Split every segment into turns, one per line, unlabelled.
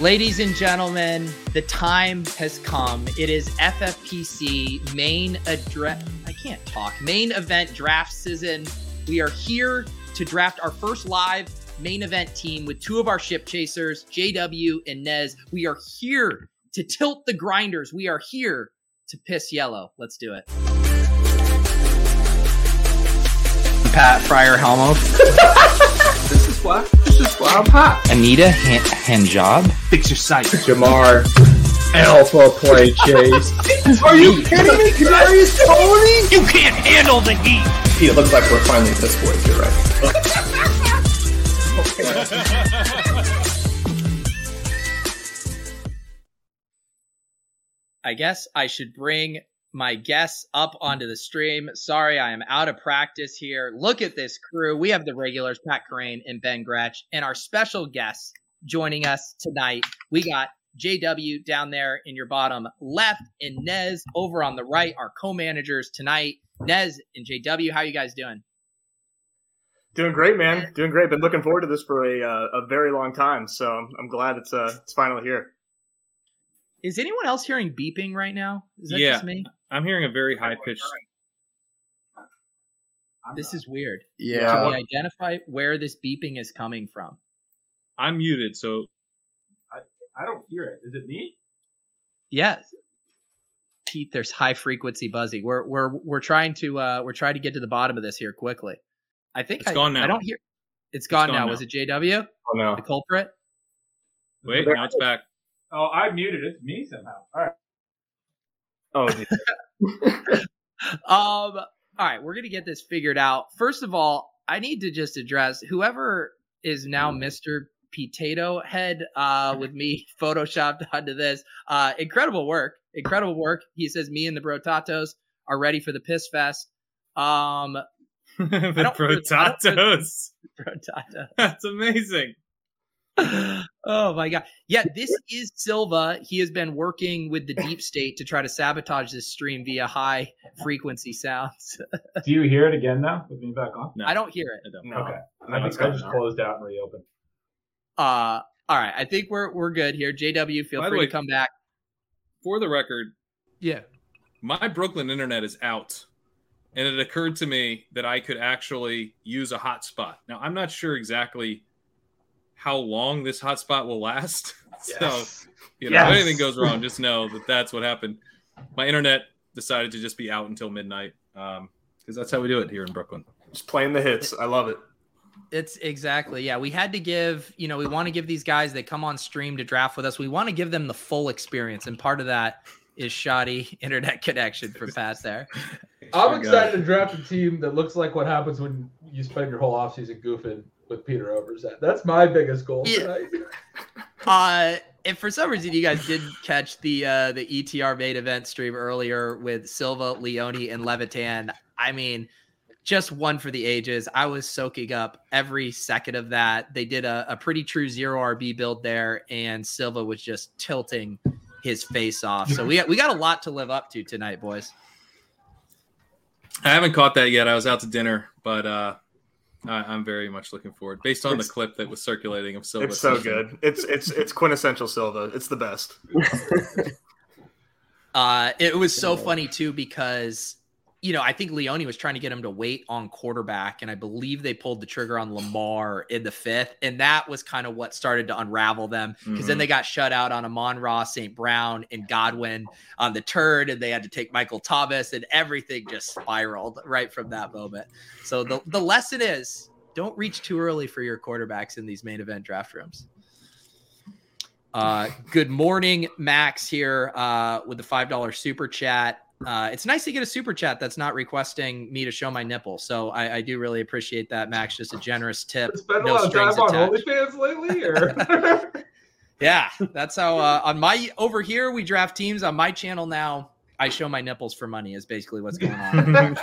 Ladies and gentlemen, the time has come. It is FFPC main address. I can't talk. Main event draft season. We are here to draft our first live main event team with two of our ship chasers, JW and Nez. We are here to tilt the grinders. We are here to piss yellow. Let's do it. Pat Fryer Helmuth.
This is why. This is why I'm hot.
Anita Han- Hanjob.
Fix your sight.
Jamar Alpha Play Chase.
Are you kidding me? Kadarius Tony?
You can't handle the heat.
Pete, it looks like we're finally this boys. You're right.
I guess I should bring my guests up onto the stream. Sorry, I am out of practice here. Look at this crew. We have the regulars, Pat Crane and Ben Gretsch, and our special guests joining us tonight. We got JW down there in your bottom left and Nez over on the right, our co managers tonight. Nez and JW, how you guys doing?
Doing great, man. Doing great. Been looking forward to this for a uh, a very long time, so I'm- I'm glad it's uh it's finally here.
Is anyone else hearing beeping right now? Is that
Yeah.
just me?
I'm hearing a very high pitched.
This is weird. Can
Yeah.
we identify where this beeping is coming from?
I'm muted, so
I don't hear it. Is it me?
Yes. Pete, there's high frequency buzzing. We're we're we're trying to uh we're trying to get to the bottom of this here quickly. I think
It's
I,
gone now.
I don't hear it's gone,
gone
now.
now.
Was it JW?
Oh, no.
The culprit?
wait, now it's back.
Oh, I muted. It's me somehow. All right.
Oh, dude.
Um all right, we're gonna get this figured out. First of all, I need to just address whoever is now Mr. Potato Head uh with me photoshopped onto this. Uh incredible work. Incredible work. He says me and the Brotatos are ready for the piss fest. Um
the
don't really- I don't really-
Protatos.
Brotato.
That's amazing.
oh my god. Yeah, this is Silva. He has been working with the deep state to try to sabotage this stream via high frequency sounds.
Do you hear it again now with me back on?
No,
I don't hear it.
I don't.
No.
Okay.
No,
I
it's
think I
gone
just
now.
closed out and reopened.
Uh all right. I think we're we're good here. JW, feel
By the
free
way-
to come back.
For the record,
Yeah.
my Brooklyn internet is out, and it occurred to me that I could actually use a hotspot. Now I'm not sure exactly how long this hotspot will last. So you know, if
Yes.
anything goes wrong, just know that that's what happened. My internet decided to just be out until midnight because that's how we do it here in Brooklyn.
Just playing the hits. I love it.
It's exactly. Yeah, we had to give, you know, we want to give these guys that come on stream to draft with us. We want to give them the full experience and part of that is shoddy internet connection for Pat there.
Oh,
I'm
God.
excited to draft a team that looks like what happens when you spend your whole offseason goofing with Peter Overzet. That's my biggest goal
Yeah.
tonight.
Uh, if for some reason you guys did catch the uh, the ETR main event stream earlier with Silva, Leone, and Levitan, I mean, just one for the ages. I was soaking up every second of that. They did a, a pretty true zero RB build there, and Silva was just tilting his face off. So we we got a lot to live up to tonight, boys.
I haven't caught that yet. I was out to dinner, but uh, I, I'm very much looking forward. Based on
It's-
the clip that was circulating of Silva,
It's so good. It's it's it's quintessential Silva. It's the best.
Uh, it was so funny too because you know I think Leone was trying to get him to wait on quarterback, and I believe they pulled the trigger on Lamar in the fifth, and that was kind of what started to unravel them because then they got shut out on Amon Ross, St. Brown, and Godwin on the turn, and they had to take Michael Thomas, and everything just spiraled right from that moment. So the the lesson is. Don't reach too early for your quarterbacks in these main event draft rooms. Uh, good morning, Max here uh, with the five dollar super chat. Uh, it's nice to get a super chat that's not requesting me to show my nipple, so I, I do really appreciate that, Max. Just a generous tip.
Spend a
No
lot of time
strings
on
attached.
OnlyFans lately, or
Yeah, that's how uh, on my over here we draft teams. On my channel now, I show my nipples for money. Is basically what's going on.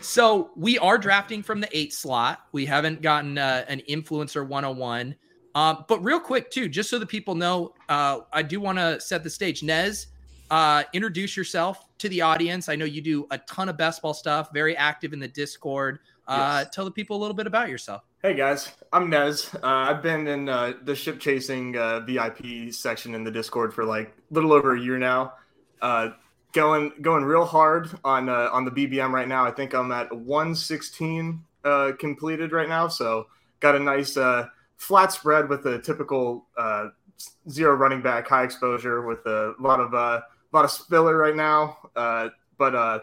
so we are drafting from the eight slot. We haven't gotten uh, an influencer 101. Um, but real quick, too, just so the people know, uh, I do want to set the stage. Nez, uh, introduce yourself to the audience. I know you do a ton of best ball stuff, very active in the Discord. Uh, Tell the people a little bit about yourself.
Hey guys, I'm Nez. Uh, I've been in uh, the ship chasing uh, VIP section in the Discord for like a little over a year now. Uh, going going real hard on uh, on the BBM right now. I think I'm at 116 uh, completed right now. So got a nice uh, flat spread with a typical uh, s- zero running back, high exposure with a lot of uh, lot of spiller right now. Uh, but uh,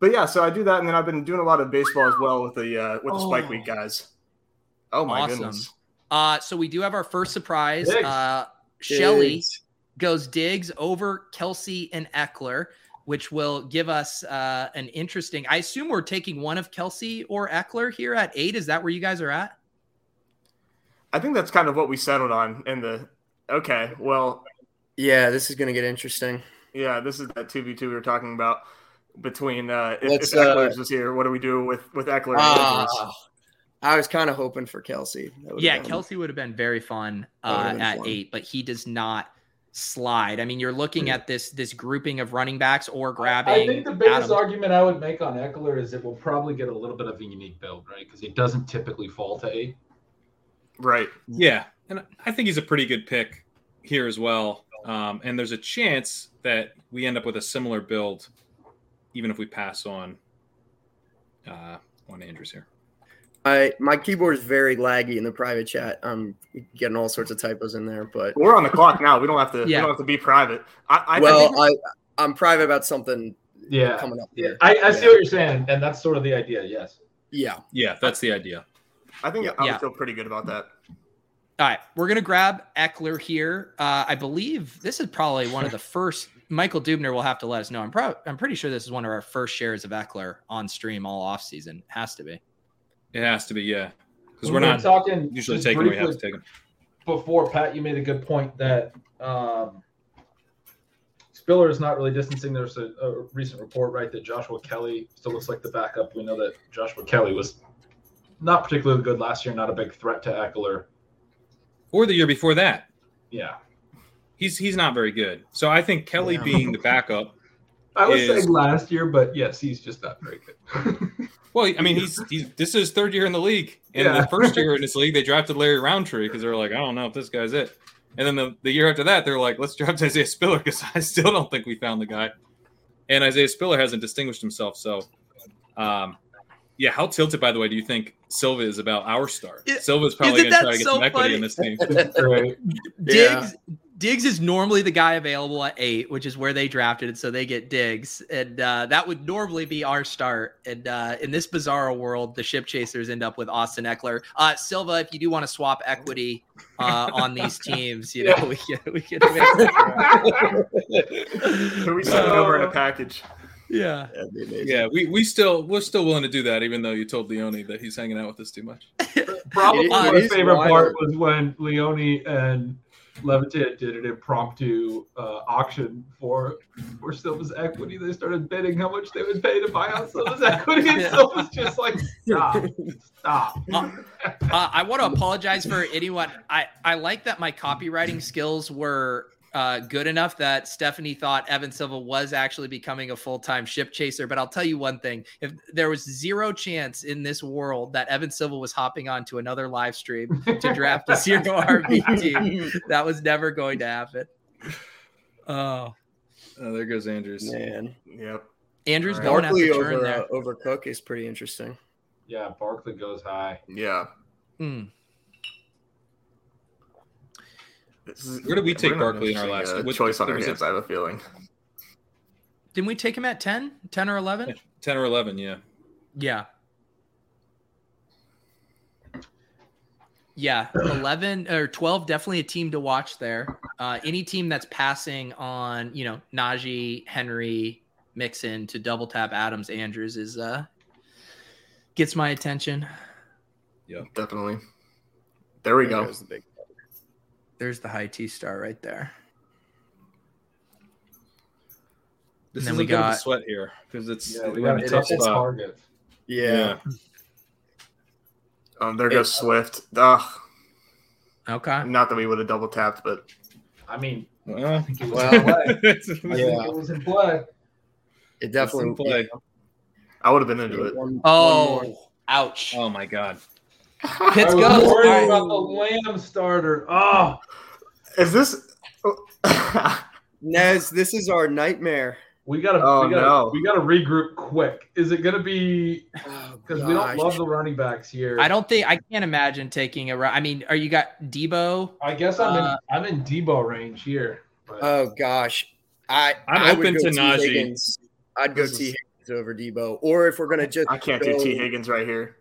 but yeah, so I do that, and then I've been doing a lot of baseball as well with the uh, with the Spike
Oh.
Week guys. Oh my
Awesome.
goodness!
Uh, so we do have our first surprise.
Diggs.
Uh, Shelly goes Diggs over Kelsey and Eckler, which will give us uh, an interesting. I assume we're taking one of Kelsey or Eckler here at eight. Is that where you guys are at?
I think that's kind of what we settled on in the. Okay, well,
Yeah, this is gonna get interesting.
yeah, this is that two v two we were talking about between uh, if, if
Let's, uh,
Eckler's just here. What do we do with with Eckler?
Ah, I was kind of hoping for Kelsey. That would've
Yeah,
been-
Kelsey would have been very fun
That would've
uh,
been
at
fun.
eight, but he does not slide. I mean, you're looking
Yeah.
at this this grouping of running backs or grabbing.
I think the biggest
Adams.
argument I would make on Eckler is it will probably get a little bit of a unique build, right? Because he doesn't typically fall to eight.
right.
Yeah, and I think he's a pretty good pick here as well. Um, and there's a chance that we end up with a similar build, even if we pass on uh, on Andrews here.
I my keyboard is very laggy in the private chat. I'm getting all sorts of typos in there, but
We're on the clock now. We don't have to. We
Yeah.
don't have to be private. I, I, I think
well, I, I am private about something
Yeah.
coming up here.
I, I see what you're saying, and that's sort of the idea, yes.
Yeah,
Yeah, that's the idea.
I think I
Yeah.
would feel pretty good about that.
All right, we're gonna grab Eckler here. Uh, I believe this is probably one of the first. Michael Dubner will have to let us know. I'm pro- I'm pretty sure this is one of our first shares of Eckler on stream all off season. Has to be.
It has to be, yeah, because
We
we're
were
not
talking
usually
just
taking. We
briefly
have to take him.
before Pat, you made a good point that um, Spiller is not really distancing. There's a, a recent report, right, that Joshua Kelly still looks like the backup. We know that Joshua Kelly was not particularly good last year, not a big threat to Eckler.
Or the year before that,
Yeah,
he's he's not very good. So I think Kelly
Yeah.
being the backup.
I was
Is-
saying last year, but yes, he's just not very good.
Well, I mean, he's he's this is his third year in the league, and
Yeah.
the first year in this league they drafted Larry Roundtree because they were like, I don't know if this guy's it. And then the, the year after that, they're like, let's draft Isaiah Spiller because I still don't think we found the guy. And Isaiah Spiller hasn't distinguished himself. So, um, yeah, how tilted, by the way, do you think Silva is about our star?
It-
Silva's probably
Isn't
going to
that
try to get
so
some equity
funny?
in this team.
right.
Yeah.
Diggs Diggs is normally the guy available at eight, which is where they drafted it, so they get Diggs, and uh, that would normally be our start. And uh, in this bizarro world, the ship chasers end up with Austin Eckler, uh, Silva. If you do want to swap equity uh, on these teams, you know we can we can.
Can we send it over in a package?
yeah.
that'd be amazing.
yeah, we, we still we're still willing to do that, even though you told Leone that he's hanging out with us too much.
Probably
It-
my
it is
favorite
wild.
part was when Leone and Levitan did an impromptu uh, auction for for Silva's equity. They started bidding how much they would pay to buy out Silva's equity, and
Yeah.
Silva's just like, "Stop, stop."
Uh, I want to apologize for anyone. I, I like that my copywriting skills were uh, good enough that Stephanie thought Evan Silva was actually becoming a full time ship chaser. But I'll tell you one thing if there was zero chance in this world that Evan Silva was hopping onto another live stream to draft this year RB team, that was never going to happen. Oh,
Uh, there goes Andrews.
man.
Yep.
Andrew's
All right.
going after
Barkley
turn
over
there.
uh, over Cook is pretty interesting.
Yeah, Barkley goes high.
Yeah.
Hmm.
This is-
Where did we take
we're gonna have an
Barkley in our
interesting,
last-
uh,
what-
choice on
what
our
was it?
hands? I have a feeling.
Didn't we take him at 10, 10 or 11?
Ten or eleven, yeah.
Yeah. Yeah, 11 or 12 definitely a team to watch there. Uh any team that's passing on, you know, Najee, Henry, Mixon to double tap Adams Andrews is uh gets my attention.
Definitely. There we
There
go.
goes the big-
There's the high T star right there.
This
And then
is
we
a bit of a
got-
sweat here because it's
Yeah, we
we're
got
in
a
a tough
tough
spot.
target.
Yeah.
Um, there goes Swift. Ugh,
Okay.
not that we would have double tapped, but
I mean,
Well,
I think it was
Well,
in
Yeah.
play. I think it was in play.
it definitely
It's in play.
I would have been
yeah,
into it.
one- one more.
Oh. Ouch.
Oh my god.
Pitts
I was
goes. All
worried
right.
about the Lamb starter. Oh,
Is this?
Nez, this is our nightmare.
we gotta,
Oh,
we, gotta
no.
we gotta regroup quick. Is it gonna be
Oh,
because we don't
gosh.
love the running backs here?
I don't think I can't imagine taking a. ru- I mean, are you got Debo?
I guess I'm
Uh,
in I'm in Debo range here. But
Oh gosh, I
I'm
I would
open
go
to
T.
Najee.
Higgins. I'd go
This
T
is-
Higgins over Debo, or if we're gonna just
I can't
go
do T Higgins right here.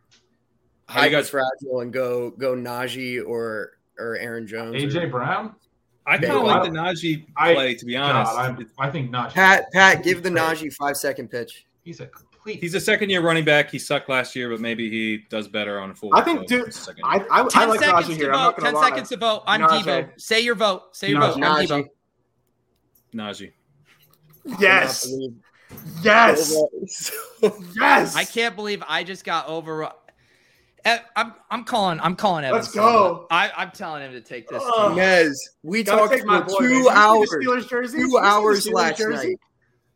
How do you
hyper
guys-
fragile and go go Najee or or Aaron Jones. or-
AJ Brown,
I kind of
Yeah,
like
I-
the Najee
I-
play, to be honest.
God, I'm, I think Najee.
Pat Pat, give the
Right.
Najee five second pitch.
He's a complete.
He's a second year running back. He sucked last year, but maybe he does better on a full.
I think,
full
dude,
second
I
year.
I, I
Ten
like
seconds
Najee
to
here.
vote.
I'm not gonna
Ten
lie.
seconds to vote. I'm
Najee.
Debo. Say your vote. Say your
Oh,
vote. I'm
Najee.
Debo.
Najee.
Yes,
Cannot believe-
yes, yes.
I can't believe I just got over. Eh, I'm I'm calling I'm calling Evan.
Let's
Silva.
go.
I, I'm telling him to take this.
Oh.
team.
Nez, we
Gotta
talked
take my
for
boy, man. You
two
see the
hours.
Steelers jersey? You see
Two
the
hours
Steelers
last
jersey?
night.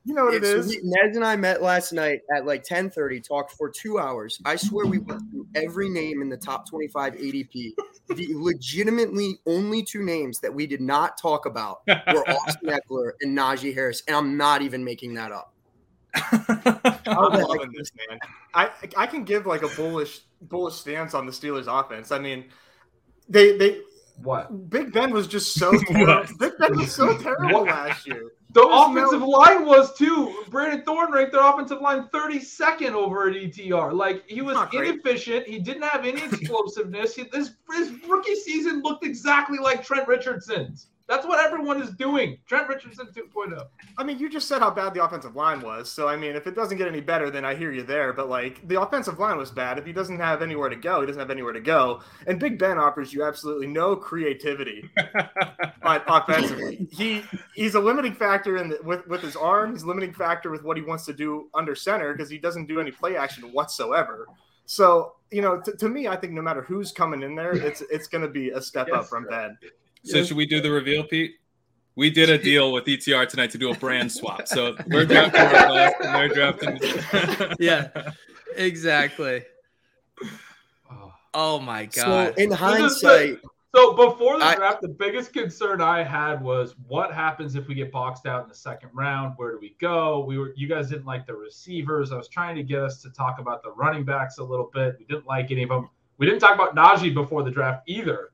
You know what it
It's-
is.
we- Nez and I met last night at like 10:30, talked for two hours. I swear we went through every name in the top 25 ADP. The legitimately only two names that we did not talk about were Austin Eckler and Najee Harris, and I'm not even making that up.
I'm loving this, man. I I can give like a bullish bullish stance on the Steelers offense. I mean, they they
what?
Big Ben was just so terrible. Big Ben was so terrible last year.
The
There's
offensive
no-
line was too. Brandon Thorne ranked their offensive line 32nd over at ETR. Like he was
Not great.
inefficient. He didn't have any explosiveness. He, this his rookie season looked exactly like Trent Richardson's. That's what everyone is doing. Trent Richardson oh. 2.0.
I mean, you just said how bad the offensive line was. So I mean, if it doesn't get any better, then I hear you there. But like the offensive line was bad. If he doesn't have anywhere to go, he doesn't have anywhere to go. And Big Ben offers you absolutely no creativity on- offensively. He he's a limiting factor in the, with with his arm. He's a limiting factor with what he wants to do under center because he doesn't do any play action whatsoever. So you know, t- to me, I think no matter who's coming in there, it's it's going to be a step up
Yes,
from
sir.
Ben.
So should we do the reveal, Pete? We did a deal with ETR tonight to do a brand swap. So we're drafting our best and they're drafting.
Yeah. Exactly.
Oh.
Oh my
So
god.
in
is the-
hindsight,
So before the
I-
draft, the biggest concern I had was what happens if we get boxed out in the second round? Where do we go? We were you guys didn't like the receivers. I was trying to get us to talk about the running backs a little bit. We didn't like any of them. We didn't talk about Najee before the draft either.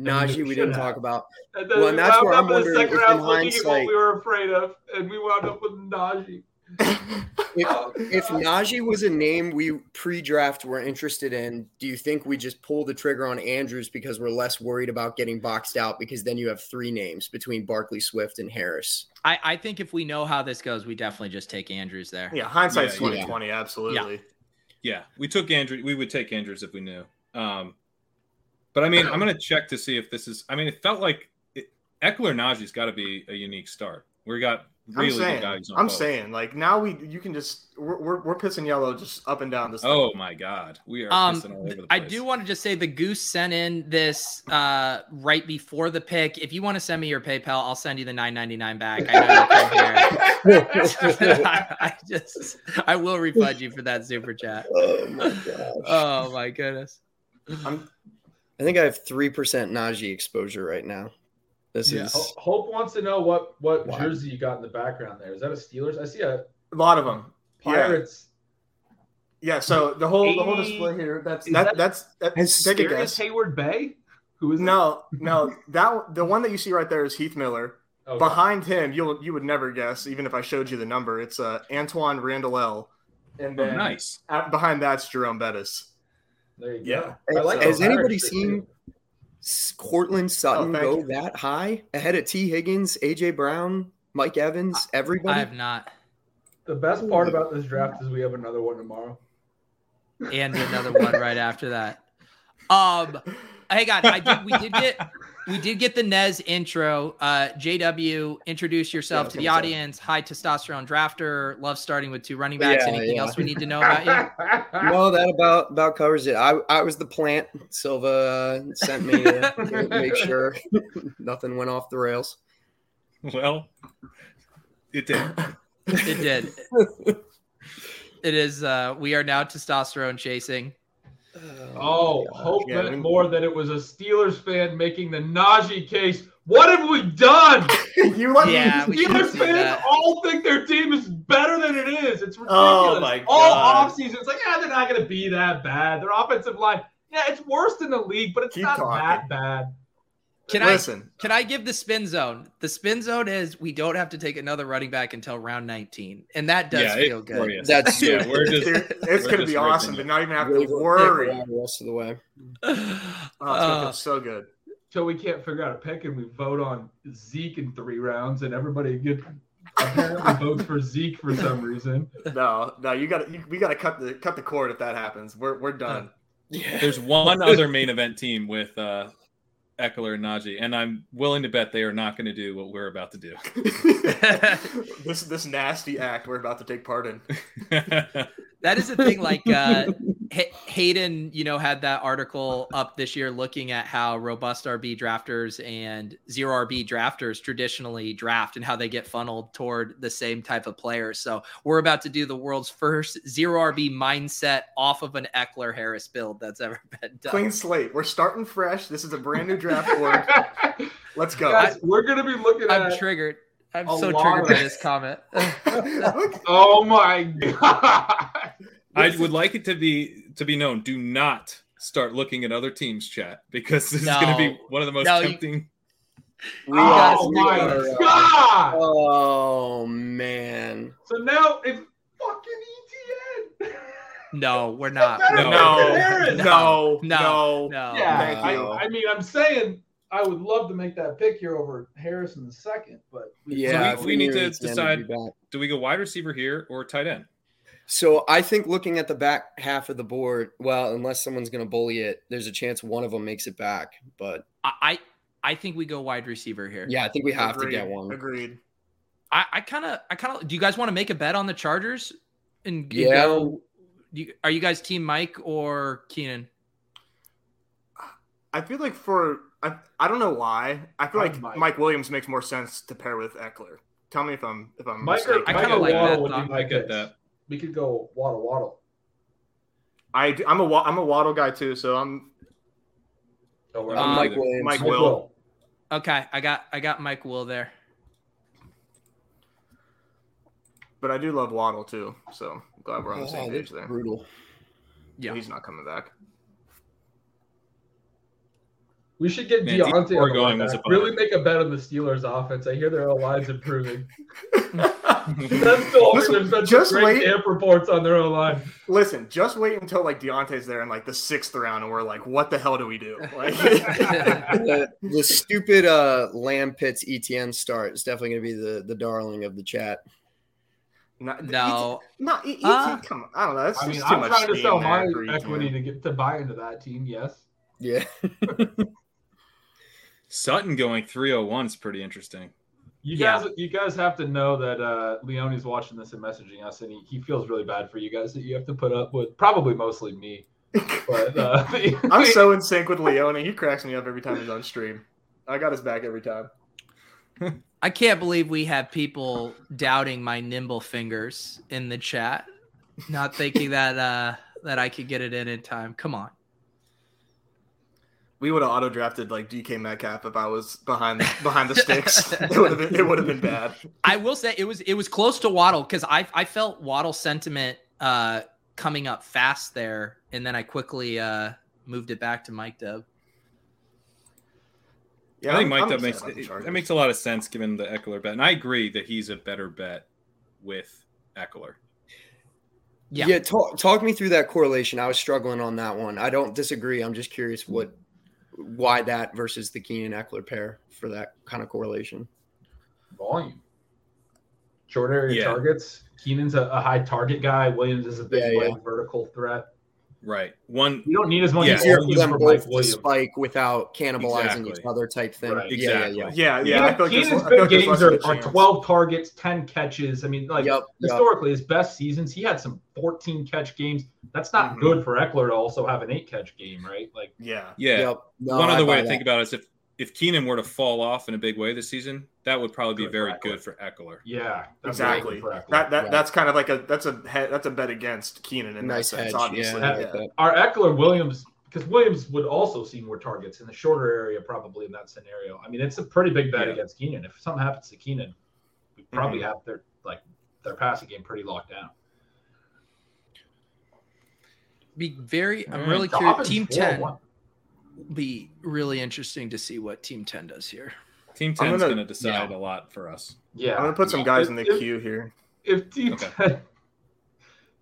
Najee, we
should
didn't
have.
talk about.
And then
Well,
we
and that's
wound
where
up
I'm
in the
wondering
second
if
round
in
looking at what
hindsight-
we were afraid of, and we wound up with Najee.
If, if Najee was a name we pre-draft were interested in, do you think we just pull the trigger on Andrews because we're less worried about getting boxed out because then you have three names between Barkley, Swift, and Harris?
I, I think if we know how this goes, we definitely just take Andrews there.
Yeah, hindsight's
Yeah,
twenty
yeah.
twenty. Absolutely.
Yeah, we took Andrew. We would take Andrews if we knew. Um, but I mean, I'm gonna check to see if this is. I mean, it felt like it, Eckler Najee's got to be a unique start. We got really
I'm
good
saying,
values. On
I'm
both.
saying, like now we you can just we're, we're, we're pissing yellow just up and down this.
Oh my God, we are
Um,
pissing all over the place.
I do want to just say the goose sent in this uh, right before the pick. If you want to send me your PayPal, I'll send you the 9.99 back. I know you can hear. I, I just I will refund you for that super chat.
Oh my gosh.
Oh my goodness.
I think I have three percent Najee exposure right now. This
Yeah.
is
Hope wants to know what what
Wow.
jersey you got in the background there. Is that a Steelers? I see a
A lot of them. Yeah,
Pirates.
yeah. So the whole the whole display here. That's that,
that-
that's that,
Has
take a
Darius
guess.
Hayward Bay. Who is
No, no. That the one that you see right there is Heath Miller.
that? Okay.
Behind him, you'll you would never guess, even if I showed you the number. It's uh, Antoine Randall L. And
Oh,
then
nice.
out behind that's Jerome Bettis.
There you
Yeah.
go. I
Has-
like
has
the
anybody
Pirates
seen-
too.
S- Cortland Sutton
thank
go
you.
that high ahead of T. Higgins, AJ Brown, Mike Evans, everybody.
I have not.
The best part about this draft is we have another one tomorrow.
and another one right after that. Um, hey God, I did, we did get we did get the Nez intro. Uh, JW, introduce
Yeah, I
yourself
was
to the
gonna say.
audience. High testosterone drafter. Love starting with two running backs.
Yeah,
Anything
yeah.
else we need to know about you?
no, that about about covers it. I I was the plant. Silva uh, sent me to to make sure nothing went off the rails.
Well, it did.
It did. It is. Uh, we are now testosterone chasing.
Oh, hope
Yeah,
that
we-
more that it was a Steelers fan making the Najee case. What have we done?
you let
Yeah,
me.
we should've
Steelers
seen
fans
that.
all think their team is better than it is. It's ridiculous.
Oh, my
All
God.
offseason, it's like, yeah, they're not going to be that bad. Their offensive line, yeah, it's worse than the league, but it's
Keep
not
talking.
that bad.
Can I
Listen,
can I give the spin zone? The spin zone is we don't have to take another running back until round 19, and that does
Yeah, it-
feel good.
glorious.
That's
yeah, we're just
dude, it's
we're
gonna
just
be awesome
ripping
to
it.
not even have
They
to
will
worry.
pick around the rest of the way.
Oh, it's gonna
Uh,
feel so good.
So we can't figure out a pick, and we vote on Zeke in three rounds, and everybody get, apparently votes for Zeke for some reason.
No, no, you got to we got to cut the cut the cord if that happens. We're we're done.
Yeah.
There's one other main event team with uh, Eckler and Najee, and I'm willing to bet they are not going to do what we're about to do.
this this nasty act we're about to take part in.
That is the thing. Like uh, Hay- Hayden, you know, had that article up this year looking at how robust RB drafters and zero RB drafters traditionally draft and how they get funneled toward the same type of player. So we're about to do the world's first zero RB mindset off of an Eckler Harris build that's ever been done.
Clean slate. We're starting fresh. This is a brand new draft org. Let's go.
Guys, we're going to be looking at.
I'm triggered. I'm
uh, A
so
lot
triggered by
of-
this comment.
Look,
oh, my God.
I would like it to be to be known. Do not start looking at other teams' chat because this is going to be
No.
one of the most
No, you-
tempting.
We gotta
oh,
stick
my
with our, uh,
God.
Oh man.
So now it's E fucking ETN.
no, we're not.
better
No.
no, no,
No.
no,
No.
yeah,
thank
I,
you.
I mean, I'm saying I would love to make that pick here over Harris in the second, but
Yeah.
we- we need to
knew it's gonna
decide-
be bad.
Do we go wide receiver here or tight end?
So I think looking at the back half of the board, well, unless someone's going to bully it, there's a chance one of them makes it back. But
I, I I think we go wide receiver here.
yeah, I think we have
Agreed,
to get one.
Agreed.
I kind of, I kind of. Do you guys want to make a bet on the Chargers? And and
Yeah.
go, you, are you guys Team Mike or Keenan?
I feel like for I, I don't know why. I feel
Oh,
like
Mike.
Mike. Williams makes more sense to pair with Eckler. Tell me if I'm if I'm
Mike or,
mistaken.
I
Mike
kinda
or
like that
Waddle would
thought.
be my
I get
picks.
that.
We could go Waddle Waddle.
I do- I'm a Wa- I'm a Waddle guy too, so I'm
Oh, we're
Um,
not-
Mike Williams.
Mike
Mike
Will.
Will.
Okay, I got, I got Mike Will there.
but I do love Waddle too. So I'm glad we're on the
Oh,
same
that's
page there.
brutal.
Yeah.
He's not coming back.
We should get
Man,
Deontay.
Deontay
on
going
the line
was
back.
a bummer.
really make a bet on the Steelers offense. I hear their O line's improving.
I
That's still
Listen,
there's been
just
some great
wait.
camp reports on their O line.
Listen, just wait until like Deontay's there in like the sixth round, and we're like, what the hell do we do? Like,
the, the stupid uh, Lamb Pitts ETN start is definitely going to be the, the darling of the chat.
not,
No,
no, it,
Uh,
come on, I don't know. That's
I mean,
just too
I'm
much
trying to
steam
sell
there
my
for each
equity
man.
to get to buy into that team. Yes.
Yeah.
Sutton going 301 is pretty interesting.
You
Yeah.
guys, you guys have to know that uh, Leone's watching this and messaging us, and he, he feels really bad for you guys that you have to put up with. Probably mostly me, but uh,
I'm so in sync with Leone. He cracks me up every time he's on stream. I got his back every time.
I can't believe we have people doubting my nimble fingers in the chat, not thinking that uh that I could get it in in time. Come on.
We would have auto drafted like DK Metcalf if I was behind behind the sticks. it would have been it would have been bad.
I will say it was it was close to Waddle because I I felt Waddle sentiment uh coming up fast there, and then I quickly uh moved it back to Mike Dub.
Yeah,
I think
I'm-
Mike
I'm
that
upset
makes
about the
it,
Chargers.
that makes a lot of sense given the Eckler bet, and I agree that he's a better bet with Eckler.
Yeah.
Yeah. talk, talk me through that correlation. I was struggling on that one. I don't disagree. I'm just curious what why that versus the Keenan Eckler pair for that kind of correlation.
volume, short area
Yeah.
targets. Keenan's a, a high target guy. Williams is a big
Yeah, yeah.
play, vertical threat.
Right. One
You don't need as much
Yeah.
Easier for
volume
them
for
both
Mike
to
Williams.
spike without cannibalizing
Exactly.
each other type thing.
Right.
exactly.
Yeah, yeah,
Yeah, yeah. I
Yeah,
feel like there's-
Keenan's
I feel
big
like there's
games
less
are,
of a
are
chance.
12 targets, 10 catches. I mean,
yeah.
like
Yep, yep.
historically, his best seasons, he had some 14 catch games. That's not
Mm-hmm.
Mhm.
good for Eckler to also have an eight catch game, right? Like,
Yeah.
yeah.
Yep. No,
One
I
other
buy
way to
that.
think about it is if if Keenan were to fall off in a big way this season, that would probably be
Good
very
for Eckler.
good for Eckler.
Yeah, that's
Exactly.
really correct.
That, that
Right.
that's kind of like a that's a he- that's a bet against Keenan in
nice
that sense,
hedge.
obviously.
yeah, I
yeah.
like that.
Are Eckler Williams because Williams would also see more targets in the shorter area probably in that scenario. I mean, it's a pretty big bet
Yeah.
against Keenan. If something happens to Keenan, we probably
Mm-hmm.
have their like their passing game pretty locked down.
Be very. I'm
Mm.
really
The
curious.
offense
Team
is
ten
4-1.
be really interesting to see what Team ten does here.
Team
I'm
10 is
gonna-
going to decide a lot for us.
Yeah,
I'm gonna put some guys
If-
in the
if-
queue here.
If Team
Okay.
10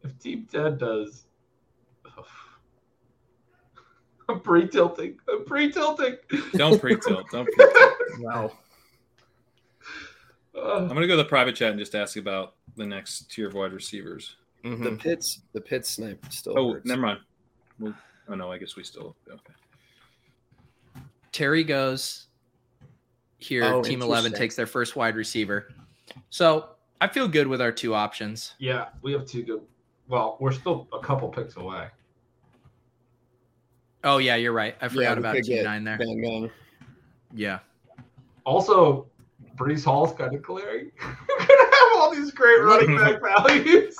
if Team Ten does, oh. I'm pre tilting. I'm pre tilting.
Don't pre-tilt. Don't pre-tilt.
Wow.
Uh,
I'm going to go to the private chat and just ask about the next tier of wide receivers.
The pits, the pit snipe still
Oh,
hurts.
never mind. Well, oh, no, I guess we still. Okay.
Terry goes here.
Oh,
team 11
interesting.
takes their first wide receiver. So I feel good with our two options.
yeah, we have two good. Well, we're still a couple picks away.
Oh, yeah, you're right. I forgot
we
about
could
team
get
nine there.
Bang bang.
Yeah.
Also, Brees Hall's kind of clearing. We're gonna have all these great running back values.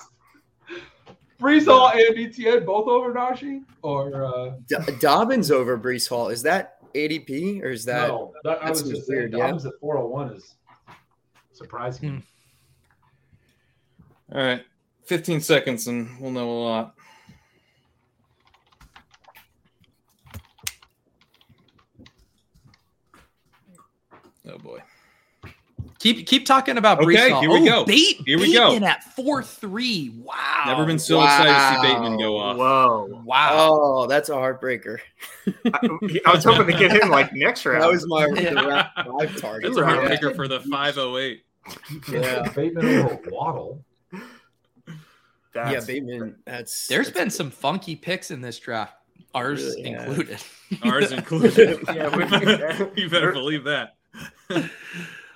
Brees Hall and ETN both over Najee, or uh,
Do- Dobbins over Brees Hall. Is that ADP or is that
no? That, I
that
was
seems
just saying,
weird, yeah.
Dobbins at four hundred one is surprising.
Hmm.
All right. 15 seconds and we'll know a lot. Oh boy.
Keep keep talking about
Okay,
Brees Hall.
here we
Oh,
go.
Bait,
Here we go.
Bateman at 4 3. Wow.
Never been so excited to see Bateman go off.
Whoa.
Wow.
Oh, that's a heartbreaker.
I, I was hoping to get him like next round.
That was my
Yeah.
direct live target.
That's a
Right.
heartbreaker for the 508.
Yeah.
Bateman over Waddle.
Yeah,
That's-
Bateman. That's
There's
that's-
been some funky picks in this draft, ours
Really has.
included.
Ours included.
Yeah, we-
you better believe that. okay.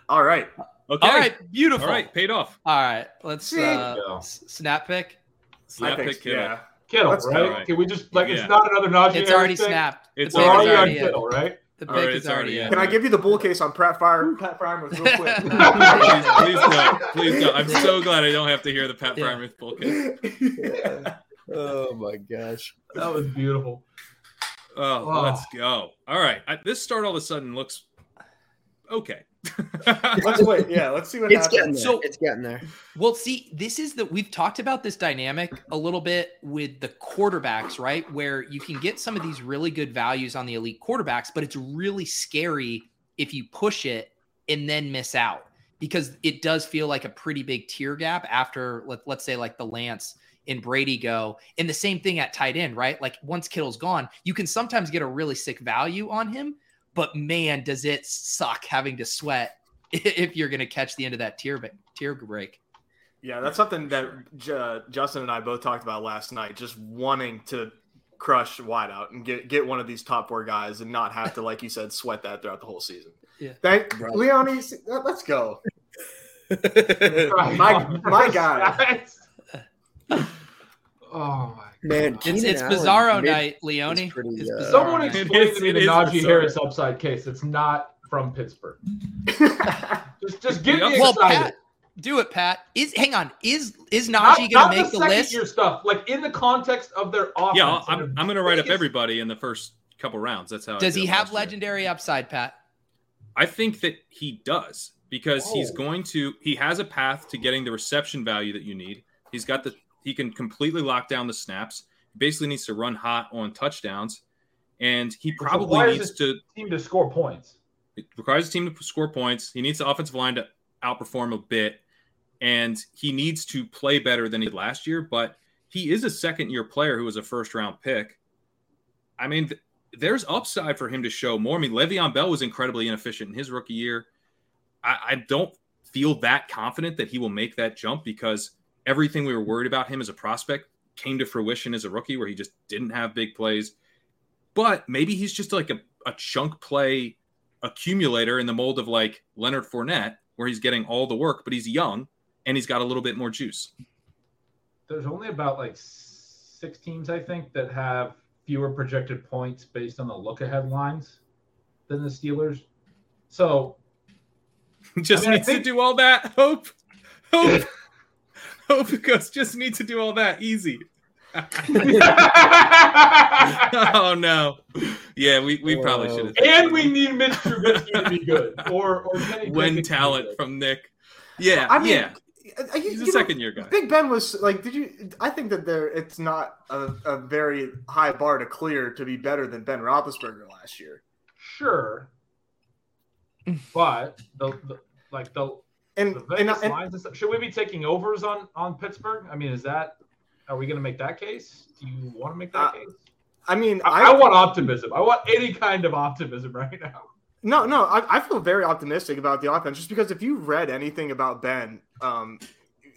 All right.
All right, beautiful.
All right. Paid off.
All right, let's
See?
uh,
Yeah.
s- snap pick.
I
Snap
think,
pick Kittle.
yeah.
Kittle,
That's
right?
right.
Can we just like
Yeah.
it's not another Najee?
It's already
Harris pick?
snapped. The
It's
pick
We're
is
already on
already in.
Kittle, right?
The pick
All right,
is
it's
already
already
in.
in.
Can I give you the bull case on Pratt Fire? Pratt Fire was real quick.
please, please don't. Please don't. I'm so glad I don't have to hear the Pat
Yeah.
Fryer Ruth bull kick.
Oh my gosh.
That was beautiful.
Oh,
Wow.
let's go. All right. I, this start all of a sudden looks okay.
let's wait. Yeah, let's see what
It's
happens.
getting there.
So-
it's getting there.
Well, see, this is the we've talked about this dynamic a little bit with the quarterbacks, right? Where you can get some of these really good values on the elite quarterbacks, but it's really scary if you push it and then miss out because it does feel like a pretty big tier gap after let, let's say like the Lance and Brady go. And the same thing at tight end, right? Like once Kittle's gone, you can sometimes get a really sick value on him, but man, does it suck having to sweat if you're going to catch the end of that tier ba- tier break.
Yeah, that's something that J- uh, Justin and I both talked about last night. Just wanting to crush wideout and get get one of these top four guys and not have to, like you said, sweat that throughout the whole season.
Yeah.
Thank
Right.
Leone. uh, Let's go.
Right
My-
on
my
first
guy.
snaps. oh my
Man,
It's,
Keenan
it's
Allen
Bizarro
mid-
night, Leone.
is pretty,
It's
uh,
Bizarro
Someone
night.
explain
is-
to me
it
the
is
Najee
bizarre.
Harris upside case. It's not from Pittsburgh. Just, just give me
well,
excited.
Pat, do it, Pat. Is hang on, is is Najee going to make the,
second
list?
Year stuff, like in the context of their offense.
yeah, I'll- I'm, I'm going to write up
Vegas-
everybody in the first couple rounds. That's how. I
Does
did
he
it
have
last year.
legendary upside, Pat?
I think that he does because he's
Oh.
going to. He has a path to getting the reception value that you need. He's got the. He can completely lock down the snaps. Basically, needs to run hot on touchdowns, and he probably
requires
needs
a-
to.
team to score points.
It requires his team to score points. He needs the offensive line to outperform a bit, and he needs to play better than he did last year. But he is a second year player who was a first round pick. I mean, th- there's upside for him to show more. I mean, Le'Veon Bell was incredibly inefficient in his rookie year. I, I don't feel that confident that he will make that jump because everything we were worried about him as a prospect came to fruition as a rookie where he just didn't have big plays. But maybe he's just like a, a chunk play accumulator in the mold of like Leonard Fournette, where he's getting all the work, but he's young and he's got a little bit more juice.
There's only about like six teams I think that have fewer projected points based on the look ahead lines.
than the Steelers. So
just
I mean, I
needs
think-
to do all that. Hope, hope, hope goes. Just need to do all that. Easy. oh no. Yeah, we, we probably should have.
and we need Mitch Trubisky to be good, or or Kenny Pickett to
win
be
talent
good.
from Nick. Yeah,
I mean,
yeah.
I- I-
He's
Uh, you
a
know,
second year guy.
Big Ben was like, did you? I think that there, it's not a, a very high bar to clear to be better than Ben Roethlisberger last year.
Sure, but the, the like the
And
the
and,
Vegas
and
lines and stuff. Should we be taking overs on on Pittsburgh? I mean, is that are we going to make that case? Do you want to make that
Uh,
case?
I mean,
I, I want optimism. I want any kind of optimism right now.
No, no, I, I feel very optimistic about the offense just because if you read anything about Ben, um,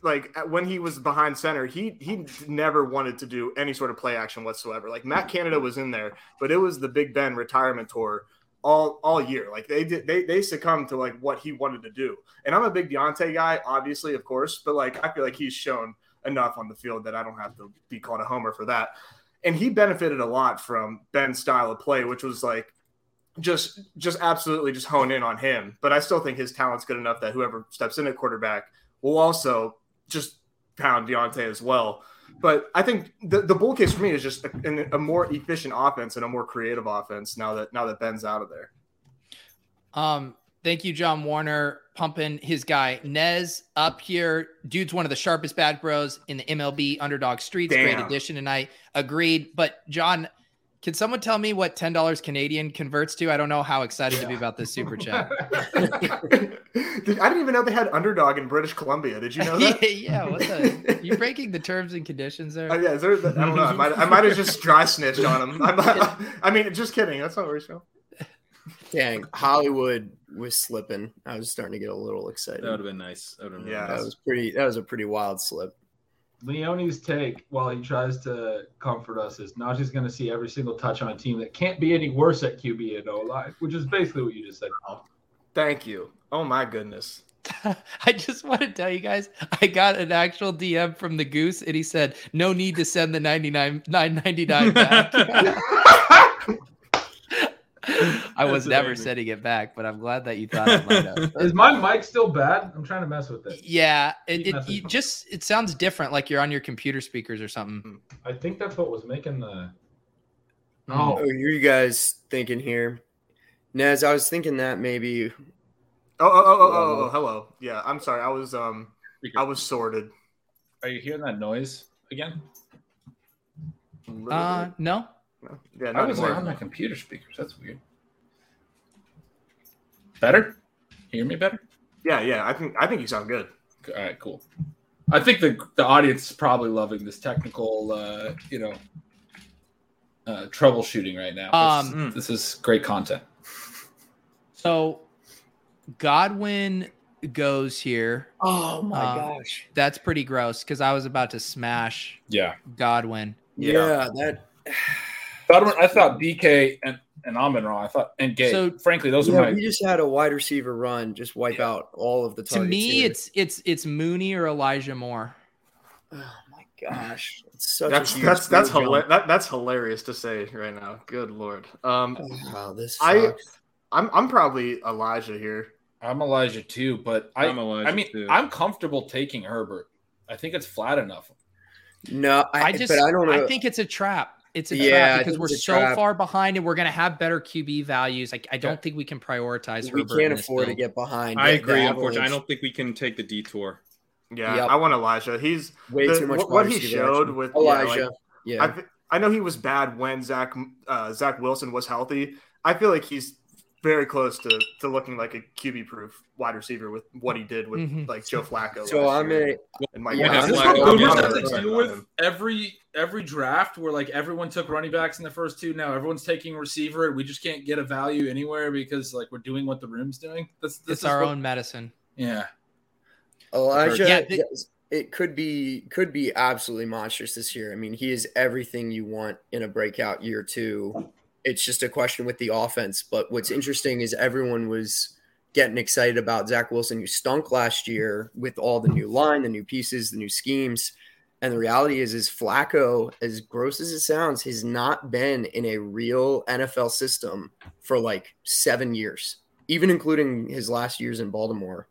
like at- when he was behind center, he he never wanted to do any sort of play action whatsoever. Like Matt Canada was in there, but it was the Big Ben retirement tour all all year. Like they did, they they succumbed to like what he wanted to do. And I'm a big Deontay guy, obviously, of course, but like I feel like he's shown enough on the field that I don't have to be called a homer for that. And he benefited a lot from Ben's style of play, which was like just just absolutely just hone in on him. But I still think his talent's good enough that whoever steps in at quarterback will also just pound Deontay as well. But I think the, the bull case for me is just a, an- a more efficient offense and a more creative offense now that now that Ben's out of there.
Um, thank you, John Warner, pumping his guy Nez up here. Dude's one of the sharpest bad bros in the MLB underdog streets. Great
Damn.
addition tonight. Agreed. But John, can someone tell me what ten dollars Canadian converts to? I don't know how excited to be about this super chat.
Did- I didn't even know they had underdog in British Columbia. Did you know
yeah,
that?
what the? You breaking the terms and conditions there?
Uh, yeah, is there, I don't know. I might, I might have just dry snitched on him. I, might, I mean, just kidding. That's not where he's from.
Dang, Hollywood was slipping. I was starting to get a little
That
excited.
would have been nice. That would have been
Yeah.
that
nice.
was pretty. That was a pretty wild slip.
Leone's take while he tries to comfort us is Najee's going to see every single touch on a team that can't be any worse at QB and O line, which is basically what you just said. Paul.
Thank you. Oh my goodness.
I just want to tell you guys, I got an actual DM from the goose, and he said, "No need to send the 99 999 back." I was
That's
never
amazing.
sending it back, but I'm glad that you thought I might have.
Is my mic still bad? I'm trying to mess with it.
Yeah, it,
Keep
it you
messaging.
just it sounds different, like you're on your computer speakers or something.
I think that's what was making the.
Mm.
Oh, you guys thinking here, Nez? I was thinking that maybe.
Oh, oh, oh, oh, oh, oh, hello. Yeah, I'm sorry. I was um, I was sorted.
Are you hearing that noise again?
A little
Uh, no.
bit. yeah,
I
not
was
anymore.
on my computer speakers. That's weird. Better? Hear me better?
yeah, yeah. I think I think you sound good.
All right, cool. I think the the audience is probably loving this technical, uh, you know, uh, troubleshooting right now. This-
Um,
this is great content.
So Godwin goes here.
Oh my
Um,
gosh!
That's pretty gross because I was about to smash
Yeah,
Godwin.
Yeah, that.
Godwin, I thought DK and and Amon Ra. I thought and Gay.
So-
frankly, those
Yeah,
were my
we just had a wide receiver run just wipe out all of the
To
targets.
me,
here.
it's it's it's Mooney or Elijah Moore.
oh my gosh, it's such
that's
a huge
that's that's
field
hila-
jump.
that, that's hilarious to say right now. Good lord. Um,
Wow, this
I-
sucks.
I'm I'm probably Elijah here.
I'm Elijah too, but I
I'm Elijah
I mean
too.
I'm comfortable taking Herbert. I think it's flat enough.
no, I,
I, just
but I don't know.
I think it's a trap. It's a
Yeah, I
trap because
think
we're
it's a
so
trap.
far behind and we're gonna have better QB values. Like I don't think we can prioritize
we
Herbert. in
can't
this
afford to
build.
get behind. the-
I
the
agree. Unfortunately, I
Avalanche.
don't think we can take the detour.
Yeah,
Yep.
I want Elijah. He's
way
the-
too much.
what, what
wide
he
receiver
showed
action.
with yeah, like,
Elijah. Yeah,
I, th- I know he was bad when Zach uh, Zach Wilson was healthy. I feel like he's very close to, to looking like a QB proof wide receiver with what he did with
Mm-hmm.
Mhm.
like Joe Flacco.
so
last
I'm
year
a
and Mike
Yeah,
Evans.
I'm just
This is
not
what
gonna
we
bother
have to
him.
deal with every every draft where like everyone took running backs in the first two. Now everyone's taking receiver, and we just can't get a value anywhere because like we're doing what the room's doing. That's this
it's
is
our
what-
own medicine.
Yeah,
Elijah.
Yeah, they-
yes, it could be could be absolutely monstrous this year. I mean, he is everything you want in a breakout year two. It's just a question with the offense. But what's interesting is everyone was getting excited about Zach Wilson, who stunk last year with all the new line, the new pieces, the new schemes. And the reality is, is Flacco, as gross as it sounds, has not been in a real NFL system for like seven years, even including his last years in Baltimore.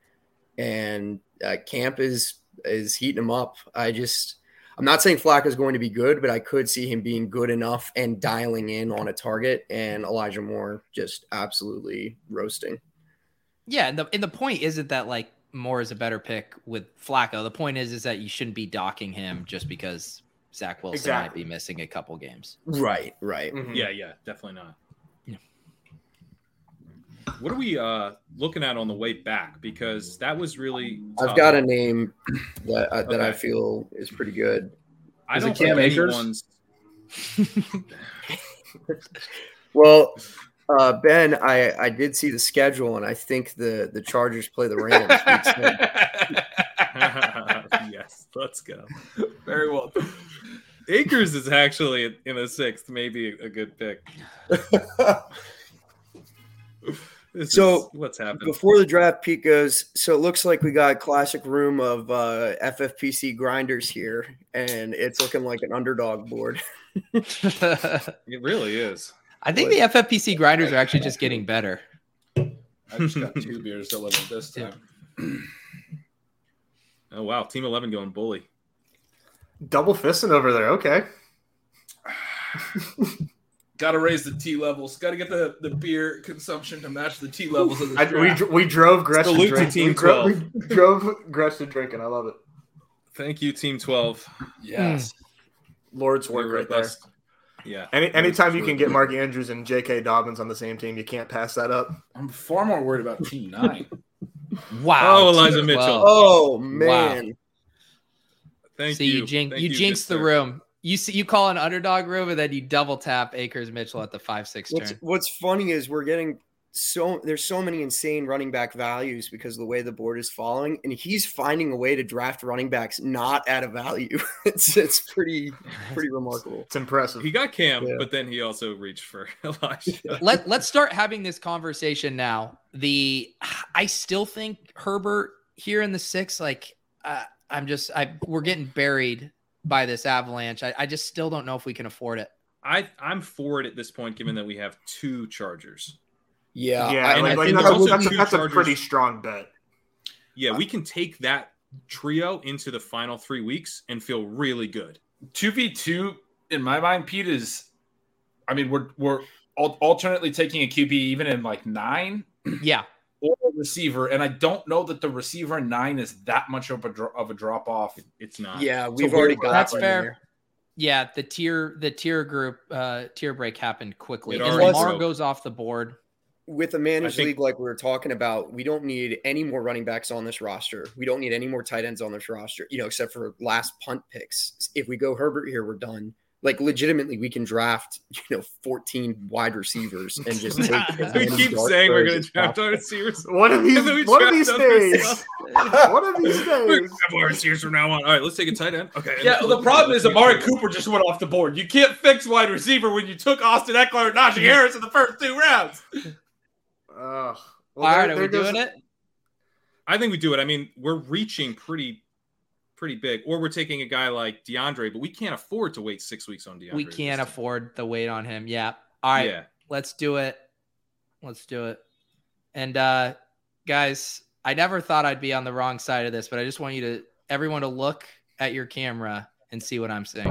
And uh, Camp is is heating him up. I just, I'm not saying Flacco is going to be good, but I could see him being good enough and dialing in on a target. And Elijah Moore just absolutely roasting.
Yeah, and the and the point isn't that like Moore is a better pick with Flacco. The point is is that you shouldn't be docking him just because Zach Wilson might
Exactly.
be missing a couple games.
Right, right.
Hmm.
Mhm.
Yeah, yeah, definitely not.
Yeah.
What are we uh looking at on the way back? Because that was really.
I've
tough.
got a name that I, that I
Okay.
feel is pretty good.
I
Is it
don't
Cam
think
Akers?
anyone's.
Well, uh, Ben, I, I did see the schedule, and I think the the Chargers play the Rams. week seven.
yes, let's go.
Very well.
Akers is actually in the sixth, maybe a good pick. This
So,
is what's happened?
Before the draft, Pete goes. So it looks like we got a classic room of uh, FFPC grinders here, and it's looking like an underdog board.
I
It really is.
think the FFPC grinders are actually just getting better.
I just got two beers delivered this time.
Oh wow, Team Eleven going bully.
Double fisting over there. Okay.
Got to raise the T levels. Got to get the, the beer consumption to match the T levels of the
I, we,
draft.
dr- we drove Gretchen
Salute to
drink-
Team
we, dro- we drove Gretchen drinking. I love it.
Thank you, Team Twelve.
yes.
Hmm.
Lord's
You're
work right there.
robust. Yeah.
Any, anytime you can get Mark Andrews and J.K. Dobbins on the same team, you can't pass that up.
I'm far more worried about Team 9.
Wow.
Oh, Elijah Mitchell.
Well,
Oh man,
Thank
See,
you.
you, jinx,
Thank
you, jinx the
Mister.
room. You see, you call an underdog room, and then you double tap Akers Mitchell at the five six
What's,
turn.
what's funny is we're getting so there's so many insane running back values because of the way the board is falling, and he's finding a way to draft running backs not at a value. it's it's pretty pretty remarkable.
It's impressive.
He got Cam,
Yeah.
but then he also reached for Elijah.
Let Let's start having this conversation now. The I still think Herbert here in the six. Like uh, I'm just I we're getting buried by this avalanche. I, I just still don't know if we can afford it.
I I'm for it at this point, given that we have two Chargers.
Yeah,
yeah,
I- and
like, like,
I think
that's,
also
that's,
two
that's a
Chargers-
pretty strong bet.
Yeah, we can take that trio into the final three weeks and feel really good.
2v2, in my mind, Pete, is. I mean, we're, we're al- alternately taking a QB even in like 9
Yeah,
or a receiver. And I don't know that the receiver in 9 is that much of a, dro- of a drop off.
It's not.
yeah,
weird
we've already
one.
got
That's
one
fair.
in there.
yeah. The tier the tier group uh tier break happened quickly.
It
And
already
Lamar
broke.
goes off the board.
With a managed
I think-
league like we were talking about, we don't need any more running backs on this roster. We don't need any more tight ends on this roster, you know, except for last punt picks. If we go Herbert here, we're done. Like legitimately, we can draft, you know, 14 wide receivers and just take as
We
many
keep
dark
saying we're
throws
going
as
to draft
possible.
our receivers.
One of
And then we
these, one of
draft
these
others.
days, one of these days.
We're gonna have our receivers from now on. All right, let's take a tight end. Okay.
Yeah, well, the problem is Amari Cooper just went off the board. You can't fix wide receiver when you took Austin Eckler and Najee Harris in the first two rounds.
Ugh. Well,
All
there-
right, are
there
we
goes-
doing it?
I think we do it. I mean, we're reaching pretty, pretty big, or we're taking a guy like DeAndre, but we can't afford to wait six weeks on DeAndre.
We
at this
can't
time.
afford the weight on him. Yeah. All right.
Yeah.
let's do it let's do it and uh guys i never thought i'd be on the wrong side of this but i just want you to everyone to look at your camera and see what i'm seeing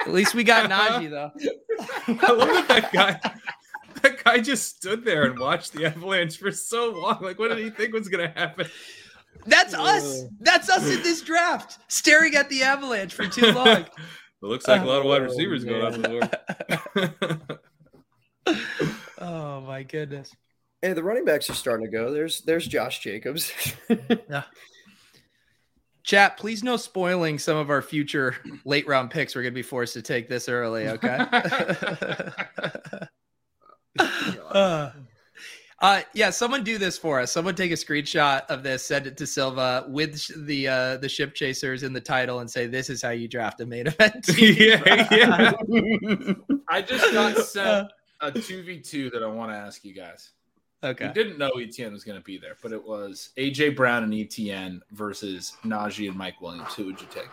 at least we got Najee though
I love that that guy. That guy just stood there and watched the avalanche for so long. Like, what did he think was going to happen?
that's us that's us in this draft staring at the avalanche for too long
it looks like a lot of wide receivers going off the board.
oh my goodness
Hey, the running backs are starting to go. There's there's Josh Jacobs.
chat please no spoiling some of our future late round picks we're gonna be forced to take this early okay Uh, Uh, yeah, someone do this for us. Someone take a screenshot of this, send it to Silva with sh- the uh, the ship chasers in the title, and say this is how you draft a main event. team."
yeah, yeah.
I just got sent a 2v2 that I want to ask you guys.
Okay.
We didn't know ETN was going to be there, but it was AJ Brown and ETN versus Najee and Mike Williams. Who would you take?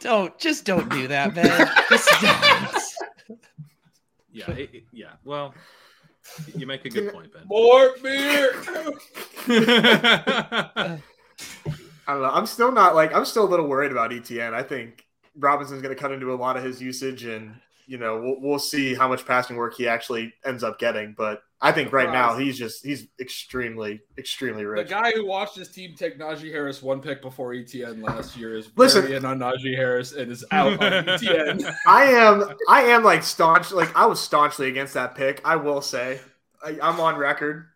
Don't just don't do that, man. Just don't.
Yeah, it- it- yeah. Well, you make a good point, Ben.
More beer.
I don't know. I'm still not like I'm still a little worried about ETN. I think Robinson's going to cut into a lot of his usage, and you know we'll, we'll see how much passing work he actually ends up getting. But I think right now he's just he's extremely extremely
the
rich.
guy who watched his team take Najee Harris one pick before ETN last year is
Listen.
very in on Najee Harris and is out on E ETN.
I am I am like staunch like I was staunchly against that pick. I will say I, I'm on record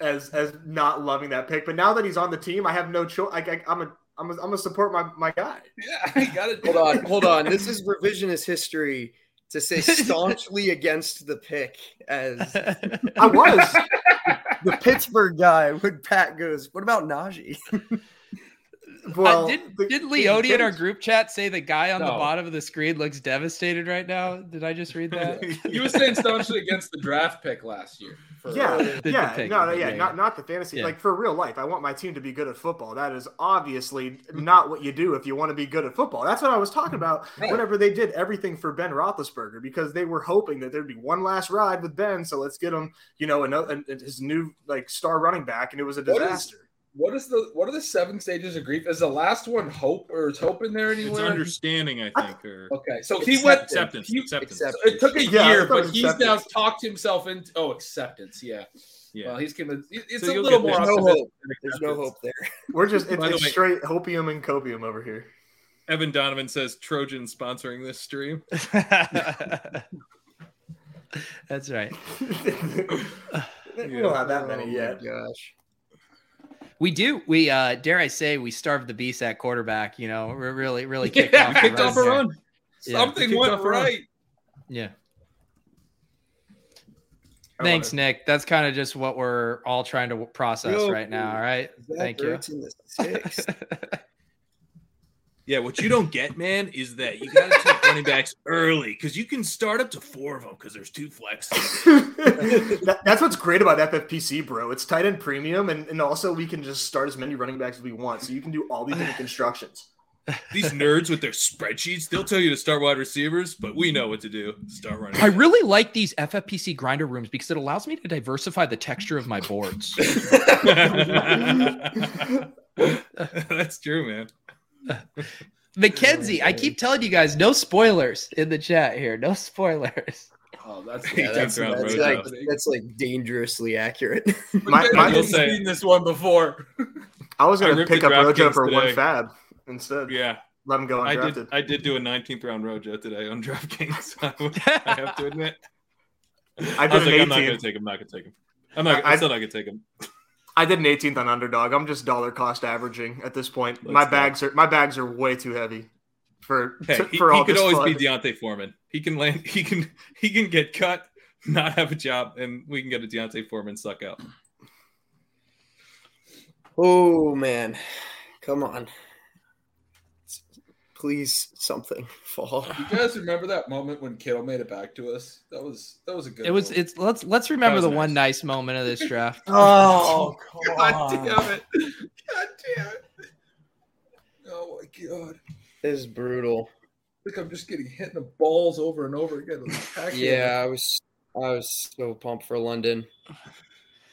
as as not loving that pick. But now that he's on the team, I have no choice. I, I, I'm a I'm a, I'm gonna support my, my guy.
yeah, I got it.
Hold on, hold on. This is revisionist history to say staunchly against the pick as
I was.
the Pittsburgh guy when Pat goes, What about Najee?
Well,
uh, did
the-
did
the
Leone in our
Kings-
group chat say the guy on the
No.
bottom of the screen looks devastated right now? Did I just read that?
You were saying staunchly against the draft pick last year. for-
yeah,
the
yeah,
pick,
no, no,
yeah,
yeah,
yeah.
not not the fantasy,
Yeah.
like for real life. I want my team to be good at football. That is obviously not what you do if you want to be good at football. That's what I was talking about.
Right.
Whenever they did everything for Ben Roethlisberger, because they were hoping that there'd be one last ride with Ben, so let's get him, you know, another an, his new like star running back, and it was a
What is-
disaster.
What is the what are the seven stages of grief? Is the last one hope or is hope in there
it's
anywhere?
understanding, I think, or
okay, so he went
acceptance.
He,
acceptance.
Accept-
it took a
Yeah, I
year,
thought
but
it was
he's now
acceptance.
talked himself into oh acceptance. Yeah,
Yeah.
Well, he's convinced. it- It's
So
a
you'll
little
get
more
there.
No
optimistic
hope.
than
There's no
acceptance.
hope there.
We're just it's,
By the
it's
way-
straight hopium and copium over here.
Evan Donovan says Trojan sponsoring this stream.
That's right.
We don't have that many
Oh my
yet.
Gosh.
We do. We uh dare I say we starved the beast at quarterback, you know, re- really, really kicked
Yeah,
off.
kicked
the
off a
there.
run.
Yeah.
Something
Kicked
went
off a run.
right.
Yeah.
I
Thanks,
wanna-
Nick. That's kind of just what we're all trying to w- process
Yo,
right now. All right.
Zach
Thank you.
Ertz in the sixth.
Yeah, what you don't get, man, is that you got to take running backs early because you can start up to four of them because there's two flexes.
That- that's what's great about FFPC, bro. It's tight end premium, and, and also we can just start as many running backs as we want. So you can do all these different constructions.
These nerds with their spreadsheets, they'll tell you to start wide receivers, but we know what to do. Start running.
I really like these FFPC grinder rooms because it allows me to diversify the texture of my boards.
That's true, man.
Mackenzie, I keep telling you guys, no spoilers in the chat here. No spoilers.
Oh, that's
Yeah, that's-
that's-
Round
that's,
road
like,
though.
that's like dangerously accurate.
My-
We've
my-
been- we've seen this one before.
I was
I
going to
ripped
pick
the
up Rojo
DraftKings
for one
today.
fab instead.
Yeah,
Let him go
I
undrafted.
did. I did do a 19th round rojo today on DraftKings. I, have to admit.
I
I was
did
like,
an
I'm not gonna
18th.
take him. I'm not gonna take him. I'm not.
I-
I'm still not gonna take him.
I did an 18th on underdog. I'm just dollar cost averaging at this point.
Let's
my
go.
bags are my bags are way too heavy for
Hey,
to-
he,
for
he
all
could
this
always
fun.
be Deontay Foreman. He can land. He can. He can get cut, not have a job, and we can get a Deontay Foreman suck out.
oh man. Come on. Please something fall.
You guys remember that moment when Kittle made it back to us? That was that was a good.
It was
moment.
it's let's let's remember
was
the
nice.
one nice moment of this draft.
Oh,
God damn it. God damn it. Oh my god.
This is brutal.
Look, I'm just getting hit in the balls over and over again. It's actually-
Yeah, I was I was so pumped for London.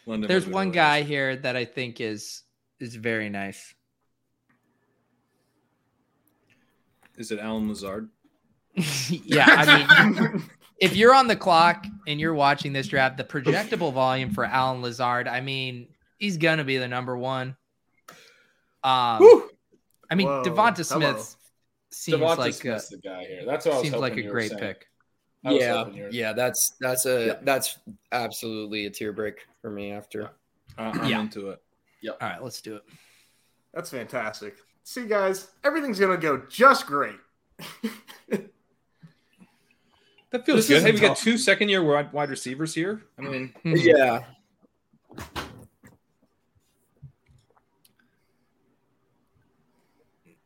London
There's
was
one
really
guy here that I think is is very nice.
nice. Is it Alan Lazard?
yeah, I mean, if you're on the clock and you're watching this draft, the projectable volume for Alan Lazard, I mean, he's gonna be the number one. Um,
Woo!
I mean,
Whoa,
Devonta
hello.
Smith seems
Devonta
like a,
Smith's the guy here. That's what I was
seems
hoping
like a
you were
great
saying.
pick.
I was
yeah,
hoping you were-
yeah, that's that's a
Yeah.
that's absolutely a tear break for me after.
Uh, I'm
Yeah.
into it.
All right, let's do it.
That's fantastic. See, guys, everything's gonna go just great.
That feels
This
good. Hey,
isn't
we got
tough.
two second year wide wide receivers here. I mean,
Mhm.
Yeah,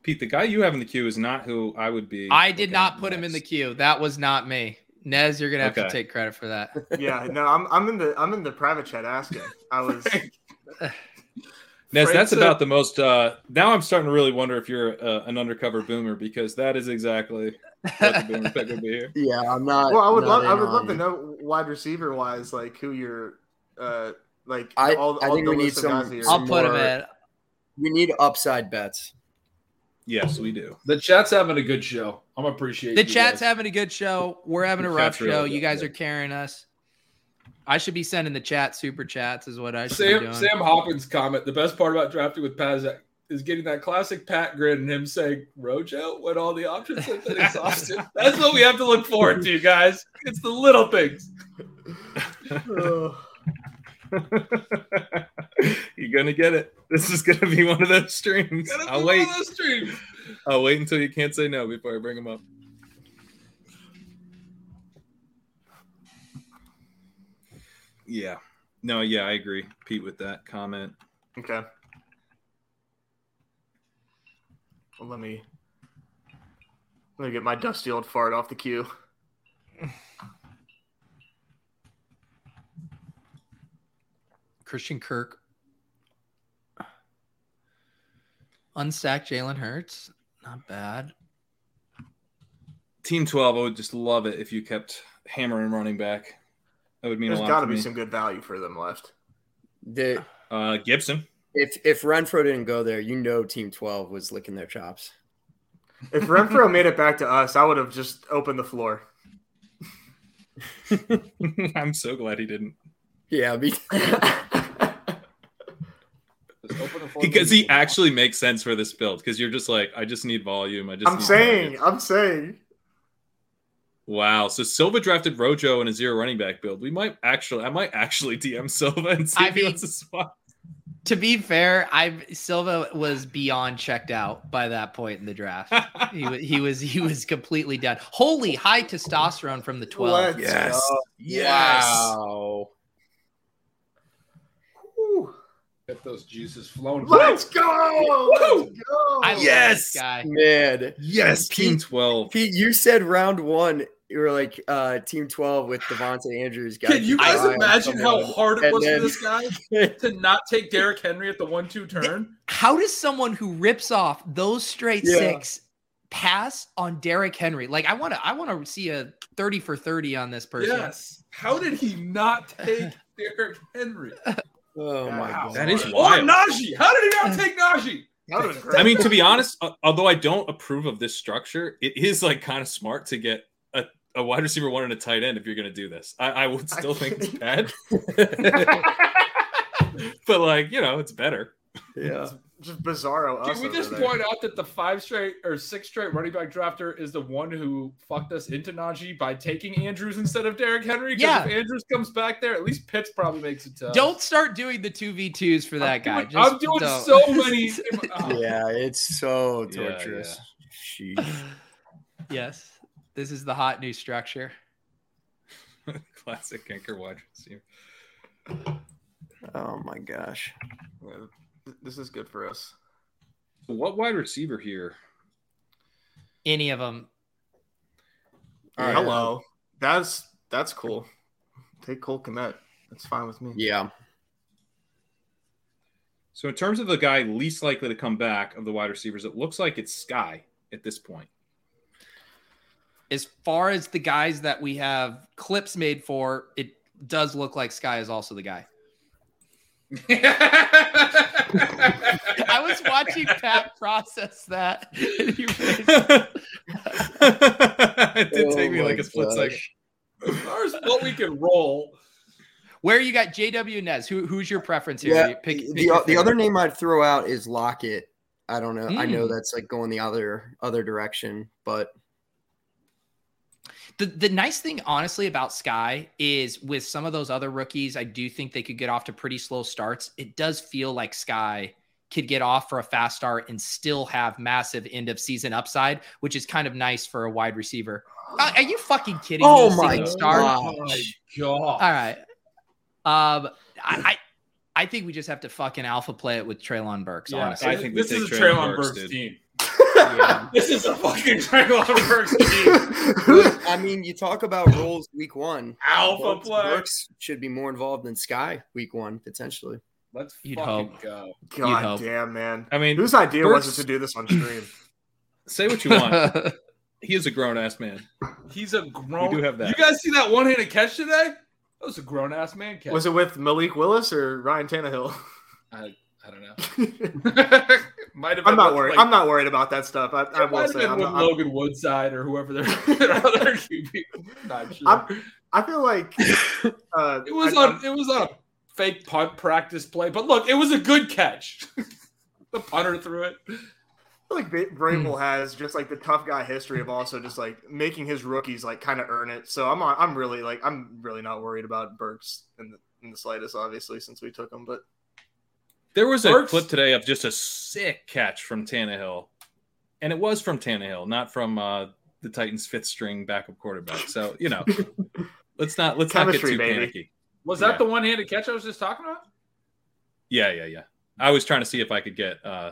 Pete, the guy you have in the queue is not who I would be.
I did not put him in the queue. That was not me. Nez, you're gonna have
Okay.
to take credit for that.
yeah, no, I'm I'm in the I'm in the private chat asking. I was
Nez,
Frank
that's
said-
about the most. Uh, now I'm starting to really wonder if you're uh, an undercover boomer because that is exactly what the boomer pick would be here.
Yeah, I'm not.
well. I would
not
love
in
I would love
on-
um,
to know wide receiver wise, like who you're, uh, like
I-
all,
I
all
think
the
we need
list of
some-
guys that you're-
I'll
Some
put him
more-
in.
We need upside bets.
Yes, we do.
The chat's having a good show. I'm appreciating
The
you
chat's
guys.
having a good show. We're having a
The
rough
chat's really
show.
good,
You guys
yeah.
are carrying us. I should be sending the chat super chats, is what I should be
Sam
doing.
Sam Hopkins comment. The best part about drafting with Pat is, that- is getting that classic Pat grin and him saying Rojo when all the options have been exhausted. That's what we have to look forward to, guys. It's the little things.
You're gonna get it. This is gonna be one of those streams.
Gotta be
I'll
one
wait.
of those dreams.
I'll wait until you can't say no before I bring them up. Yeah. No, yeah, I agree, Pete, with that comment.
Okay. Well, let me let me get my dusty old fart off the queue.
Christian Kirk. Unstack Jalen Hurts. Not bad.
Team 12, I would just love it if you kept hammering running back. That would mean
There's
a lot.
got to
to
be
me.
some good value for them left.
The,
Uh, Gibson.
if if Renfro didn't go there, you know Team Twelve was licking their chops.
If Renfro made it back to us, I would have just opened the floor.
I'm so glad he didn't.
Yeah, me,
Just open the floor.
Because he actually makes sense for this build. Because you're just like, I just need volume. I just
I'm
need
saying,
targets.
I'm saying.
Wow. So Silva drafted Rojo in a zero running back build. We might actually, I might actually DM Silva and see
I
if he
mean-
wants to swap.
To be fair, I Silva was beyond checked out by that point in the draft. he, wa- he was he was completely done. Holy high testosterone from the 12.
Let's
Yes.
go.
Wow.
Woo.
get those juices flowing.
Let's go. Let's go.
I love
Yes.
this guy.
man.
Yes.
Team 12.
Pete, you said round one. You were like uh, Team Twelve with Devonte Andrews. got
Can you
to
guys
rely on
imagine how
someone.
hard it
And
was
then-
for this guy to not take Derrick Henry at the one-two turn?
How does someone who rips off those straight
Yeah.
six pass on Derrick Henry? Like I want to I want to see a 30 for 30 on this person.
Yes. How did he not take Derrick Henry?
Oh my
Wow.
god,
That is
Or
wild.
Najee? How did he not take Najee?
That would've been great.
I mean, to be honest, uh, although I don't approve of this structure, it is like kind of smart to get a, a wide receiver one and a tight end if you're going to do this. I, I would
I
still think it's
can't-
bad. but like, you know, it's better.
yeah.
just bizarro. us
Can we
over
just
there.
point out that the five straight or six straight running back drafter is the one who fucked us into Najee by taking Andrews instead of Derrick Henry? 'Cause
Yeah.
If Andrews comes back there, at least Pitts probably makes it tough.
Don't start doing the 2v2s for that guy.
I'm doing, I'm
Just
doing
don't.
so many. Oh,
Yeah, it's so
Yeah, yeah.
torturous. Jeez.
yes. This is the hot new structure.
Classic anchor wide receiver.
Oh my gosh.
Yeah, th- This is good for us.
What wide receiver here?
Any of them.
All right.
Hello. That's that's cool. Take Cole Komet. That's fine with me.
Yeah.
So in terms of the guy least likely to come back of the wide receivers, it looks like it's Sky at this point.
As far as the guys that we have clips made for, it does look like Sky is also the guy. I was watching Pat process that. and he raised-
it did take me
Oh
like
my
a split second.
gosh.
as far as what we can roll,
Where you got JW Nez? Who, who's your preference here?
Yeah,
You pick- pick your
the, the other
favorite.
name I'd throw out is Lockett. I don't know. I know
Mm.
that's like going the other other direction, but
The, the nice thing, honestly, about Sky is with some of those other rookies, I do think they could get off to pretty slow starts. It does feel like Sky could get off for a fast start and still have massive end of season upside, which is kind of nice for a wide receiver. Uh, are you fucking kidding
Oh
me?
my
Single star.
gosh.
Oh
All
God.
right. Um, I, I I think we just have to fucking alpha play it with Traylon Burks.
Yeah,
honestly,
I think we
this is a
take
Traylon
Traylon Burks,
Burks
dude.
team. This is a fucking Greg Olberg team.
But, I mean, you talk about roles week one.
Alpha
Brooks-
play.
Brooks should be more involved than Sky week one potentially.
Let's
You'd
fucking
hope.
go.
You'd hope.
God damn, man.
I mean,
Whose idea was
Burks-
it to do this on stream?
say what you want. he is a grown ass man.
He's a grown.
We do have that.
You guys see that one-handed catch today? That was a grown-ass man catch.
Was it with Malik Willis or Ryan Tannehill?
I don't know. might have.
I'm
been
not
with,
worried.
like-
I'm not worried about that stuff. I, I
it might
will
have
say,
been
I'm
with
not, I'm-
Logan Woodside or whoever their their other QB. was. Not sure.
I'm- I feel like uh,
it was
I-
on. It was on a fake punt practice play, but look, it was a good catch. the punter threw it.
I feel like Ba- Vrabel
Hmm.
has just like the tough guy history of also just like making his rookies like kind of earn it. So I'm on, I'm really like I'm really not worried about Burks in the, in the slightest, obviously, since we took him. But
There was a
Burks-
clip today of just a sick catch from Tannehill, and it was from Tannehill, not from uh, the Titans' fifth string backup quarterback. So you know, let's not let's
Chemistry,
not get too
baby.
panicky.
Was that
Yeah.
the one-handed catch I was just talking about?
Yeah, yeah, yeah. I was trying to see if I could get uh,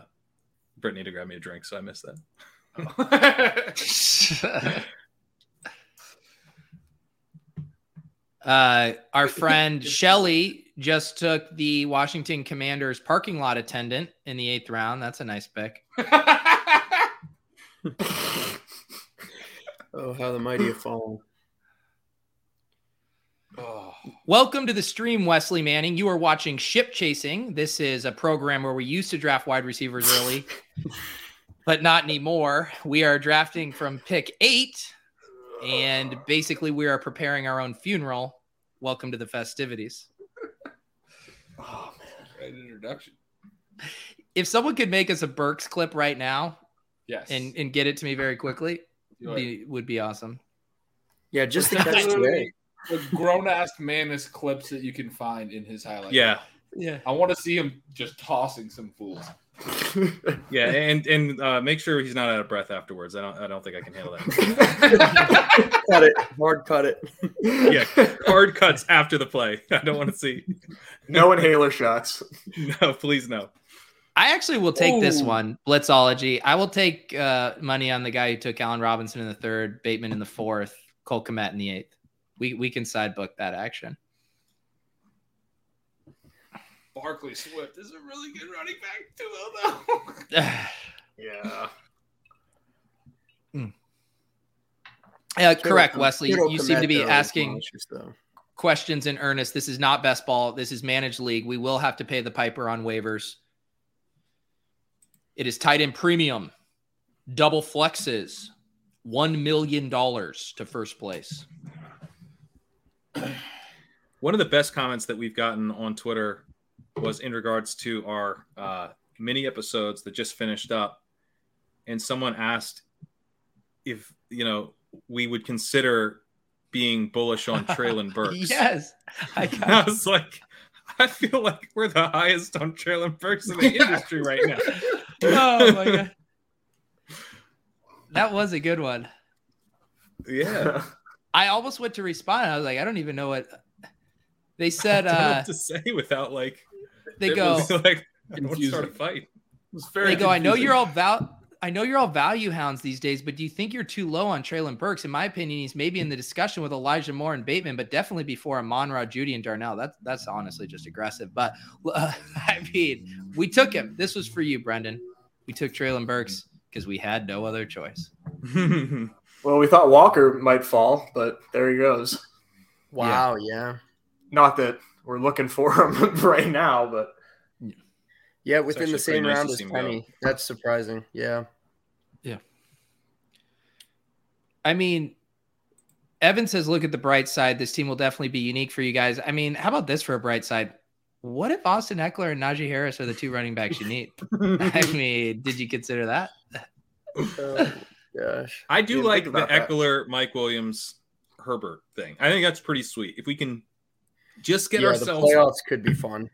Brittany to grab me a drink, so I missed that.
Uh, our friend Shelly just took the Washington Commanders parking lot attendant in the eighth round. That's a nice pick.
Oh, how the mighty have fallen.
Oh.
Welcome to the stream, Wesley Manning. You are watching Ship Chasing. This is a program where we used to draft wide receivers early, but not anymore. We are drafting from pick eight, and basically, we are preparing our own funeral. Welcome to the festivities.
oh man,
Great introduction.
If someone could make us a Burks clip right now
Yes.
and, and get it to me very quickly,
Do it.
be- would be awesome.
Yeah, just the catch today.
Literally the grown ass manus clips that you can find in his highlight.
Yeah,
Yeah.
I want to see him just tossing some fools.
yeah, and and uh, make sure he's not out of breath afterwards. I don't I don't think I can handle that.
Cut it, hard cut it.
yeah, hard cuts after the play. I don't want to see.
no inhaler shots.
No, please no.
I actually will take this
Ooh.
one, Blitzology. I will take uh, money on the guy who took Allen Robinson in the third, Bateman in the fourth, Cole Komet in the eighth. We we can side book that action.
Barkley Swift is a really good running back too, though.
Uh,
Yeah,
Yeah, correct, Wesley.
Kittle
You seem to be
Komet, though,
asking
Monsters, though.
questions in earnest. This is not best ball. This is managed league. We will have to pay the piper on waivers. It is tight end premium, double flexes, one million dollars to first place.
One of the best comments that we've gotten on Twitter was in regards to our uh, mini episodes that just finished up, and someone asked if you know we would consider being bullish on Traylon Burks.
Yes, I got
And I was like, I feel like we're the highest on Traylon Burks in the industry right now.
oh my god. That was a good one.
Yeah,
I almost went to respond. I was like, I don't even know what they
I
said.
don't know
Uh,
what to say without like
they
It
go,
was-
like I don't
Confusing.
start a fight.
It's
they
very
go. I know
confusing.
you're all val. I know you're all value hounds these days, but do you think you're too low on Traylon Burks? In my opinion, he's maybe in the discussion with Elijah Moore and Bateman, but definitely before Amon Ra, Judy, and Darnell. That's that's honestly just aggressive. But uh, I mean, we took him. This was for you, Brendan. We took Traylon Burks because we had no other choice.
Well, we thought Walker might fall, but there he goes.
Wow, yeah.
Not that we're looking for him right now, but
Yeah, within the
actually pretty
same
nice
round
to
as
see him go.
Penny. That's surprising. Yeah.
I mean, Evan says, look at the bright side. This team will definitely be unique for you guys. I mean, how about this for a bright side? What if Austin Eckler and Najee Harris are the two running backs you need? I mean, did you consider that?
Oh, gosh.
I do
Didn't
like the
think about that.
Eckler, Mike Williams, Herbert thing. I think that's pretty sweet. If we can just get
yeah,
ourselves,
the playoffs could be fun.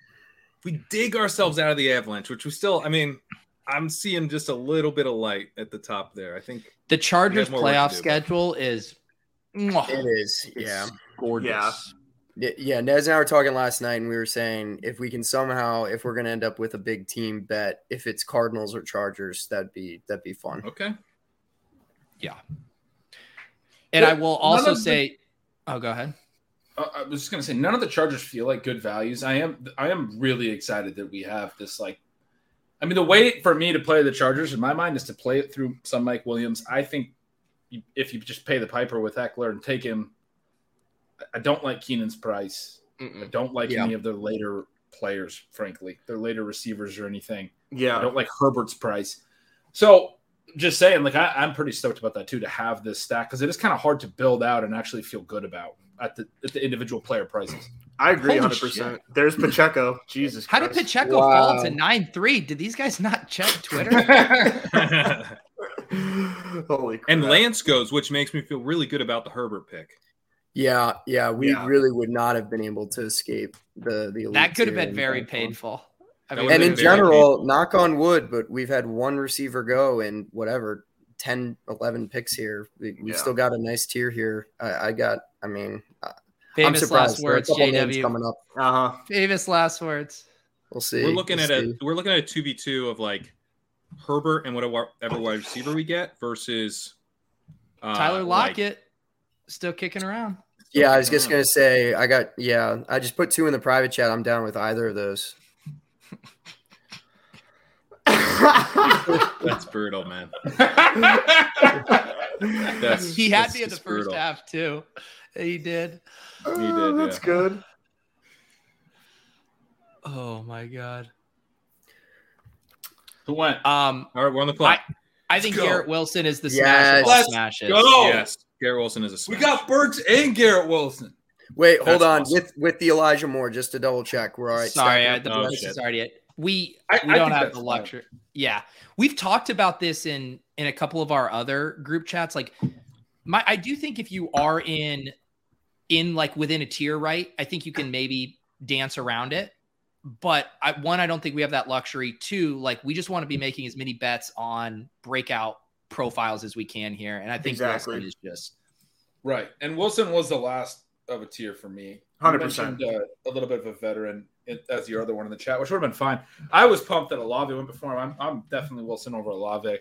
if we dig ourselves out of the avalanche, which we still, I mean, I'm seeing just a little bit of light at the top there. I think
The Chargers
more work to
playoff
do, but-
schedule is
It
mwah,
is. Yeah.
gorgeous.
Yeah.
Y- Yeah, Nez and I were talking last night, and we were saying if we can somehow, if we're going to end up with a big team bet, if it's Cardinals or Chargers, that'd be that'd be fun.
Okay.
And
Yeah,
I will
none
also
of the-
say, oh, go ahead.
Uh, I was just gonna say none of the Chargers feel like good values. I am I am really excited that we have this like I mean the way for me to play the Chargers in my mind is to play it through some Mike Williams. I think you, if you just pay the piper with Eckler and take him I- I don't like Keenan's price. I
Mm-mm.
don't like
Yeah.
any of their later players, frankly, their later receivers or anything. I
Yeah,
don't like Herbert's price. So just saying, like I, I'm pretty stoked about that too to have this stack because it is kind of hard to build out and actually feel good about at the at the individual player prices.
I agree
Holy
100. percent There's Pacheco. Jesus,
How did
Christ.
Pacheco fall to nine three? Did these guys not check Twitter?
Holy crap.
and Lance goes, which makes me feel really good about the Herbert pick.
Yeah, yeah, we
Yeah.
really would not have been able to escape the the. elite
that could have
tier
been
in
very
that one.
painful. I
That
mean,
would've
And
been
in
very
general, knock on wood, but we've had one receiver go and whatever 10, 11 picks here. We, we've
Yeah.
still got a nice tier here. I, I got. I mean, I- I'm
famous
surprised.
last
There are a
words,
couple names
JW.
coming up.
Uh huh.
Famous last words.
We'll see.
We're looking
We'll
at a
see.
we're looking at a two v two of like Herbert and whatever whatever wide receiver we get versus uh,
Tyler
like-
Lockett still kicking around.
Yeah, I was just
Mm.
gonna say I got yeah. I just put two in the private chat. I'm down with either of those.
That's brutal, man. That's,
He had
that's
me in the first
just brutal.
half too. He did.
Oh,
did,
that's
yeah.
good.
Oh my god.
Who went?
Um,
All right, we're on the clock.
I think
go.
Garrett Wilson is the
Yes.
smash of all
Let's
smashes.
go.
yes, Garrett Wilson is a
We
smash.
got Burks and Garrett Wilson.
Wait, hold
That's
on
awesome.
with with the Elijah Moore just to double check. We're all right.
Sorry, I,
Stack it
the
up.
Oh,
price
shit.
is already at. We
I-
we
I
don't
think
have
that's
the
fine.
luxury. Yeah, we've talked about this in in a couple of our other group chats. Like, my I do think if you are in in like within a tier, right? I think you can maybe dance around it. But I, one, I don't think we have that luxury. Two, like we just want to be making as many bets on breakout profiles as we can here, and I think
Exactly.
Wilson is just
Right. And Wilson was the last of a tier for me. You
100%.
mentioned, uh, a little bit of a veteran in- as your other one in the chat, which would have been fine. I was pumped that Olave went before him. I'm, I'm definitely Wilson over Olave.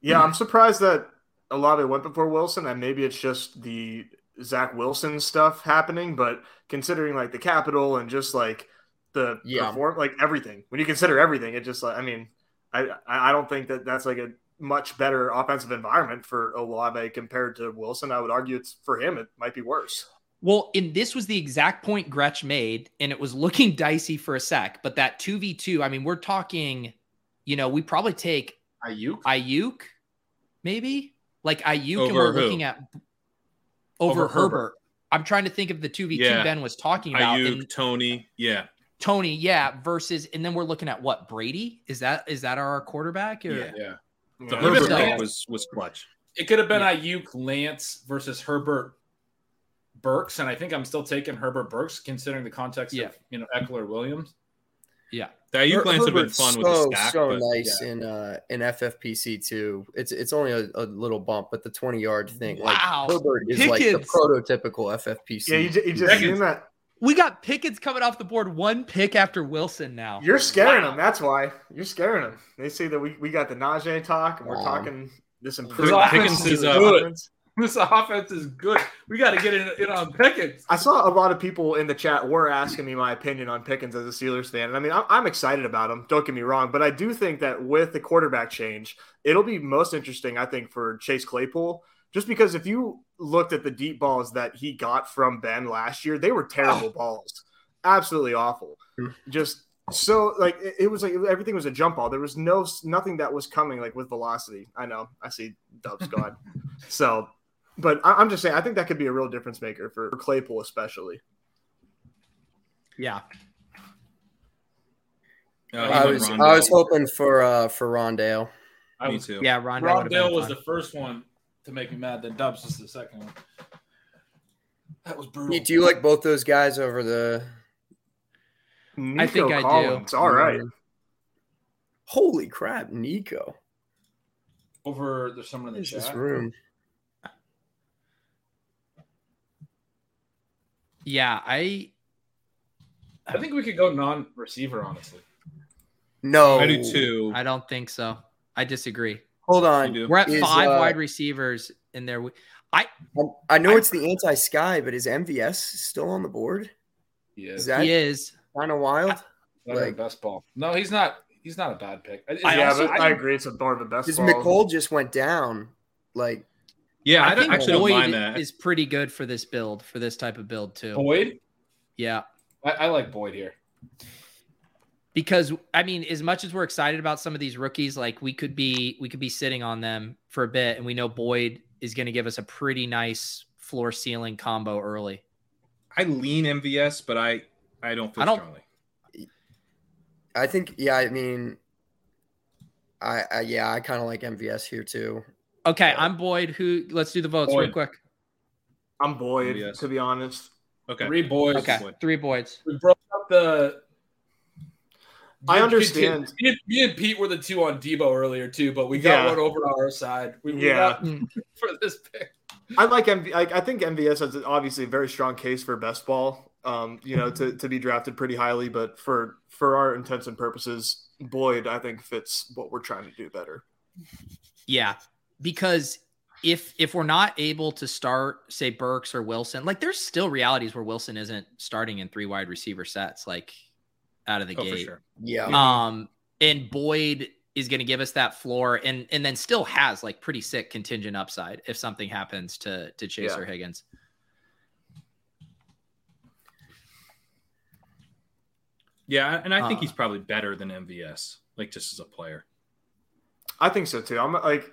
Yeah, I'm surprised that a lot of it went before Wilson, and maybe it's just the Zach Wilson stuff happening. But considering like the capital and just like the
Yeah.
perform, like everything, when you consider everything, it just like I mean, I I I don't think that that's like a much better offensive environment for Olave compared to Wilson. I would argue it's for him it might be worse.
Well, and this was the exact point Gretsch made, and it was looking dicey for a sec. But that 2v2, I mean, we're talking, you know, we probably take
Ayuk?
Ayuk, maybe like Ayuk, and
Over
we're
who?
looking at over,
Over
Herbert.
Herbert.
I'm trying to think of the 2v2
Yeah.
Ben was talking about.
Ayuk,
and
Tony, yeah,
Tony, yeah, versus, and then we're looking at what Brady is that? Is that our quarterback? Or?
Yeah.
Yeah.
the
Yeah.
Herbert
So-
pick was was clutch.
It could have been Ayuk, Lance versus Herbert Burks. And I think I'm still taking Herbert Burks considering the context
Yeah.
of, you know, Eckler Williams.
The Ayuk
Her-
Lance would have been
Herbert's
fun
so,
with the stack,
so
but
nice in uh in FFPC too. It's it's only a, a little bump, but the 20 yard thing.
Wow.
Like Herbert is like the
Pickens.
prototypical FFPC.
Yeah, you, ju- you just
Pickens.
seen that.
We got Pickens coming off the board one pick after Wilson now.
You're scaring them. That's why you're scaring them. They see that we, we got the Najee talk, and we're
Wow.
talking this
Pickens
improvement.
is, uh, This offense is good. We got to get in, in on Pickens.
I saw a lot of people in the chat were asking me my opinion on Pickens as a Steelers fan, and I mean, I'm, I'm excited about him. Don't get me wrong, but I do think that with the quarterback change, it'll be most interesting, I think, for Chase Claypool, just because if you looked at the deep balls that he got from Ben last year, they were terrible balls, absolutely awful. Just so like it, it was like everything was a jump ball. There was no nothing that was coming like with velocity. I know, I see Dubs God, so but I, I'm just saying, I think that could be a real difference maker for, for Claypool, especially.
Yeah.
uh, he
I
went
was
Rondale.
I was hoping for uh for Rondale.
I
me
was,
too.
Yeah. Rondale, would've been
Rondale was
fun.
the first one to make me mad. Then Dubs was the second one. That was brutal.
Pete, do you like both those guys over the?
Nico
think I do. Mm-hmm.
Collins, all right.
Holy crap, Nico!
over there's someone in
What
the
is this
chat.
room?
Yeah, I
I think we could go non-receiver, honestly.
No,
I do too.
I don't think so. I disagree.
Hold
You
on.
do.
We're at
Is,
five
uh,
wide receivers in there.
Um, I know it's the anti Sky, but is MVS still on the board?
Yeah,
Is
He
that
is.
kind of wild?
not our
like-
best ball. No, he's not. He's not a bad pick. I,
yeah,
also-
but I, agree. It's a more of a best
Because
ball.
McColl just went down. Like,
Yeah, I,
I
don't,
think
actually
Boyd
don't mind that. Oh.
is pretty good for this build, for this type of build too.
Boyd.
Yeah.
I, I like Boyd here.
because I mean, as much as we're excited about some of these rookies, like we could be we could be sitting on them for a bit, and we know Boyd is going to give us a pretty nice floor ceiling combo early.
I lean MVS, but I I don't feel
I don't-
strongly.
I think, yeah, I mean, I, I yeah, I kind of like MVS here too.
Okay, I'm Boyd. Who? Let's do the votes real
Boyd.
quick.
I'm Boyd,
Yes.
to be honest.
Okay.
Three Boyds.
Okay,
Boyd.
three Boyds.
We broke up the.
I
Me and-
understand.
Me and, me and Pete were the two on Debo earlier too, but we got
Yeah.
one over on our side. We, we
Yeah.
got for this pick.
I like MV. I, I think MVS has obviously a very strong case for best ball. Um, you know, to, to be drafted pretty highly, but for for our intents and purposes, Boyd I think fits what we're trying to do better.
Yeah, because if if we're not able to start, say Burks or Wilson, like there's still realities where Wilson isn't starting in three wide receiver sets, like out of the
Oh,
gate.
for sure.
Yeah.
Um, and Boyd is going to give us that floor, and and then still has like pretty sick contingent upside if something happens to to Chase
Yeah.
or Higgins.
Yeah, and I think
Uh.
he's probably better than MVS, like just as a player.
I think so too. I'm like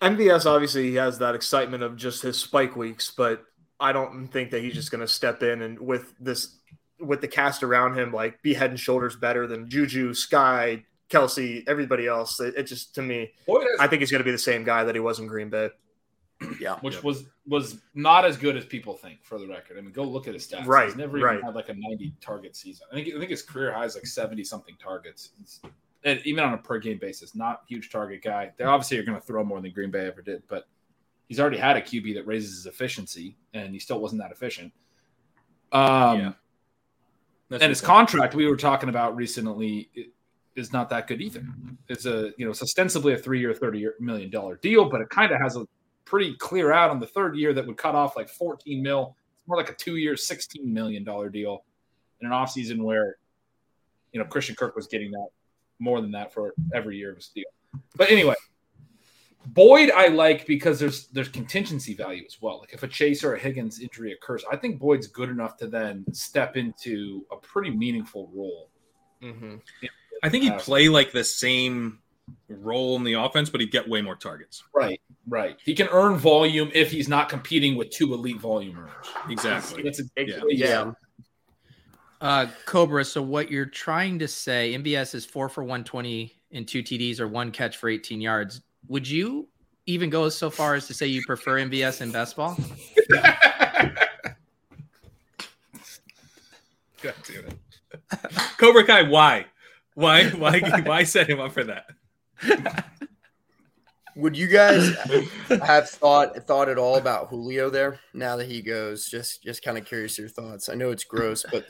MVS. Obviously, he has that excitement of just his spike weeks, but I don't think that he's just going to step in and with this with the cast around him, like be head and shoulders better than Juju, Sky, Kelsey, everybody else. It, it just to me,
Boyd has
I think he's going to be the same guy that he was in Green Bay.
which
Yep.
was was not as good as people think for the record. I mean, go look at his stats.
Right,
He's never
right.
even had like a 90 target season. I think I think his career high is like 70 something targets. It's- and even on a per game basis, not huge target guy. They obviously are going to throw more than Green Bay ever did, but he's already had a QB that raises his efficiency and he still wasn't that efficient. Um
Yeah. That's what
and his
I'm-
contract we were talking about recently i- is not that good either. It's a you know it's ostensibly a three year, thirty year million dollar deal, but it kind of has a pretty clear out on the third year that would cut off like fourteen mil. It's more like a two year, sixteen million dollar deal in an offseason where you know Christian Kirk was getting that more than that for every year of his deal. But anyway, Boyd I like because there's there's contingency value as well. Like if a Chase or a Higgins injury occurs, I think Boyd's good enough to then step into a pretty meaningful role.
Mm-hmm.
I think he'd play like the same role in the offense, but he'd get way more targets.
Right, right. He can earn volume if he's not competing with two elite volume earners.
Exactly.
That's a,
Yeah.
yeah.
Uh, Cobra. So what you're trying to say? MBS is four for 120 and two TDs or one catch for 18 yards. Would you even go so far as to say you prefer MBS in best ball?
God damn it. Cobra Kai, why? Why why why set him up for that?
Would you guys have thought thought at all about Julio there now that he goes? Just just kind of curious your thoughts. I know it's gross, but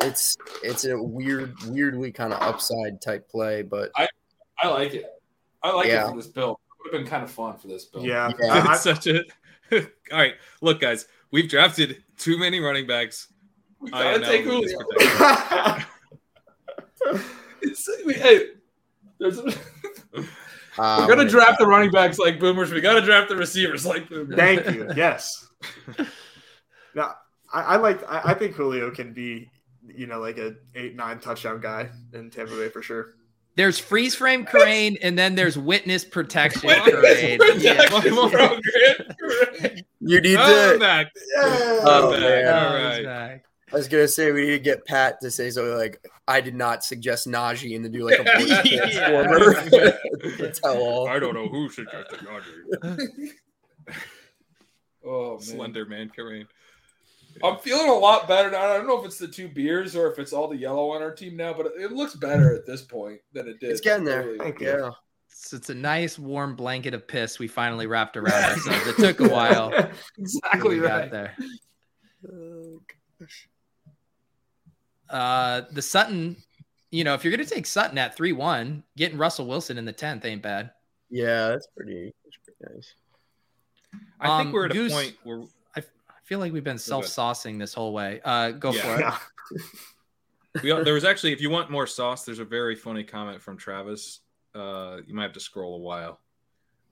it's it's a weird, weirdly kind of upside type play. But
I like it. I like
Yeah.
it for this build. It would have been kind of fun for this build.
Yeah,
Yeah.
I- I-
It's such a all right. Look, guys, we've drafted too many running backs.
We
I
gotta
know
take
that it's
Julio.
protected.
It's, we, hey, there's,
um,
we're gonna draft the running backs like boomers. We gotta draft the receivers like boomers.
Thank you. Yes. now, I, I like. I, I think Julio can be, you know, like a eight nine touchdown guy in Tampa Bay for sure.
There's freeze frame crane, and then there's witness protection crane.
Protection
Yeah.
program. Correct.
You need
Oh, I'm
to.
back.
Oh,
I'm
man.
back. All
Oh,
right.
he's back.
I was gonna say we need to get Pat to say something like, "I did not suggest Najee," and then do like a voice transformer. That's how all.
I don't know who suggested Audrey.
Oh man.
Slender Man Kareem.
I'm feeling a lot better now. I don't know if it's the two beers or if it's all the yellow on our team now, but it- it looks better at this point than it did.
It's getting there.
earlier.
Thank you.
Yeah,
It's, it's a nice warm blanket of piss we finally wrapped around ourselves. It took a while.
Exactly
we got
right.
there. Uh, the Sutton, you know, if you're going to take Sutton at 3 1, getting Russell Wilson in the 10th ain't bad.
Yeah, that's pretty, that's pretty nice.
I think
Um,
we're at
Goose-
a point where
I, f- I feel like we've been self saucing this whole way. Uh, go
Yeah.
for it.
Yeah.
we there was actually if you want more sauce there's a very funny comment from travis uh you might have to scroll a while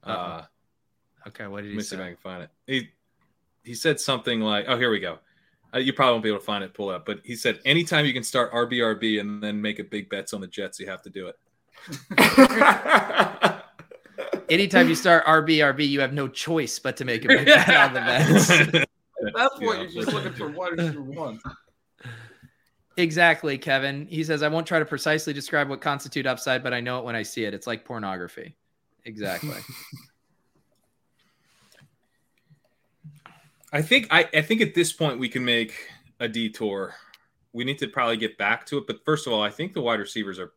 uh
Uh-oh. Okay, what did
let
he
me see if i
say?
can find it he he said something like oh here we go uh, you probably won't be able to find it pull it up but he said anytime you can start rbrb and then make a big bets on the jets you have to do it
Anytime you start RBRB, you have no choice but to make a big bet on the Mets.
At that point,
Yeah,
you're just looking for one or two ones.
exactly, Kevin. He says, I won't try to precisely describe what constitute upside, but I know it when I see it. It's like pornography. Exactly.
I think I, I think at this point we can make a detour. We need to probably get back to it, but first of all, I think the wide receivers are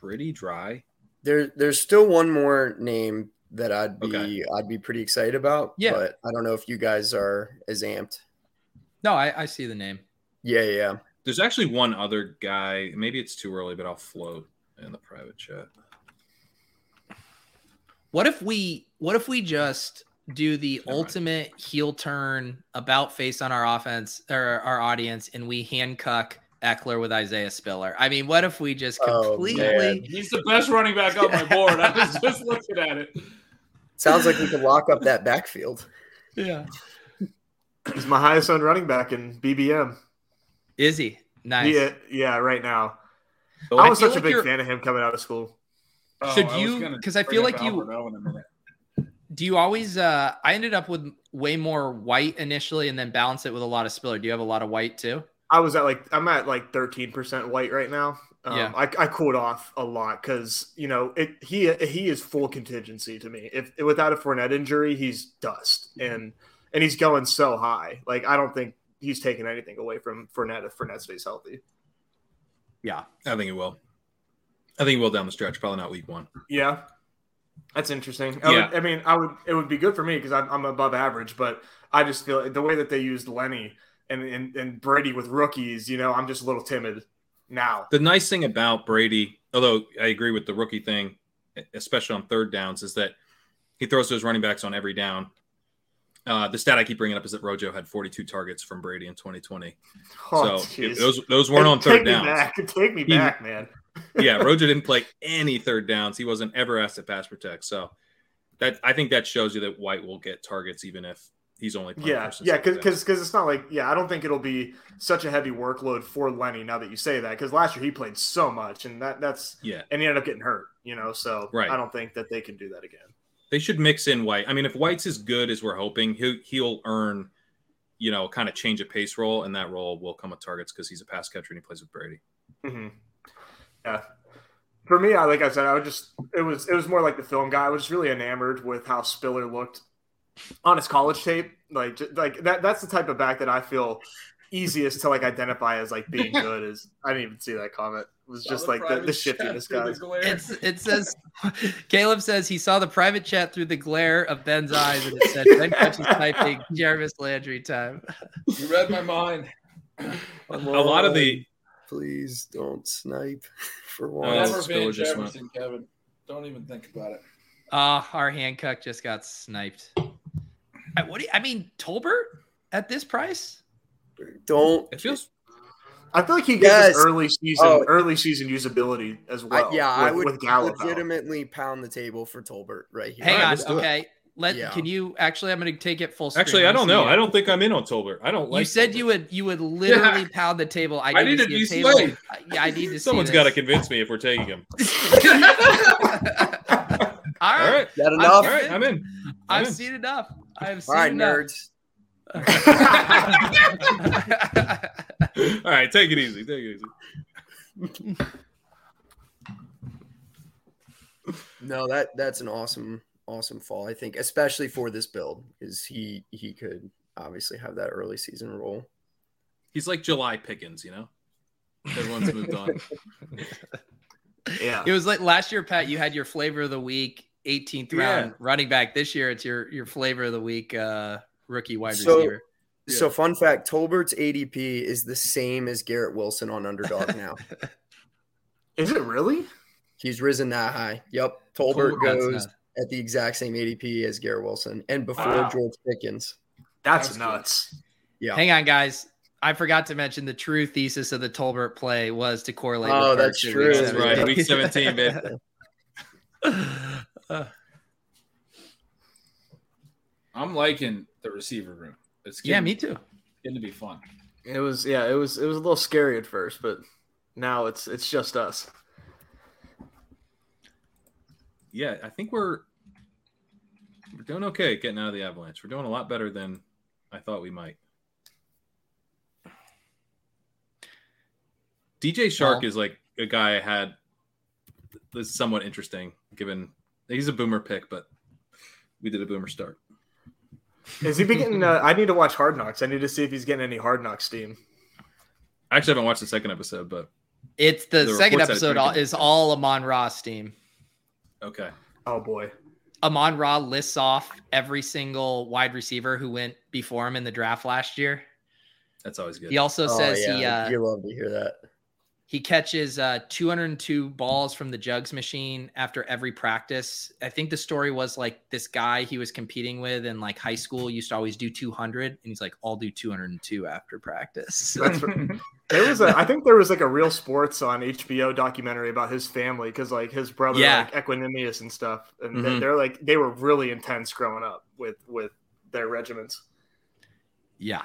pretty dry.
There, there's still one more name that I'd be,
Okay.
I'd be pretty excited about.
Yeah.
but I don't know if you guys are as amped.
no, I, I see the name.
Yeah, yeah.
There's actually one other guy. Maybe it's too early, but I'll float in the private chat.
What if we what if we just do the
Never mind.
ultimate heel turn about face on our offense or our audience and we handcuck Eckler with Isaiah Spiller? I mean, what if we just
Oh,
completely
He's the best running back on my board. I was just looking at it.
Sounds like we could lock up that backfield.
Yeah.
He's my highest owned running back in BBM.
Izzy. Nice.
Yeah, yeah, right now.
Oh,
I
I
was
feel
such a
like
big
you're-
fan of him coming out of school.
Should
Oh, I was
you-
gonna
'cause I
bring
feel
up
like you-
Alfred O in a minute.
Do you always uh I ended up with way more white initially and then balance it with a lot of Spiller. Do you have a lot of white too?
I was at like I'm at like 13% white right now. Um,
Yeah.
I, I cooled off a lot because you know it. He he is full contingency to me. If without a Fournette injury, he's dust
Mm-hmm.
and and he's going so high. Like I don't think he's taking anything away from Fournette if Fournette stays healthy.
Yeah.
I think he will. I think he will down the stretch. Probably not week one.
Yeah, that's interesting. I,
Yeah.
would, I mean, I would it would be good for me because I'm, I'm above average, but I just feel the way that they used Lenny and, and and Brady with rookies. You know, I'm just a little timid now.
The nice thing about Brady, although I agree with the rookie thing, especially on third downs, is that he throws to his running backs on every down. Uh, the stat I keep bringing up is that Rojo had 42 targets from Brady in 2020. so
Oh, jeez.
if those those weren't on
Take
third
me
downs.
back. Take me
He-
back, man.
yeah, Rojo didn't play any third downs. He wasn't ever asked to pass protect. So that I think that shows you that White will get targets even if he's only playing.
Yeah,
versus
yeah,
third down.
because it's not like yeah, I don't think it'll be such a heavy workload for Lenny now that you say that because last year he played so much and that that's
yeah,
and he ended up getting hurt, you know. So
Right.
I don't think that they can do that again.
they should mix in White. I mean, if White's as good as we're hoping, he'll he'll earn, you know, kind of change of pace role, and that role will come with targets because he's a pass catcher and he plays with Brady.
hmm Yeah. For me, I like I said, I was just it was it was more like the film guy. I was really enamored with how Spiller looked on his college tape. Like ju- like that that's the type of back that I feel easiest to like identify as like being good is I didn't even see that comment. It was just
Saw
like the,
private
the shiftiness
chat through
guys.
the glare.
It's it says Caleb says he saw the private chat through the glare of Ben's eyes and it said Ben catches typing Jarvis Landry time.
You read my mind. Oh,
a lot of the
Please don't snipe for
Oh,
once.
Never
Spiller
Van
just
Jefferson, Kevin. Don't even think about it.
Ah, our Hancock just got sniped. I, Uh, what do you, I mean, Tolbert at this price?
Don't.
it feels
I feel like he gets
Yes.
his early season
Oh.
early season usability as well.
I, yeah, I
with-
would
with Gallup out.
legitimately pound the table for Tolbert right here.
Hang
right,
on,
let's do it.
okay. Let
Yeah.
can you actually? I'm going to take it full. Screen.
actually I
Let me
don't
see
know.
it.
I don't think I'm in on Tolbert. I don't
You
like.
said
Tolbert.
you would. You would literally pound the table. I,
I
need to
need to
see
be
a table.
slayed.
I- Yeah, I need to.
Someone's
see
got to
this.
convince me if we're taking him.
All
All
right,
right,
That
all
I'm
enough.
right, I'm in. I'm
I've
in.
seen enough. I've seen
All right,
enough.
nerds.
All right, take it easy. Take it easy.
No, that that's an awesome, awesome fall. I think, especially for this build, because he he could obviously have that early season role.
He's like July Pickens, you know. Everyone's moved on.
Yeah.
It was like last year, Pat. You had your flavor of the week, 18th round running back. This year, it's your your flavor of the week, uh, rookie wide
So-
receiver.
So, fun fact: Tolbert's ADP is the same as Garrett Wilson on Underdog now.
Is it really?
He's risen that high. Yep, Tolbert goes at the exact same ADP as Garrett Wilson, and before
Wow.
George Pickens.
That's, nuts.
Yeah.
Hang on, guys. I forgot to mention the true thesis of the Tolbert play was to correlate.
Oh,
with Kirk
that's
to
true.
week
That's right. Week 17, man.
I'm liking the receiver room. It's
Yeah,
getting,
me too.
getting to be fun.
It was yeah, it was it was a little scary at first, but now it's it's just us.
yeah, I think we're we're doing okay getting out of the avalanche. We're doing a lot better than I thought we might. DJ Shark
Well-
is like a guy I had that's somewhat interesting given he's a boomer pick, but we did a boomer start.
Is he beginning? Uh, I need to watch Hard Knocks. I need to see if he's getting any Hard Knocks steam.
I actually haven't watched the second episode, but
It's the,
The
second
reports that it's
episode all,
pretty good.
is all Amon Ra's team.
okay.
Oh boy,
Amon Ra lists off every single wide receiver who went before him in the draft last year.
That's always good.
He also
Oh,
says
yeah,
he uh,
you love to hear that.
He catches uh, 202 balls from the jugs machine after every practice. I think the story was like this guy he was competing with in like high school used to always do 200, and he's like, "I'll do 202 after practice."
that's there was a. I think there was like a Real Sports on HBO documentary about his family because like his brother,
Yeah.
like Equinemius and stuff, and they-
Mhm.
they're like they were really intense growing up with with their regiments.
yeah,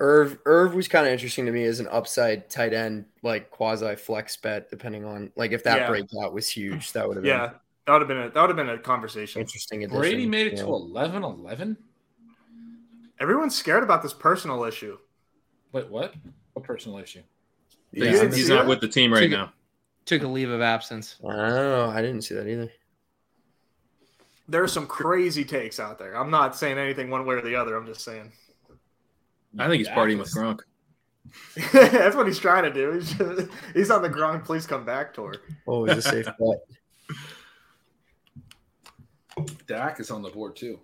Irv Irv was kind of interesting to me as an upside tight end, like quasi flex bet, depending on like if that
Yeah.
breakout was huge, that would have
Yeah, that would have been a that would have been a conversation.
been interesting. Addition.
Brady made it
Yeah.
to 11 11?
Everyone's scared about this personal issue.
Wait, what? What personal issue?
You
Yeah.
didn't
he's
see
not
that?
with the team right
Two-
now.
took a leave of absence.
Oh, I didn't see that either.
There are some crazy takes out there. I'm not saying anything one way or the other. I'm just saying
I think he's
Yeah,
partying with
just-
Gronk.
that's what he's trying to do. He's, just- he's on the Gronk please come back tour.
What Oh, was the safe bet?
Dak is on the board too.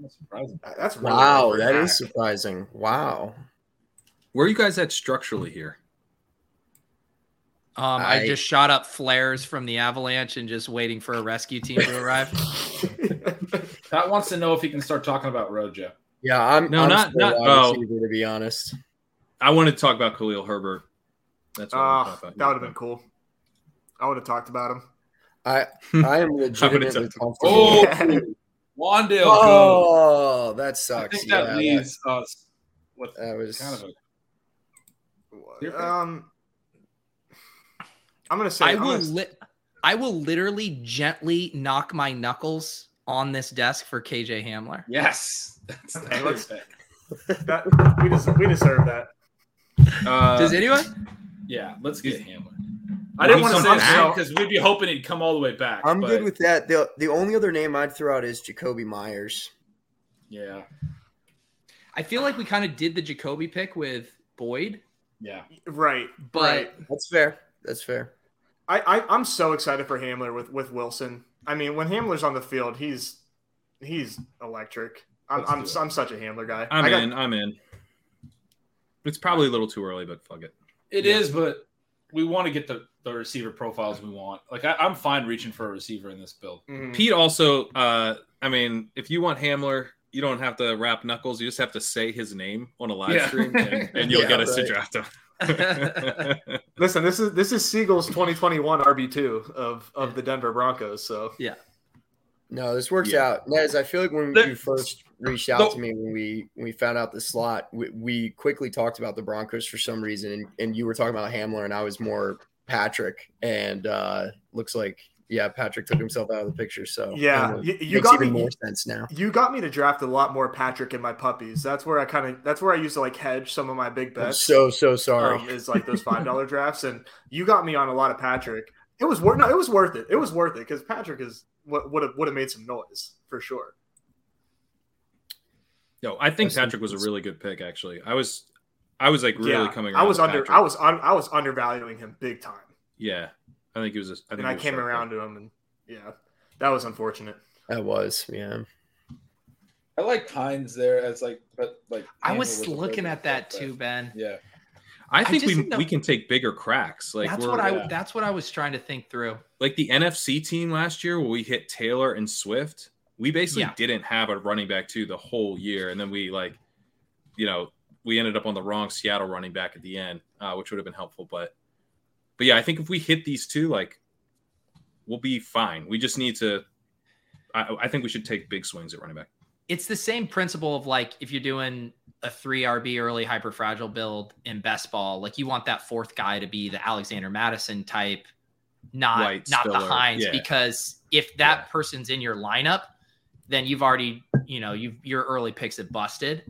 That's surprising.
That's really
Wow,
good for
that
Dak.
is surprising. Wow.
Where are you guys at structurally here?
Um, I,
I-
just shot up flares from the avalanche and just waiting for a rescue team to arrive.
Pat wants to know if he can start talking about Rojo.
Yeah, I'm
No,
I'm
not-
still
not-
wide
oh.
receiver, to be honest.
I want to talk about Khalil Herbert. That's what I wanna
Ah,
talk
that
about.
would have been cool. I would have talked about him.
I I am legitimately
talked-
comfortable.
Oh,
Yeah.
Wandale. Coon.
Oh, that
I
sucks.
think that
yeah,
leaves us with
that, that was
kind of a. Clear cut.
Um, I'm gonna say
I
I'm
will
gonna-
lit I will literally gently knock my knuckles on this desk for KJ Hamler.
Yes. That's the
Hey, let's-
perfect.
that- we, des- we deserve that.
Uh,
Does anyone?
Yeah, let's get Hamler.
I
I didn't want to
think
say
somehow-
because we'd be hoping he'd come all the way back.
I'm
but
good with that. The the only other name I'd throw out is Jacoby Myers.
Yeah,
I feel like we kind of did the Jacoby pick with Boyd,
yeah.
Right,
but
right.
That's fair. That's fair.
I, I I'm so excited for Hamler with with Wilson. I mean, when Hamler's on the field, he's he's electric. I'm
Let's
I'm,
do it.
I'm such a Hamler guy.
I'm
I got-
in. I'm in. It's probably a little too early, but fuck it.
It is, but we want to get the, the receiver profiles we want. Like I, I'm fine reaching for a receiver in this build.
Mhm.
Pete also, uh, I mean, if you want Hamler, you don't have to wrap knuckles. You just have to say his name on a live
Yeah.
stream, and, and you'll
Yeah,
get us
right.
to draft him.
Listen, this is this is Siegel's 2021 RB two of of the Denver Broncos. So
No, this works
Yeah.
out. Nez, I feel like when
The-
you first reached out to me when we when we found out the slot, we, we quickly talked about the Broncos for some reason, and, and you were talking about Hamler, and I was more Patrick, and uh looks like yeah, Patrick took himself out of the picture. So
yeah,
Hamler
you, you
makes
got me.
even more sense now.
You got me to draft a lot more Patrick in my puppies. That's where I kind of that's where I used to like hedge some of my big
I'm
bets.
so so sorry.
um, is like those five dollar drafts, and you got me on a lot of Patrick. It was worth no, it was worth it. It was worth it because Patrick is what would have would have made some noise for sure.
No, I think Patrick was a really good pick. Actually, I was, I was like really coming.
I
around
was
to
under I
Patrick.
was un, I was undervaluing him big time,
Yeah, I think he was. A, I think
and
he
I
was a
came
sharp pick.
Oh. around to him, and yeah, that was unfortunate.
That was yeah.
I like Hines there as like, but like
I
Tampa
was
a
looking
little
at that
bit,
too, Ben.
but, Yeah,
I
I
think
just
we
think that-
we can take bigger cracks. Like
that's
we're
what I
yeah.
that's what I was trying to think through.
like the NFC team last year where we hit Taylor and Swift. We basically
Yeah.
didn't have a running back two the whole year, and then we like, you know, we ended up on the wrong Seattle running back at the end, uh, which would have been helpful. But, but yeah, I think if we hit these two, like, we'll be fine. We just need to. I, I think we should take big swings at running back.
It's the same principle of like if you're doing a three RB early hyper fragile build in best ball, like you want that fourth guy to be the Alexander Madison type, not
White,
not the
Spiller,
Hines,
yeah.
because if that person's in your lineup, then you've already you know you've your early picks have busted.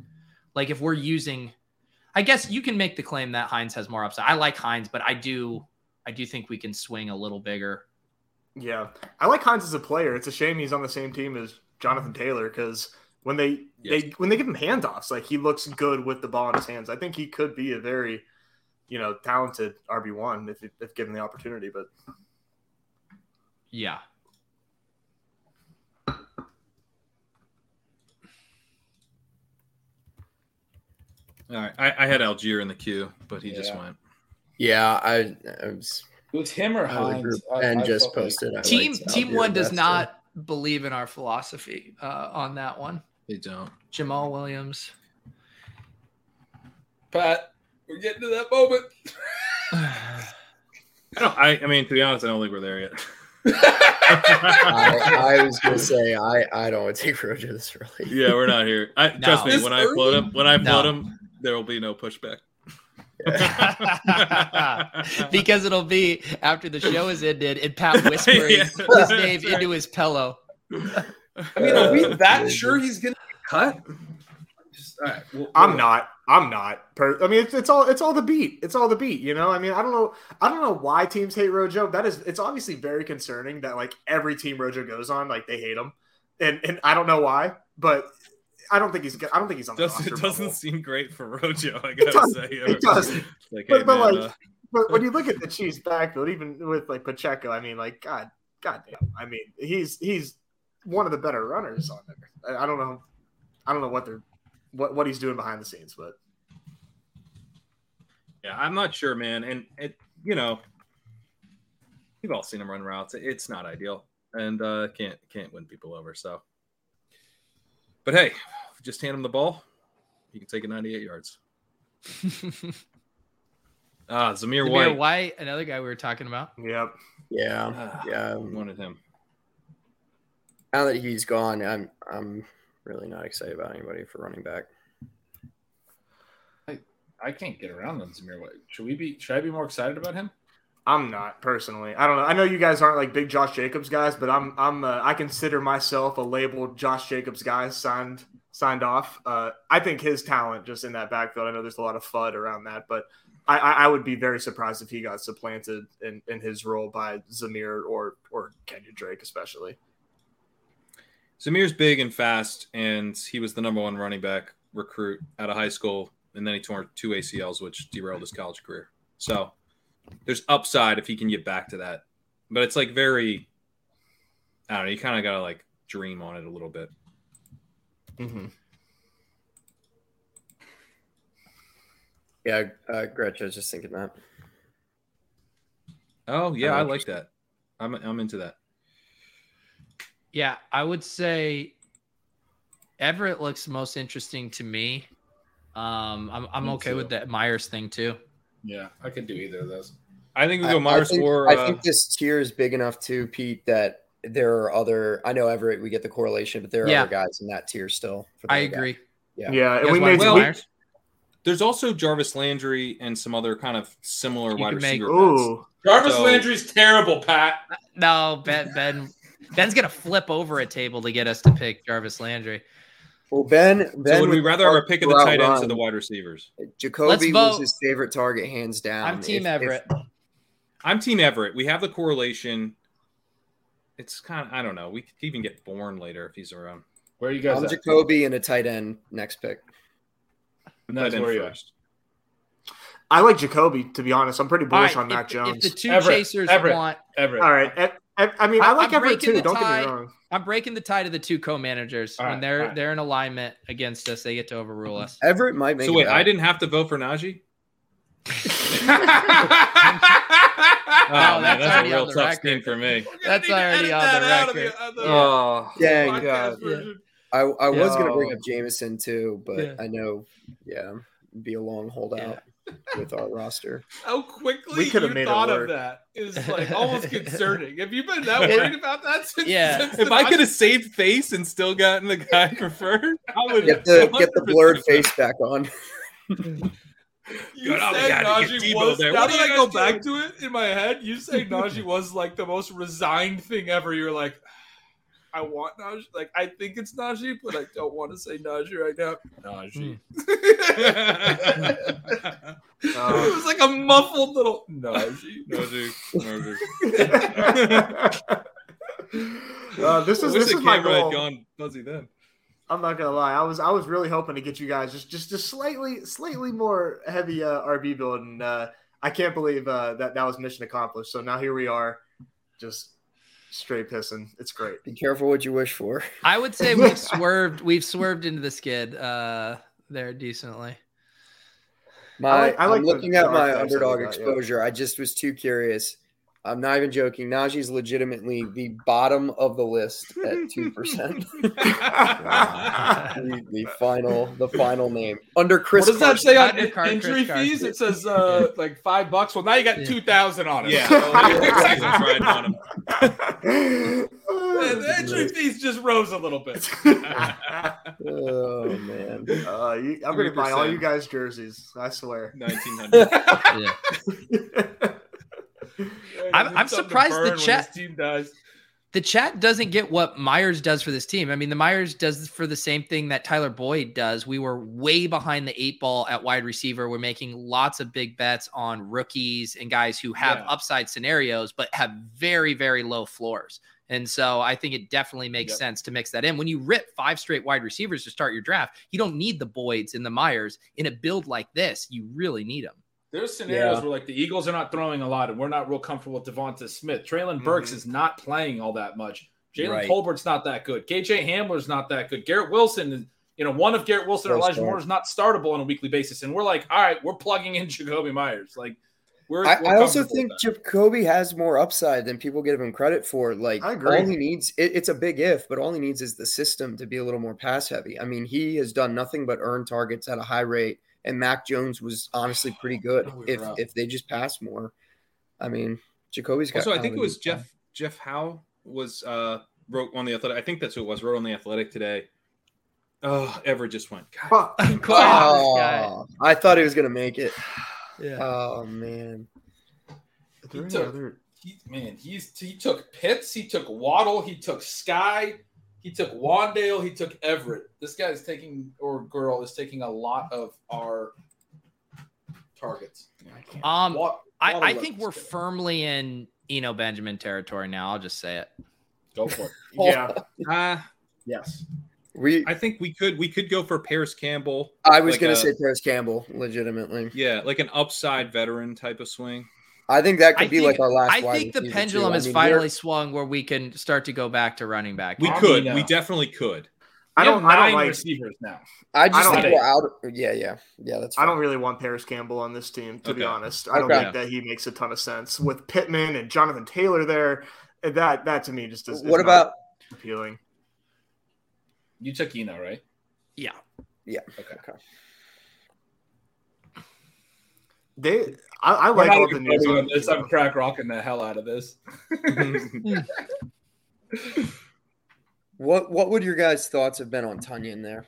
Like if we're using, I guess you can make the claim that Hines has more upside. I like Hines, but I do I do think we can swing a little bigger.
Yeah, I like Hines as a player. It's a shame he's on the same team as Jonathan Taylor because when they they when they give him handoffs, like he looks good with the ball in his hands. I think he could be a very, you know, talented RB one if if given the opportunity. But
Yeah.
All right, I, I had Algier in the queue, but he just
Yeah.
went.
Yeah, I, I was
it was him
out
or
of the
Hines.
group
I-
and
I
just
felt like-
posted. I
team
liked
team
Algier
one does
best.
not believe in our philosophy uh, on that one.
They don't.
Jamal Williams.
Pat, we're getting to that moment.
I don't. I, I mean, to be honest, I don't think we're there yet. Uh,
I, I was gonna say I I don't want to take Rojo this early.
yeah, we're not here. I, Trust me,
This
when I float
early?
him, when I
No.
float him, there will be no pushback.
because it'll be after the show is ended and Pat whispering
Yeah,
his
that's
name
right.
into his pillow.
I mean, are we that sure he's gonna get cut? Just, all right, we'll-
I'm
we'll-
not. I'm not. Per- I mean, it's, it's all it's all the beat. It's all the beat. You know. I mean, I don't know. I don't know why teams hate Rojo. That is, it's obviously very concerning that like every team Rojo goes on, like they hate him, and and I don't know why, but I don't think he's. I don't think he's on the
Doesn't,
roster.
it
bubble.
doesn't seem great for Rojo. I gotta
does-
say,
it does.
Like,
But-
hey,
but,
man, uh,
like, But when you look at the Chiefs backfield, even with like Pacheco, I mean, like God, God damn. I mean, he's he's one of the better runners on there. I, I don't know. I don't know what they're what what he's doing behind the scenes, but
Yeah, I'm not sure, man. And it, you know, we've all seen him run routes. It's not ideal, and uh, can't can't win people over. So, but hey, just hand him the ball. He can take it 98 yards. Ah, Zamir,
White.
White.
White, another guy we were talking about.
yeah.
Yeah,
Ah,
yeah.
we wanted him.
Now that he's gone, I'm I'm really not excited about anybody for running back.
I can't get around on Zamir White. Should we be? Should I be more excited about him?
I'm not personally. I don't know. I know you guys aren't like big Josh Jacobs guys, but I'm I'm uh, I consider myself a labeled Josh Jacobs guy signed signed off. Uh, I think his talent just in that backfield. I know there's a lot of fud around that, but I, I, I would be very surprised if he got supplanted in, in his role by Zamir or or Kenya Drake especially.
Samir's big and fast, and he was the number one running back recruit out of high school, and then he tore two ACLs, which derailed his college career. So there's upside if he can get back to that, but it's like very, I don't know. You kind of gotta like dream on it a little bit.
Yeah, uh, Gretch, I was just thinking that.
Oh yeah, I like that. I'm I'm into that.
Yeah, I would say Everett looks most interesting to me. Um, I'm, I'm
Me
okay
too.
with that Myers thing too.
Yeah, I could do either of those.
I think we
I,
go
I
Myers
think,
or
I
uh,
think this tier is big enough too, Pete, that there are other. I know Everett, we get the correlation, but there are
Yeah.
other guys in that tier still. For
I
the guy.
agree.
Yeah.
Yeah, and
You
Uh, we
guys
made
want
Well,
we-
Myers?
there's also Jarvis Landry and some other kind of similar
You
wide
could make-
receiver. bets.
ooh
Jarvis
So-
Landry's terrible, Pat.
No, Ben. Ben. Ben's gonna flip over a table to get us to pick Jarvis Landry.
Well, Ben, Ben
So would we
with
rather have a pick of the tight ends
outrun,
or the wide receivers?
Let's
Jacoby
vote.
was his favorite target, hands down.
I'm Team
If- if-
Everett.
I'm Team Everett. We have the correlation. It's kind of I don't know. We could even get Born later if he's around.
Where are you guys?
I'm
At?
Jacoby and a tight end next pick.
No,
Tight end
where you at?
first.
I like Jacoby to be honest. I'm pretty
All
bullish
right,
on Mac
if, if
Jones.
the two
Everett,
chasers
Everett.
want,
Everett.
All right, eh, I, I- I mean I
I'm-
like
I'm
Everett
breaking
too.
the
Don't get
tie.
me wrong.
I'm breaking the tie to the two co-managers
All
when
right,
they're
all right.
they're in alignment against us. They get to overrule us.
Everett might make.
So wait,
it
I
out.
didn't have to vote for Najee.
oh,
Oh, man,
that's
that's,
already
a
on
real
the
tough
record.
sting for me.
That's already on the record.
Oh,
Dang, God. I, I was gonna bring
Yo.
up Jameson too, but
Yeah.
I know, yeah, be a long holdout with our roster.
how quickly
We coulda
you
made it
thought of
work.
that is like almost concerning. Have you been that worried about that? Since,
Yeah.
since
If
the
I could
Najee-
have saved face and still gotten the guy preferred, I would
Get the get the blurred face back on.
you
God, we
said
gotta get
Najee
Debo
was.
there.
Now
What are
that I
you
go
guys
back to it in my head, you say Najee was like the most resigned thing ever. You're like. I want Najee. Like I think it's Najee, but I don't want to say Najee right now.
Hmm.
Najee.
Uh,
it was like a muffled little Najee.
Najee, Najee.
Uh, this
I
is
wish
this
the
is my
camera had
goal.
gone fuzzy then.
I'm not gonna lie. I was I was really hoping to get you guys just just just slightly slightly more heavy uh, RB build, and uh, I can't believe uh, that that was mission accomplished. So now here we are, just straight pissing. It's great.
Be careful what you wish for.
I would say we've swerved. We've swerved into the skid uh, there decently.
My,
I
I
like- I like
am
the-
looking
the
at my
archetypes that
underdog
we got, yeah.
exposure. I just was too curious. I'm not even joking. Najee's legitimately the bottom of the list at two percent.
Uh,
the, the final, the final name under Chris.
what does that
Carson.
say on
Carson.
en- entry
Chris Carson.
fees? It says uh, like five bucks. Well, now you got
Yeah.
two thousand on it.
Yeah.
So-
That's right on him.
the entry fees just rose a little bit.
Oh man,
Uh, you, I'm gonna buy all you guys jerseys. I swear.
1900.
I'm
It's something to
surprised the
burn when
chat-
this team dies.
The chat doesn't get what Myers does for this team. I mean, the Myers does for the same thing that Tyler Boyd does. We were way behind the eight ball at wide receiver. We're making lots of big bets on rookies and guys who have
Yeah.
upside scenarios, but have very, very low floors. And so I think it definitely makes
Yep.
sense to mix that in. When you rip five straight wide receivers to start your draft, you don't need the Boyds and the Myers in a build like this. You really need them.
There's
scenarios
where like the Eagles are not throwing a lot, and we're not real comfortable with Devonta Smith. Traylon
Mm-hmm.
Burks
is not playing all that much.
Jalen Right.
Colbert's not that good. KJ Hamler's not that good. Garrett Wilson is, you know, one of Garrett Wilson
or Elijah Moore
is not startable on a weekly basis. And we're like, all right, we're plugging in Jacoby Myers. Like, we're.
I, I also think Jacoby has more upside than people give him credit for. Like,
I agree.
all he needs, it, it's a big if, but all he needs is the system to be a little more pass heavy. I mean, he has done nothing but earn targets at a high rate, and Mac Jones was honestly pretty good.
Oh, we
if
were up.
if they just pass more, I mean, Jacoby's got.
Also, I think
kinda
it was
the-
Jeff Jeff Howe was uh wrote on the athletic. I think that's who it was. Wrote on the athletic today. Oh, Ever just went. God,
Fuck.
Oh, I thought he was gonna make it.
Yeah.
Oh man,
Are there any
took-
other-
he, man, he's he took Pitts, he took Waddle, he took Sky, he took Wandale, he took Everett. This guy is taking or girl is taking a lot of our targets.
Um,
Wa-
I,
Waddle
I
loves
think
this
we're
guy.
firmly in Eno Benjamin territory now. I'll just say it.
go for it.
Yeah.
Uh,
Yes,
we. I,
I think we could we could go for Paris Campbell.
was
like uh,
gonna
a-
say Paris Campbell, legitimately.
Yeah, like an upside veteran type of swing.
I think that could
I
be
think-
like our last.
I
wide
think the
receiver, too.
pendulum
I
has
mean, we're-
finally swung where we can start to go back to running back.
We
I
could.
mean, uh,
we definitely could.
I
We have
don't. I don't
nine
like.
receivers now.
I just
don't
think
hate
we're out. Of, yeah, yeah, yeah. That's.
I
Fine.
don't really want Paris Campbell on this team, to be
Okay.
honest. I don't
Okay.
think that he makes a ton of sense with Pittman and Jonathan Taylor there. eh, That that to me just is, is
what
not
about?
appealing?
You took Eno, right?
yeah.
They, I, I like all the news. On,
this. I'm crack rocking the hell out of this.
What What would your guys' thoughts have been on Tanya in there?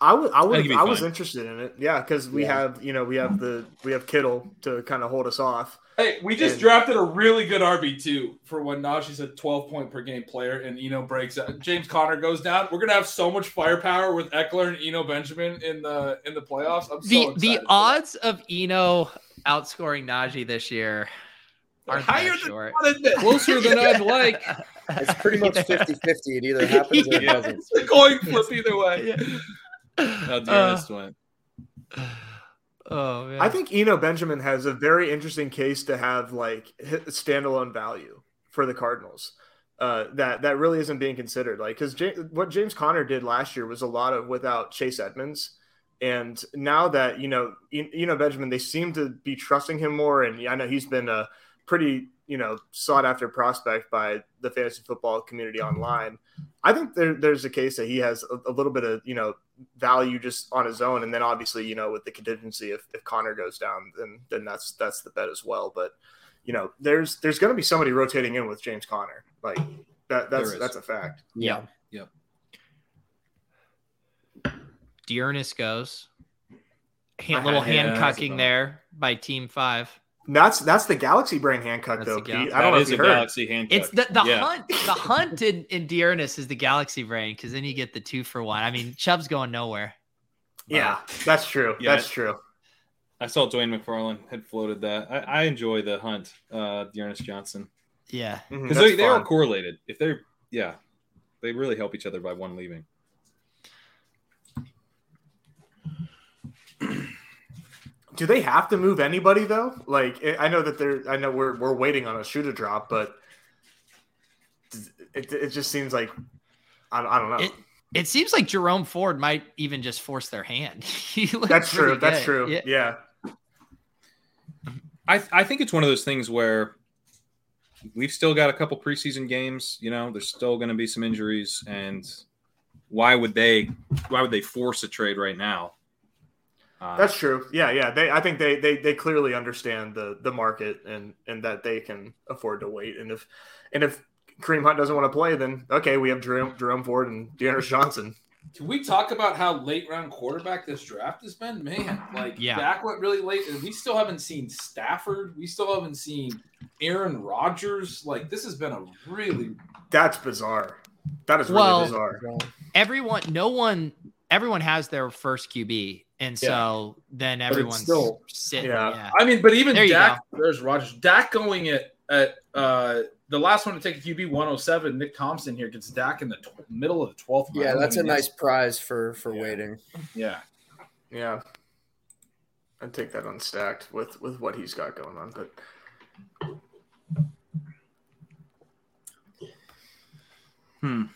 I would, I would,
it'd be
I was
fine.
interested in it. Yeah, because we have, you know, we have the we have Kittle to kind of hold us off.
Hey, we just
And-
drafted a really good RB two for when Najee's a twelve point per game player and Eno breaks out. James Conner goes down. We're gonna have so much firepower with Eckler and Eno Benjamin in the in the playoffs. I'm so
The
excited
the
for that.
odds of Eno outscoring Najee this year
They're
are
higher
higher
than
short.
I'll admit,
Closer than I'd like.
It's pretty much 50-50. It either happens or it
Yeah.
doesn't.
it's a coin flip either way.
How
Uh,
Dearness went.
Uh,
oh man.
I think Eno Benjamin has a very interesting case to have like hi- standalone value for the Cardinals. uh, that that really isn't being considered. Like because what James Conner did last year was a lot of without Chase Edmonds, and now that you know you, you know Benjamin, they seem to be trusting him more. And I know he's been a pretty you know sought after prospect by the fantasy football community online. I think there, there's a case that he has a, a little bit of you know value just on his own, and then obviously you know with the contingency if, if Connor goes down, then then that's that's the bet as well. But you know there's there's going to be somebody rotating in with James Connor, like that that's
There is.
that's a fact.
Yeah.
Yep.
Dearness goes. Hand, little hand
that's a
cucking
bummer.
there by Team Five.
And that's that's the Galaxy brain handcuff
That's
though.
the Gal-
Pete. I don't
That
know if
is
you
a
heard.
galaxy hand.
It's the, the
Yeah.
hunt. The hunt in, in Dearness is the galaxy brain because then you get the two for one. I mean, Chubb's going nowhere.
Yeah, that's true.
Yeah.
That's true.
I saw Dwayne McFarlane had floated that. I, I enjoy the hunt, uh, Dearness Johnson,
Yeah.
Mhm,
because
that's
they, they are
fun.
correlated. If they're yeah, they really help each other by one leaving.
Do they have to move anybody though? Like I I know that they're I know we're we're waiting on a shoe to drop, but it, it just seems like I, I don't know.
It it seems like Jerome Ford might even just force their hand. He looks
that's true.
really
that's
good.
true.
Yeah.
Yeah.
I I think it's one of those things where we've still got a couple preseason games. You know, there's still going to be some injuries, and why would they why would they force a trade right now? Uh,
That's true. Yeah, yeah. They I think they they they clearly understand the the market and and that they can afford to wait and if and if Kareem Hunt doesn't want to play, then okay, we have Jerome, Jerome Ford and Dearness Johnson.
Can we talk about how late round quarterback this draft has been? Man, like
Yeah.
back went really late, and we still haven't seen Stafford. We still haven't seen Aaron Rodgers. Like this has been a really
That's bizarre. That is
Well-
really bizarre.
Everyone, no one, everyone has their first QB, and so then everyone's
still-
sitting.
yeah.
Yeah.
I mean, but even
There you
Dak, there's Rogers. Dak going at at uh, the last one to take a QB 107. Nick Thompson here gets Dak in the tw- middle of the 12th.
Yeah,
round.
that's
I
a
mean,
nice prize for for
Yeah.
waiting.
Yeah,
Yeah. I'd take that unstacked with with what he's got going on, but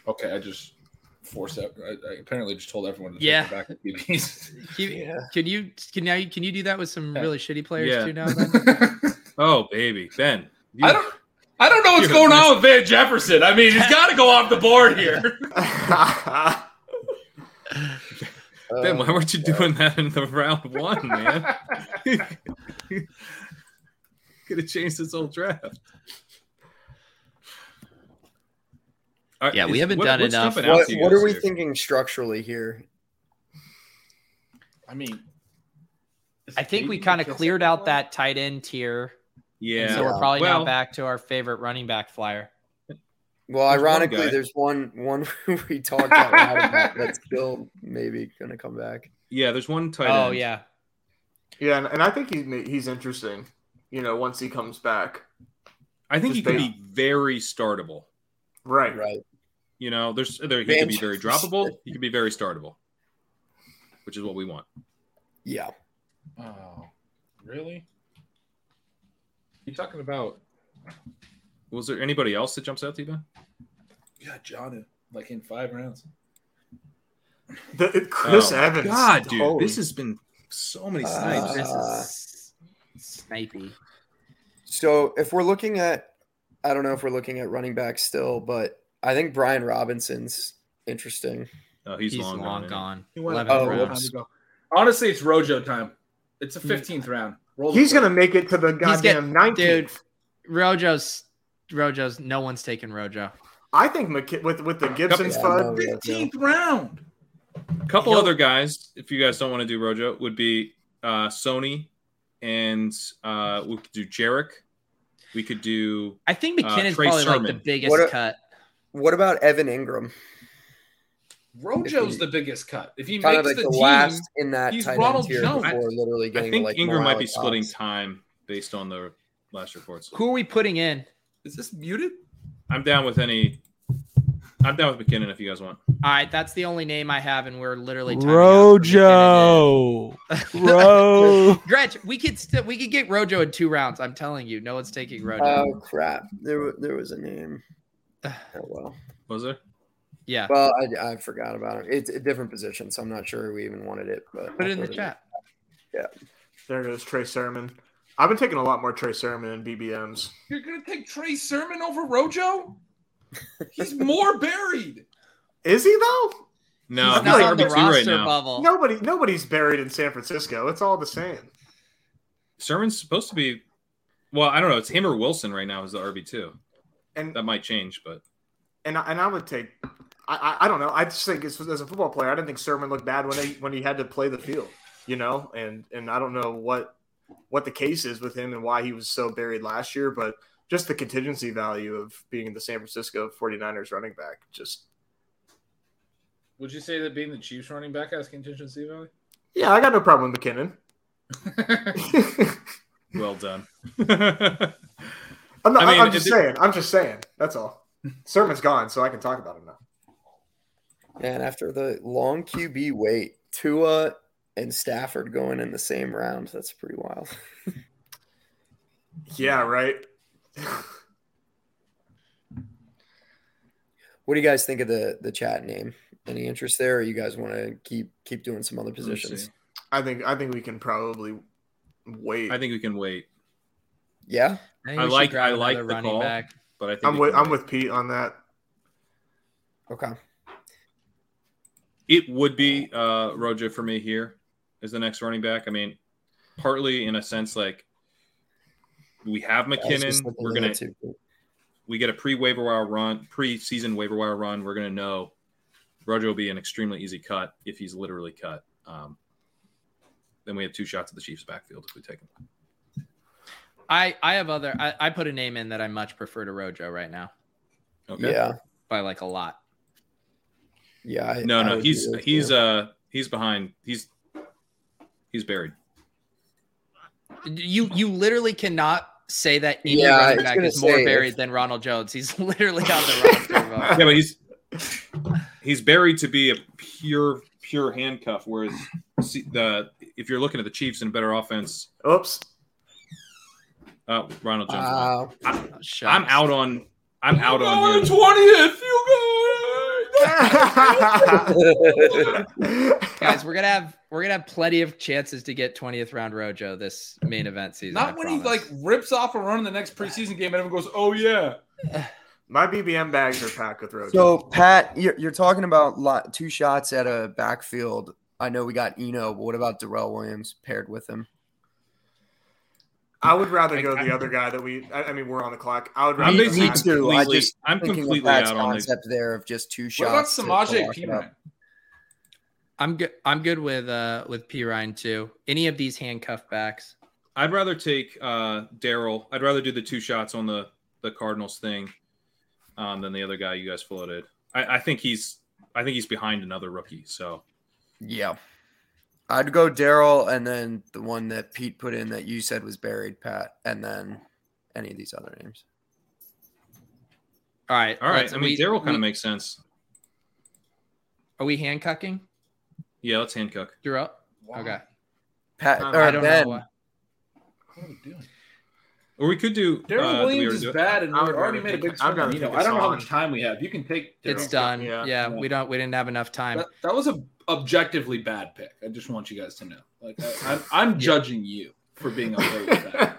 okay. I just forced out. I, I apparently just told everyone to
Yeah.
take back the QBs.
Can, can you can now can you do that with some
Yeah.
really shitty players
Yeah.
too now? Then?
oh baby Ben, you-
I don't. I don't know what's
You're
going on with Van Jefferson. I mean, he's got to go off the board here.
Uh,
Ben, why weren't you doing that in the round one, man? Could have changed this whole draft. All right,
Yeah, we haven't done
what's
enough.
jumping out
What,
to you
what
guys
are we
here?
thinking structurally here?
I mean,
I think we kind of cleared out that tight end tier, and so
Yeah,
we're probably now
Well-
back to our favorite running back flyer.
Well,
There's one
ironically,
guy.
there's one one we talked out loud about that's still maybe gonna come back.
yeah. There's one tight end.
Oh yeah,
yeah, and, and I think he's he's interesting. You know, once he comes back,
I think he
Just
could
based-
be very startable.
right?
Right.
You know, there's there he
Van
could be very
Jefferson.
droppable. He could be very startable, which is what we want.
Yeah.
Oh, really?
You talking about? Was there anybody else that jumps out to you, Ben?
Yeah, John, like in five rounds.
The, Chris
Oh,
Evans.
God, dude,
Holy-
this has been so many snipes.
This
Uh,
is snipey.
So if we're looking at, I don't know if we're looking at running back still, but I think Brian Robinson's interesting.
oh, he's,
He's
long, gone.
Eleven
Oh,
rounds.
whoops.
Honestly, it's Rojo time. It's
Mm.
a 15th round. Roll the
he's
clip.
gonna make it to the goddamn
dude.
nineteenth.
Rojo's Rojo's. No one's taking Rojo.
I think McK- with with the Gibson
Yeah, I
fud.
know that, yeah.
15th round.
A couple other guys, if you guys don't want to do Rojo, would be uh, Sony, and uh, we could do Jarek. We could do
I think
Uh,
McKinnon's
Trey
probably like
Sermon.
the biggest
What a-
cut.
What about Evan Ingram?
Rojo's
If he-
the biggest cut. If he
Kind
makes
of like
the,
the,
team,
last in that
he's
tight end
Ronald
tier
Jones.
before literally
I
getting
think
like
Ingram might be
Morales
splitting
Cox.
time based on the last reports.
Who are we putting in?
is this muted?
I'm down with any. I'm down with McKinnon if you guys want.
All right, that's the only name I have, and we're literally timing out for McKinnon.
Rojo. Ro.
Gretch, we could still we could
Uh,
get Rojo in two rounds. I'm telling you, no one's taking Rojo.
Oh crap! There, wa- there was a name. Oh, well.
Was there?
Yeah.
Well, I, I forgot about it. It's a different position, so I'm not sure we even wanted it. But
Put it in the chat.
Yeah.
There goes Trey Sermon. I've been taking a lot more Trey Sermon in BBMs.
You're gonna take Trey Sermon over Rojo? He's more buried.
Is he though?
No,
I
he's
feel
on the RB2 right roster now. bubble.
Nobody, nobody's buried in San Francisco. It's all the same.
Sermon's supposed to be. Well, I don't know. It's him or Wilson right now is the RB two,
and
that might change. But
And I- and I would take. I, I, I don't know. I just think as, as a football player, I didn't think Sermon looked bad when he when he had to play the field. You know, and and I don't know what what the case is with him and why he was so buried last year, but just the contingency value of being the San Francisco 49ers running back just
Would you say that being the Chiefs running back has contingency value?
Yeah, I got no problem with McKinnon.
well done.
I'm, not,
I mean,
I'm just
it-
saying. I'm just saying. That's all. Sermon's gone, so I can talk about him now.
And after the long QB wait, Tua and Stafford going in the same round. That's pretty wild.
Yeah, right.
What do you guys think of the the chat name? Any interest there, or you guys want to keep keep doing some other positions?
I think I think we can probably wait.
I think we can wait.
Yeah,
I,
I like I like the call, but I think
I'm
we
with
can
I'm with Pete on that.
Okay.
It would be uh, Rojo for me here as the next running back. I mean, partly in a sense like we have
I was just
McKinnon.
looking
We're
at
gonna
that too.
we get a pre waiver wire run, pre season waiver wire run. We're gonna know Rojo will be an extremely easy cut if he's literally cut. Um, then we have two shots at the Chiefs backfield if we take him.
I I have other. I, I put a name in that I much prefer to Rojo right now.
Okay.
Yeah.
By like a lot.
Yeah. I,
No,
I
no,
would
he's
do that,
he's
too.
uh he's behind. He's he's buried.
You you literally cannot say that any
Yeah, I
running
was
back
gonna
is more
say,
buried
if-
than Ronald Jones. He's literally on the roster. bro.
yeah, but he's he's buried to be a pure pure handcuff. Whereas see, the if you're looking at the Chiefs and a better offense,
oops,
uh, Ronald Jones.
Wow.
I, I'm out on I'm out on
Going
him.
twentieth. You go.
Guys, we're gonna have we're gonna have plenty of chances to get 20th round Rojo this main event season. I
Not when he
promise.
like rips off a run in the next preseason game, and everyone goes, "Oh yeah."
My BBM bags are packed with Rojo.
So Pat, you're, you're talking about lot, two shots at a backfield. I know we got Eno, but what about Darrell Williams paired with him?
I would rather go the other guy that we. I, I mean, we're on the clock. I would rather.
Me
go
me
Matt.
too. I just thinking of Pat's concept there of just two
What about
shots. to- to
Samaje
lock it
Perine?
up.
I'm good. I'm good with uh with P Ryan too. Any of these handcuff backs?
I'd rather take uh, Daryl. I'd rather do the two shots on the the Cardinals thing um, than the other guy you guys floated. I, I think he's I think he's behind another rookie. So
Yeah, I'd go Daryl, and then the one that Pete put in that you said was buried, Pat, and then any of these other names.
All right,
all right.
let's-
I
we-
mean, Daryl kind
we-
of makes sense.
Are we handcuffing
Yeah, let's handcuff.
Darrell? Okay.
Pat
Um,
or
I don't know
Ben.
why.
Or we could do.
Daryl
uh, do we
Williams
already
is
do it?
bad, and we
I would
already
rather
made a
pick-
big
I'd
swing on
rather
Eno.
pick
I don't know how
Hassan.
much time we have. You can take.
It's
Daryl.
done.
Yeah.
Yeah, we don't we didn't have enough time.
That, that was a objectively bad pick. I just want you guys to know. Like I, I'm, I'm judging you for being okay with that.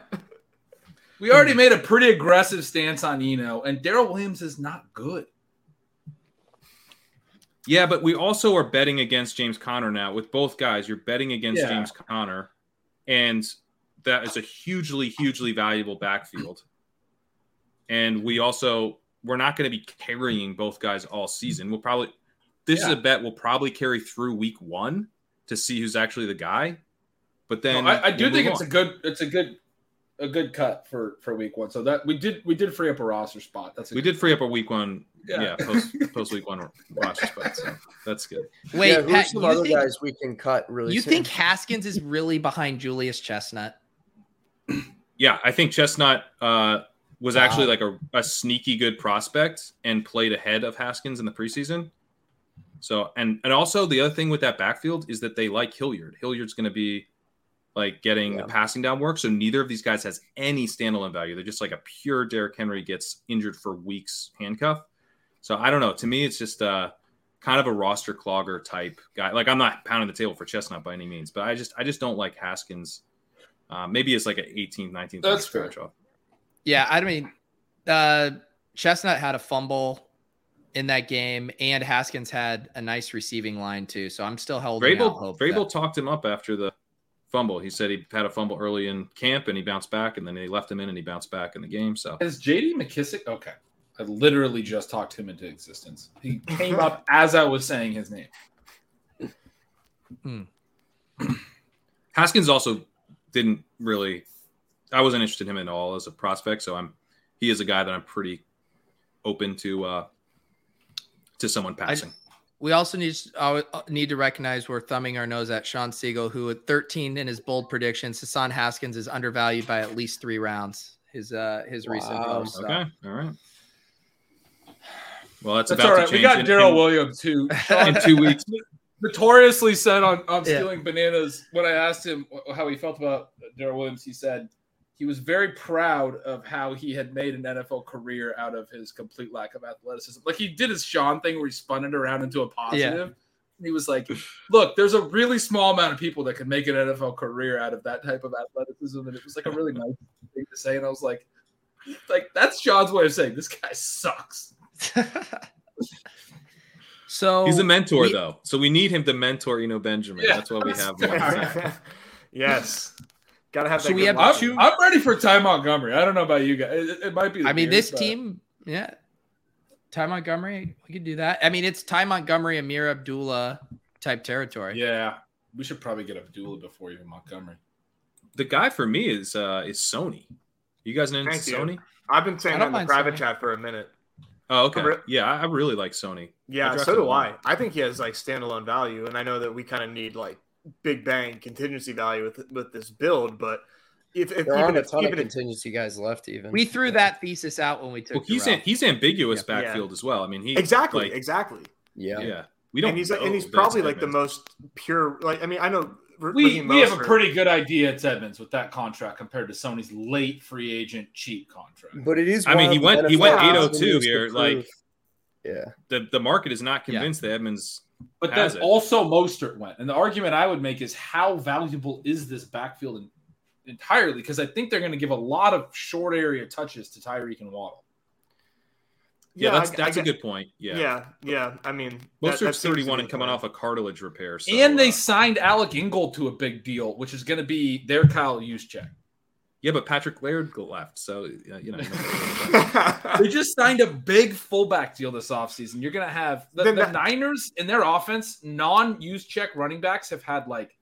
We already made a pretty aggressive stance on Eno, and Daryl Williams is not good.
Yeah, but we also are betting against James Conner now. With both guys, you're betting against
Yeah.
James Conner, and that is a hugely, hugely valuable backfield. And we also we're not going to be carrying both guys all season. We'll probably this is
Yeah.
a bet we'll probably carry through week one to see who's actually the guy. But then
No, I, I do
we'll
think
move
it's
on.
a good, it's a good, a good cut for for week one. So that we did we did free up a roster spot. That's a
we did free up a week one.
Yeah.
Yeah, post post week one roster spot. So that's good.
Wait,
yeah, who's
Pat,
some
you
other
think-
guys we can cut really?
you
soon?
think Haskins is really behind Julius Chestnut?
Yeah, I think Chestnut uh, was actually like a, a sneaky good prospect and played ahead of Haskins in the preseason. So and and also the other thing with that backfield is that they like Hilliard. Hilliard's going to be like getting the passing down work. So neither of these guys has any standalone value. They're just like a pure Derrick Henry gets injured for weeks handcuff. So I don't know. To me, it's just uh, kind of a roster clogger type guy. Like I'm not pounding the table for Chestnut by any means, but I just I just don't like Haskins. Uh, maybe it's like an 18th, 19th.
That's
fair.
Yeah, I mean, uh, Chestnut had a fumble in that game, and Haskins had a nice receiving line too. So I'm still holding out
Vrabel,
hope.
Vrabel
that-
talked him up after the fumble. He said he had a fumble early in camp and he bounced back, and then they left him in and he bounced back in the game. So
Is JD McKissick okay? I literally just talked him into existence. He came up as I was saying his name.
Haskins also didn't really. I wasn't interested in him at all as a prospect, so I'm. He is a guy that I'm pretty open to uh to someone passing.
we also need uh, need to recognize we're thumbing our nose at Sean Siegel, who at 13 in his bold predictions, Hassan Haskins is undervalued by at least three rounds. His uh his recent post. so.
Okay, all right. Well, that's,
That's
about
all
to
right. We
change
got
in-
Daryl
in-
Williams, who uh,
in two weeks.
notoriously said on, on
Yeah.
stealing bananas. When I asked him wh- how he felt about Daryl Williams, he said he was very proud of how he had made an NFL career out of his complete lack of athleticism. Like he did his Sean thing where he spun it around into a positive. And he was like, "Look, there's a really small amount of people that can make an NFL career out of that type of athleticism," and it was like a really nice thing to say. And I was like, "Like that's Sean's way of saying this guy sucks."
So
He's a mentor,
we-
though, so we need him to mentor Eno Benjamin.
Yeah.
That's why we have him.
yes. Gotta have that. good
I'm,
luck.
I'm ready for Ty Montgomery. I don't know about you guys. It, it might be. the
I mean,
Bears,
this
but-
team, yeah. Ty Montgomery, we could do that. I mean, it's Ty Montgomery, Amir Abdullah type territory.
Yeah, we should probably get Abdullah before even Montgomery.
The guy for me is uh is Sony. You guys know
Thank you.
Sony?
I've been saying
I
that
don't
in the
mind
private
Sony.
chat for a minute.
Oh, okay.
I re-
yeah, I I really like Sony.
Yeah,
drafted
so do
him.
I. I think he has like standalone value, and I know that we kind of need like big bang contingency value with with this build. But if, if
There aren't
even
a
if
ton of
even if,
contingency guys left. Even
We threw that thesis out when we took.
Well, he's
Durant.
am- he's ambiguous
Yeah.
backfield as well. I mean, he
exactly,
like,
exactly.
Yeah.
yeah. We don't.
and he's
know
and he's
that it's
probably like the
Edmonds.
most pure. Like I mean, I know R-
We,
Raheem
we have a
Mostert-
pretty good idea at Edmonds with that contract compared to Sony's late free agent cheap contract.
But it is.
I
one
mean, he
of the
went he
NFL
went eight oh
teams
two
to
here.
prove-
Like
yeah,
the the market is not convinced that Edmonds.
But
has
that's
it.
also Mostert went. And the argument I would make is how valuable is this backfield in, entirely? Because I think they're going to give a lot of short area touches to Tyreek and Waddle.
Yeah,
Yeah,
that's
I- I
that's a
get-
good point. Yeah,
yeah, yeah. I mean, that- that
Mostert's
seems to
thirty one
be
and
the
coming
plan.
off a cartilage repair. So, uh,
and they signed Alec Ingold to a big deal, which is going to be their Kyle Juszczyk.
yeah, but Patrick Laird left, so uh, you know. you know.
they just signed a big fullback deal this offseason. You're going to have the,
Then
the
that-
Niners in their offense, non use check running backs have had like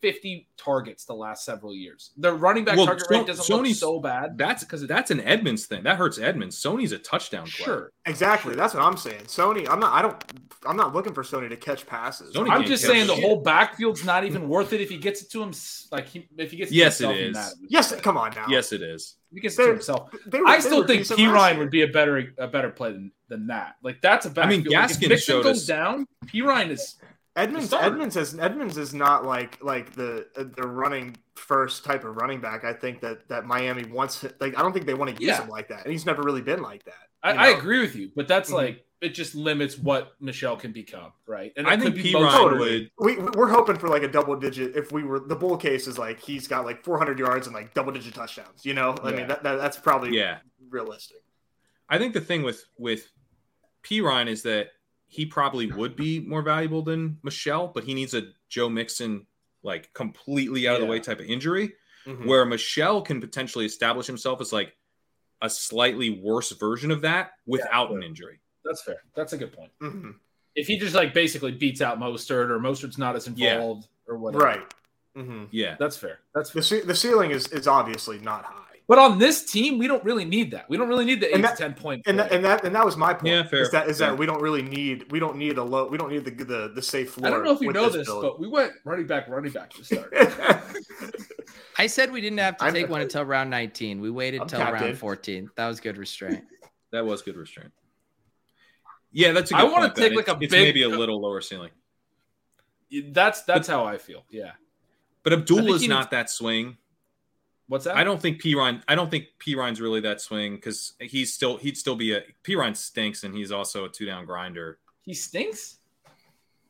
50 targets the last several years. Their running back
Well,
target
So-
rate doesn't look
Sony's-
so bad.
that's because that's an Edmonds thing. That hurts Edmonds. Sony's a touchdown. player.
Sure.
Exactly. That's what I'm saying. Sony, I'm not. I don't. I'm not looking for Sony to catch passes.
Sony
I'm
can't
just
catch
saying the
shit.
whole backfield's not even worth it if he gets it to him. s- Like he, if he gets it
Yes,
to
it
himself, he
is.
matters.
Yes, come on now.
Yes, it is.
If he gets it to
They're-
himself.
they were-
I
they
still
were
think
decent
P
last
Ryan
year.
would be a better a better play than, than that. Like that's a
I mean,
backfield. Like, if
Gaskin
Mixon
showed
goes
us-
down. P Ryan is
Edmonds,
starter.
Edmonds is Edmonds is not like like the the running first type of running back. I think that that Miami wants like I don't think they want to use
Yeah.
him like that, and he's never really been like that.
I,
you
I
know?
agree with you, but that's
Mhm.
like it just limits what Michelle can become, right?
I
it
think
could be
P.
most-
Ryan would.
We we're hoping for like a double digit. If we were the bull case is like he's got like 400 yards and like double digit touchdowns. You know, I
Yeah.
mean that, that that's probably
Yeah,
realistic.
I think the thing with with P Ryan is that he probably would be more valuable than Michelle, but he needs a Joe Mixon like completely out of the way type of injury,
Mm-hmm. Hmm.
where Michelle can potentially establish himself as like a slightly worse version of that without an injury.
That's fair. That's a good point.
Mhm.
If he just like basically beats out Mostert or Mostert's not as
Yeah.
involved or whatever,
Right. hmm
Yeah,
That's fair. That's
The ce- the ceiling is is obviously not high.
but on this team, we don't really need that. We don't really need the eight
And
to
that-
ten point.
And
player.
that, and that and that was my point.
Yeah, fair,
Is that is
fair.
that we don't really need we don't need a low we don't need the the, the safe floor.
I don't know if you
with
know this,
build.
but we went running back, running back to start.
I said we didn't have to
I'm-
take one until round 19. We waited
I'm
until
tapped
round
in.
14. That was good restraint.
That was good restraint. Yeah, that's a
I
good
wanna
want to
take, like, a
it's
big-
maybe a little lower ceiling.
that's that's how I feel. Yeah.
But
I think
Abdullah's
he
not
needs-
that swing.
What's that?
I don't think P Ryan. I don't think P Ryan's really that swing because he's still he'd still be a P Ryan stinks and he's also a two down grinder.
He stinks.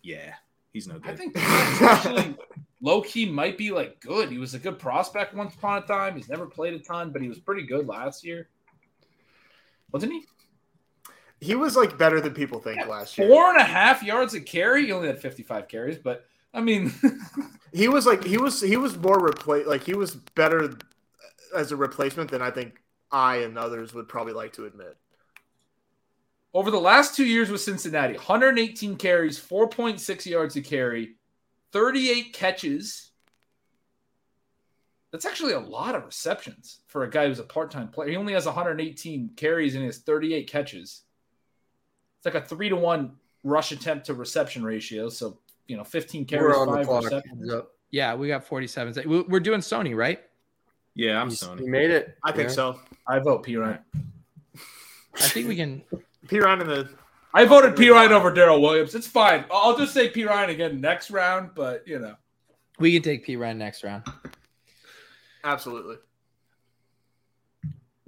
Yeah, he's no good.
I think actually low key might be like good. He was a good prospect once upon a time. He's never played a ton, but he was pretty good last year, wasn't he?
He was like better than people think last year.
Four and a half yards a carry. He only had fifty-five carries, but I mean,
he was like he was he was more replace like he was better as a replacement than I think I and others would probably like to admit.
over the last two years with Cincinnati, 118 carries, 4.6 yards a carry, 38 catches. That's actually a lot of receptions for a guy who's a part-time player. He only has 118 carries and he has 38 catches. It's like a three to one rush attempt to reception ratio. So you know, 15 carries, five receptions.
Yeah, we got 47. We- We're doing Sony, right?
Yeah, I'm
Sony.
he made it. I think
Yeah.
so.
I vote P Ryan.
I think we can.
P Ryan in the
I voted P Ryan over Daryl Williams. It's fine. I'll just say P Ryan again next round, but you know.
We can take P Ryan next round.
Absolutely.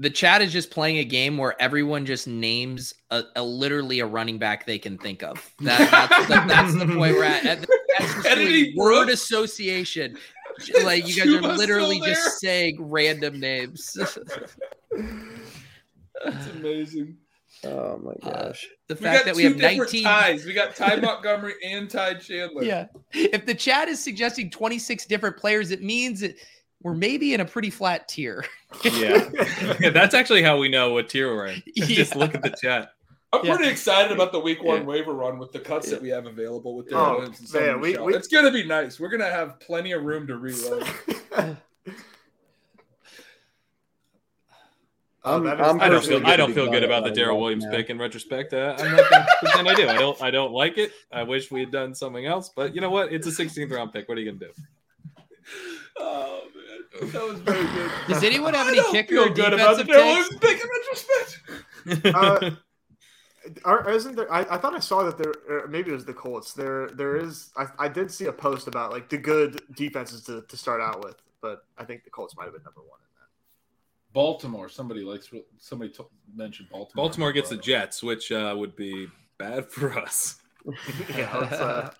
The chat is just playing a game where everyone just names a, a literally a running back they can think of. That, that's, the, that's the point we're at. That- That's just doing word association. Like you guys are
Chuba's
literally
still there?
just saying random names.
It's amazing.
Oh my gosh.
the fact that we have
different
19
ties. We got Ty Montgomery and Ty Chandler.
Yeah. If the chat is suggesting 26 different players, it means that we're maybe in a pretty flat tier.
Yeah. yeah, that's actually how we know what tier we're in. Just look at the chat.
I'm
Yeah.
pretty excited about the week one
Yeah.
waiver run with the cuts that we have available with
Oh,
Darren Williams and
man,
Sony
we-
Michel.
we-
It's gonna be nice. We're gonna have plenty of room to reload.
Oh, that is-
I'm I do not feel, I don't feel good about the Daryl Williams pick in retrospect. Uh, I'm not going to pretend I do. I don't. I don't like it. I wish we had done something else. But you know what? It's a 16th round pick. What are you going to do?
oh man, that was very good.
Does anyone have
I
any
don't
kicker
feel
or
good about
defensive
Darren Williams
takes?
pick in retrospect?
uh, are, isn't there? I, I thought I saw that there. Or maybe it was the Colts. There, there is. I, I did see a post about like the good defenses to, to start out with, but I think the Colts might have been number one.
Baltimore. Somebody likes. Somebody t- mentioned Baltimore.
Baltimore gets the Jets, which uh, would be bad for us.
yeah, let's, uh,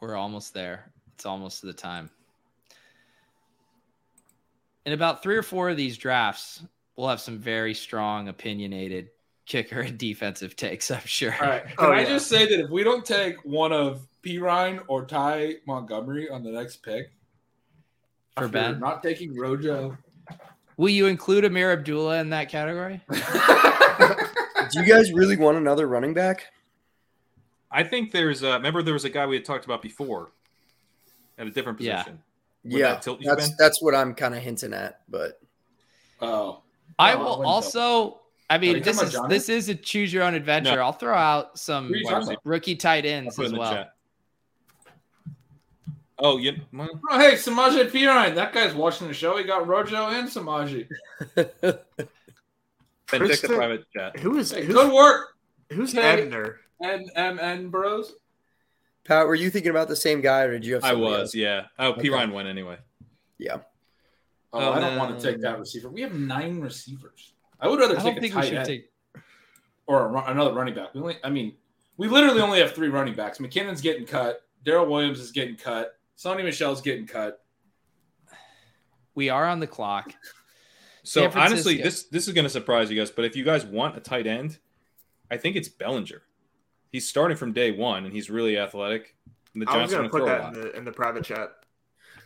We're almost there. It's almost the time. In about three or four of these drafts, we'll have some very strong, opinionated kicker and defensive takes, I'm sure.
All
Oh,
right. Can I just say that if we don't take one of P Ryan or Ty Montgomery on the next pick,
For
after
Ben?
not taking Rojo,
Will you include Amir Abdullah in that category?
Do you guys really want another running back?
I think there's. Uh, remember, there was a guy we had talked about before, at a different
Yeah.
position. Would
yeah,
that tilt you,
that's
Ben?
that's what I'm kind of hinting at. But
oh,
I
No, I
will
wouldn't
also. I
Are
mean,
you
this
talking
is
about Johnny?
this is a choose your own adventure.
No.
I'll throw out some
Who are you talking about?
rookie tight ends
Put it
as
in the
well.
chat. Oh, you. well,
oh hey, Samaje Perine, that guy's watching the show. He got Rojo and Samaje.
Ben, check the private chat.
Who is?
Hey,
who's-
good work.
Who's
Hey.
Ebner?
And MN Bros.
Pat, were you thinking about the same guy, or did you have?
I
somebody
was,
else?
yeah. Oh,
Okay.
P Ryan went anyway.
Yeah.
Oh, I don't want to take that receiver. We have nine receivers. I would
I
rather
don't
take a
think we
tight
should
end
take-
or a, run- another running back. We only, I mean, we literally only have three running backs. McKinnon's getting cut. Daryl Williams is getting cut. Sonny Michelle's getting cut.
We are on the clock.
So
San
honestly,
Francisco.
this this is going to surprise you guys, but if you guys want a tight end, I think it's Bellinger. He's starting from day one, and he's really athletic. And the
I was
Giants are
going to
going to
put
throw a
that in
lot.
the, in the private chat.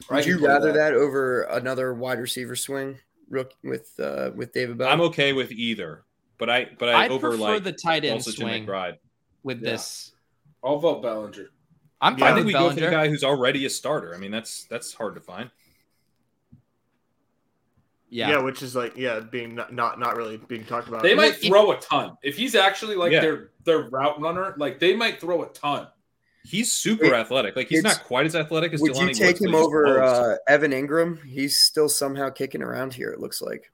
Would you rather that. over another wide receiver swing rook with uh, with David Bell?
I'm okay with either, but I but I
I'd
over
prefer
like
the tight end
also Jim
swing
McBride.
with
Yeah.
this.
I'll vote Bellinger.
I'm
I
fine with
think we go for
Bellinger.
the guy who's already a starter. I mean, that's that's hard to find.
Yeah. which is like yeah, being not not, not really being talked
Uh,
about.
They might throw a ton. If he's actually like
Yeah.
their their route runner, like they might throw a ton.
He's super athletic. Like he's
it's-
not quite as athletic as
Would
Delonte
you take
Woods, but
him
he's
over
close.
uh, Evan Ingram? He's still somehow kicking around here. It looks like.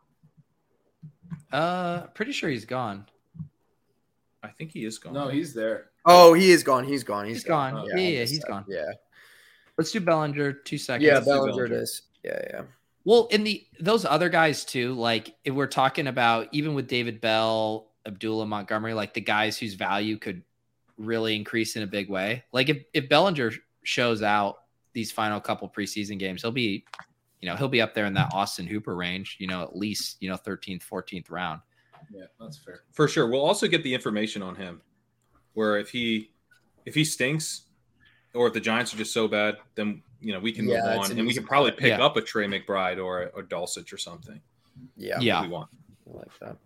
Uh, pretty sure he's gone.
I think he is gone.
No, he's there.
Oh, he is gone. He's gone. he's
He's gone. Yeah,
I
yeah,
missed
he's
that.
gone.
Yeah.
Let's do Bellinger two seconds.
yeah,
Let's do
Bellinger it is. Yeah, yeah.
Well, in the those other guys too, like if we're talking about even with David Bell, Abdullah Montgomery, like the guys whose value could really increase in a big way. Like if if Bellinger shows out these final couple preseason games, he'll be, you know, he'll be up there in that Austin Hooper range. You know, at least you know thirteenth, fourteenth round.
Yeah, that's fair.
for sure. We'll also get the information on him, where if he if he stinks, or if the Giants are just so bad, then you know we can
Yeah,
move
it's
on
an
and we
easy
can probably
play.
pick
Yeah.
up a Trey McBride or a, or Dulcich or something.
Yeah.
if
Yeah.
we want.
I like that.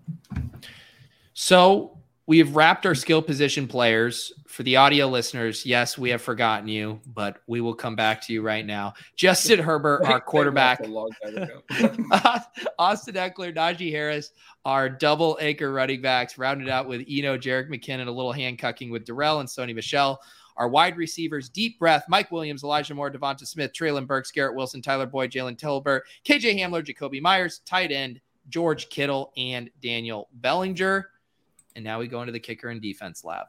So we have wrapped our skill position players. For the audio listeners, yes, we have forgotten you, but we will come back to you right now. Justin Herbert, our quarterback.
A long time ago.
Austin Eckler, Najee Harris, our double anchor running backs, rounded out with Eno, Jarek McKinnon, a little hand cucking with Darrell and Sony Michelle. Our wide receivers, deep breath, Mike Williams, Elijah Moore, Devonta Smith, Traylon Burks, Garrett Wilson, Tyler Boyd, Jalen Tolbert, KJ Hamler, Jacoby Myers, tight end, George Kittle, and Daniel Bellinger. And now we go into the kicker and defense lab.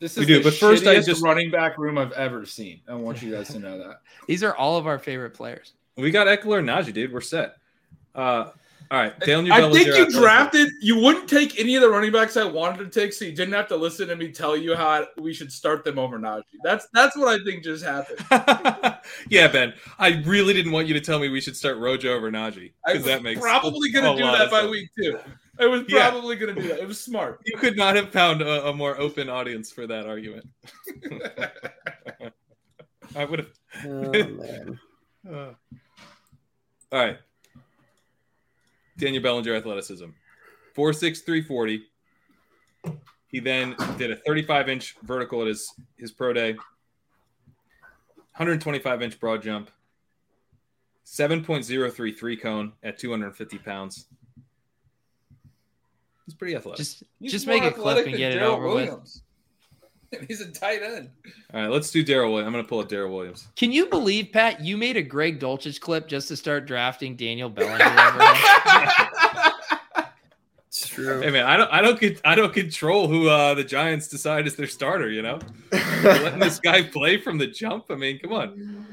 This is
We do,
the
but first I
shittiest
just-
running back room I've ever seen. I want you guys to know that.
These are all of our favorite players.
We got Eckler and Najee, dude. We're set. Uh, all right, Daniel.
I think
Bellinger
you
after this.
drafted. You wouldn't take any of the running backs I wanted to take, so you didn't have to listen to me tell you how we should start them over Najee. That's that's what I think just happened.
Yeah, Ben. I really didn't want you to tell me we should start Rojo over Najee
I
because that makes
probably
a
going to do
lot of
that by
sense.
week two. I was
Yeah.
probably going to do that. It was smart.
You could not have found a, a more open audience for that argument. I would have.
Oh,
Uh, all right. Daniel Bellinger athleticism. 46340. He then did a 35 inch vertical at his his pro day. 125 inch broad jump. 7.033 cone at 250 pounds. He's pretty athletic.
Just
He's
just
more
make it clip
athletic
and
than
get it
Darryl
over with.
Williams. He's a tight end.
All right, let's do Daryl Williams. I'm going to pull up Daryl Williams.
Can you believe, Pat, you made a Greg Dolchich clip just to start drafting Daniel Bellinger? over him?
It's true.
Hey man, I don't, I don't, con- I don't control who uh, the Giants decide is their starter. You know, You're letting this guy play from the jump. I mean, come on.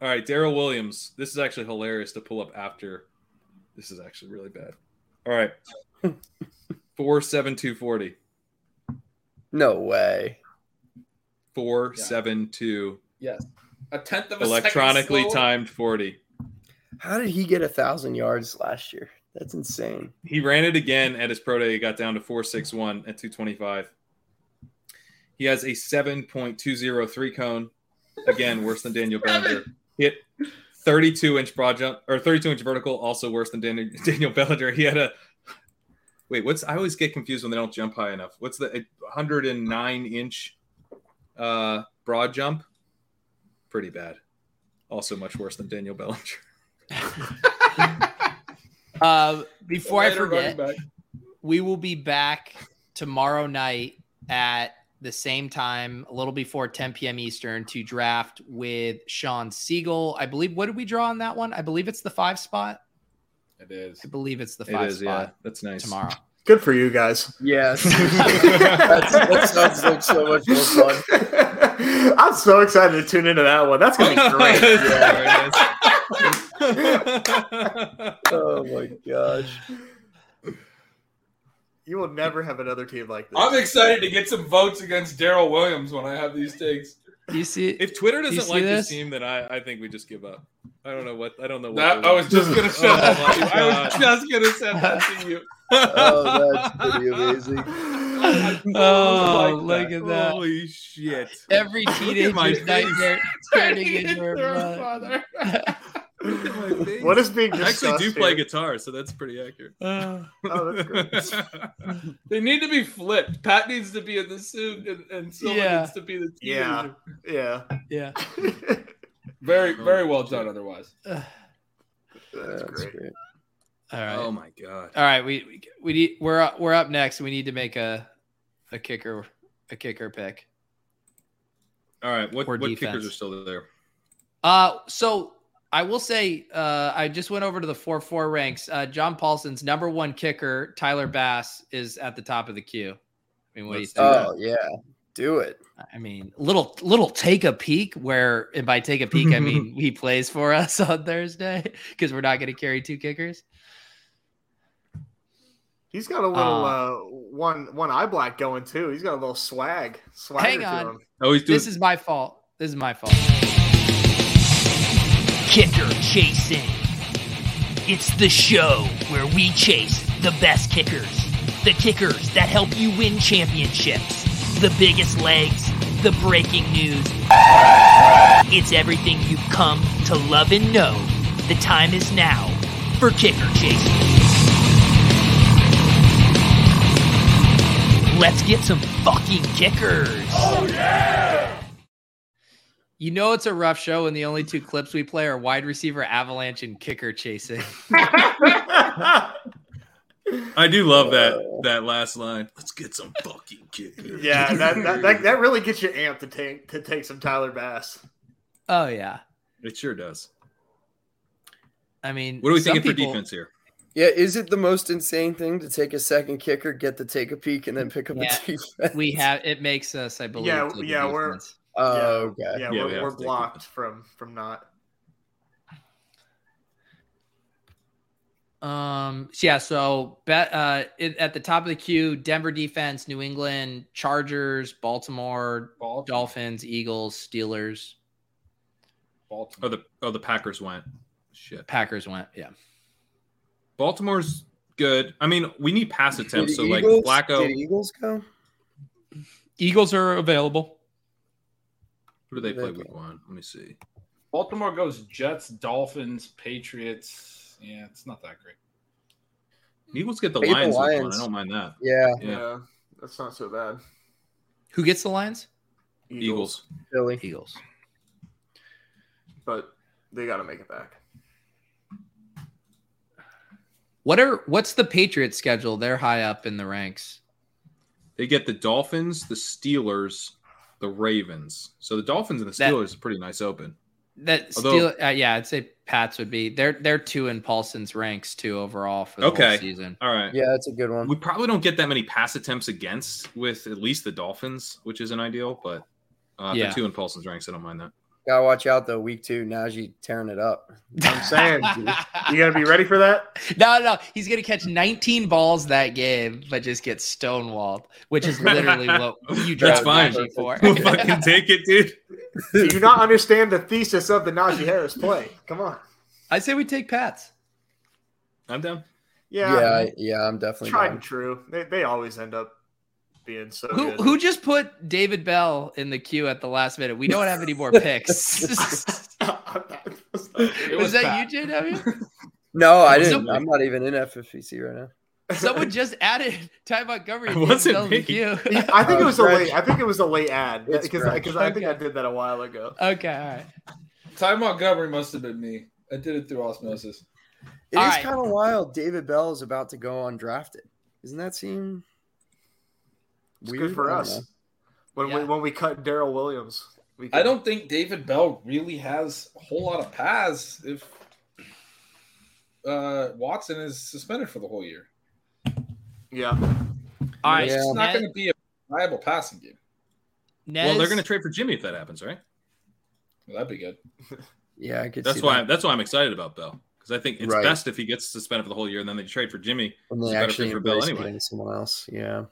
All right, Daryl Williams. This is actually hilarious to pull up after. This is actually really bad. All right, four seven two forty.
No way.
Four seven two.
Yes. A tenth of a
Electronically
second slower.
timed forty.
How did he get a thousand yards last year? That's insane.
He ran it again at his pro day. He got down to 461 at 225. He has a 7.203 cone. Again, worse than Daniel Bellinger. Hit 32 inch broad jump or 32 inch vertical, also worse than Daniel, Daniel Bellinger. He had a wait, what's I always get confused when they don't jump high enough. What's the a 109 inch uh broad jump? Pretty bad. Also much worse than Daniel Bellinger.
Uh, before I
Later running
forget,
back.
we will be back tomorrow night at the same time, a little before 10 p.m. Eastern, to draft with Sean Siegel. I believe. What did we draw on that one? I believe it's the five spot.
It is.
I believe it's the
It
five
is, yeah.
spot.
That's nice.
Tomorrow.
Good for you guys.
Yes. That's, that sounds like so much more fun.
I'm so excited to tune into that one. That's gonna be great.
Oh my gosh.
You will never have another team like this.
I'm excited to get some votes against Daryl Williams when I have these takes.
You see,
If Twitter
Do you
doesn't
see
like this?
this?
team, then I, I think we just give up. I don't know what I don't know what.
That,
they
I was
want.
just gonna
Oh
send that to
my
you. I was
God.
just gonna send that to you.
Oh, that's pretty amazing.
Oh, look at that.
Holy shit!
Every
my
teenager's
face.
nightmare turning into a run.
father.
What is being
I
discussed?
actually do play
here?
guitar, so that's pretty accurate.
Oh, that's great.
Oh.
They need to be flipped. Pat needs to be in the suit, and, and someone
Yeah.
needs to be the teenager.
Yeah, yeah.
Yeah.
Very,
Oh,
very well done. Otherwise,
All
That's great.
right.
oh my god!
All right, we we- we need we're up we're up next. We need to make a a kicker a kicker pick.
All right, what
Or
what
defense.
kickers are still there?
Uh so I will say uh I just went over to the 4-4 ranks. Uh John Paulson's number 1 kicker, Tyler Bass is at the top of the queue. I mean, what do you
Let's
think?
do that. Oh, yeah, do it.
I mean, little little take a peek where, and by take a peek, I mean he plays for us on Thursday because we're not going to carry two kickers.
He's got a little uh, one one eye black going too. He's got a little swag. Swagger
Hang
To
on.
him.
this is my fault. This is my fault.
Kicker Chasing. It's the show where we chase the best kickers, the kickers that help you win championships, the biggest legs, the breaking news. It's everything you've come to love and know. The time is now for Kicker Chasing. Let's get some fucking kickers.
You know it's a rough show when the only two clips we play are wide receiver avalanche and kicker chasing.
I do love that that last line. Let's get some fucking kickers.
Yeah, that, that, that, that really gets you amped to take to take some Tyler Bass.
oh yeah.
It sure does.
I mean,
What are we
some
thinking
people-
for defense here?
Yeah, is it the most insane thing to take a second kicker, get the take a peek, and then pick up
Yeah,
a defense?
we have it makes us, I believe.
Yeah,
take a
yeah, we're
defense.
Oh,
yeah,
okay.
Yeah,
Yeah, we
we're,
have
we're
to take
blocked from from not.
Um. so yeah. So bet uh it, at the top of the queue: Denver defense, New England Chargers, Baltimore, Dolphins, Eagles, Steelers.
Oh, the oh the Packers went. Shit.
Packers went. Yeah.
Baltimore's good. I mean, we need pass attempts. So like
Eagles-
Flacco,
Did Eagles go?
Eagles are available.
who do they play week one? Let me see.
Baltimore goes Jets, Dolphins, Patriots. Yeah, it's not that great.
Eagles get the
Beat the
Lions, week one.
Lions.
I don't mind that.
Yeah.
Yeah.
that's not so bad.
Who gets the Lions?
Eagles.
Philly.
Eagles.
But they got to make it back.
What are what's the Patriots schedule? They're high up in the ranks.
They get the Dolphins, the Steelers, the Ravens. So the Dolphins and the Steelers is a pretty nice open.
That
Although-
Steel, uh, yeah, I'd say Pats would be. They're they're two in Paulson's ranks too overall for the
Okay.
whole season.
All right.
Yeah, that's a good one.
We probably don't get that many pass attempts against with at least the Dolphins, which isn't ideal, but uh,
Yeah.
they're two in Paulson's ranks. I don't mind that.
Gotta watch out though. Week two, Najee tearing it up.
I'm saying you gotta be ready for that.
No, no, he's gonna catch 19 balls that game, but just get stonewalled, which is literally what you
That's
draft
fine.
Najee for.
We'll fucking take it, dude.
Do you not understand the thesis of the Najee Harris play? Come on.
I say we take Pats.
I'm down.
Yeah.
yeah, I- yeah, I'm definitely.
Tried
down.
and true. They, they always end up being so
Who
good.
who just put David Bell in the queue at the last minute? We don't have any more picks.
was,
was
that you, JW?
No, I
So-
didn't. I'm not even in FFPC right now.
Someone just added Ty Montgomery. and David
wasn't
Bell in the
making-
queue.
I think it was a
Fresh.
late. I think it was a late ad
It's
because
fresh.
because I think I did that a while ago.
Okay, all right.
Ty Montgomery must have been me. I did it through osmosis.
It is
All right.
kind of wild. David Bell is about to go undrafted. Doesn't that seem
It's
weird
good for
I don't
us.
know.
When we when we cut Daryl Williams, we
I don't think David Bell really has a whole lot of paths if uh, Watson is suspended for the whole year.
Yeah.
All right,
It's just not
Ned-
going to be a viable passing game.
Well, they're
Nez-
going to trade for Jimmy if that happens, right?
that'd be good.
Yeah, I could.
That's
see
why.
that.
That's why I'm excited about Bell because I think it's
Right.
best if he gets suspended for the whole year and then they trade for Jimmy.
When
It's
they
a better
actually
fit for Bell
embrace
anyway.
getting someone else. Yeah.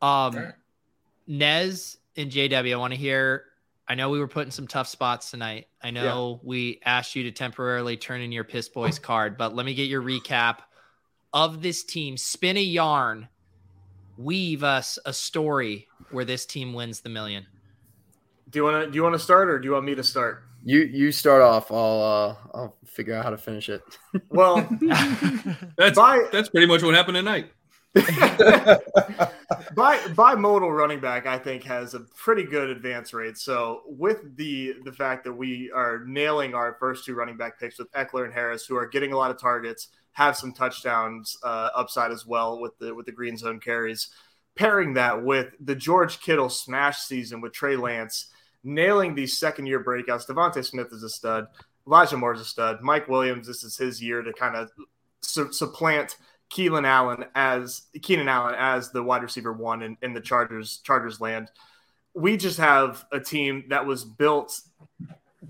Um, Nez and JW, I want to hear. I know we were put in some tough spots tonight. I know we asked you to temporarily turn in your Piss Boys card, but let me get your recap of this team. Spin a yarn, weave us a story where this team wins the million.
Do you want to do you want to start or do you want me to start?
You you start off. I'll uh I'll figure out how to finish it.
Well,
That's that's pretty much what happened tonight.
bi- bimodal running back, I think, has a pretty good advance rate. So with the the fact that we are nailing our first two running back picks with Eckler and Harris, who are getting a lot of targets, have some touchdowns uh, upside as well with the with the green zone carries. Pairing that with the George Kittle smash season with Trey Lance nailing these second year breakouts. Devontae Smith is a stud. Elijah Moore's a stud. Mike Williams, this is his year to kind of su- supplant Keelan Allen as Keenan Allen as the wide receiver one in, in the Chargers Chargers land. We just have a team that was built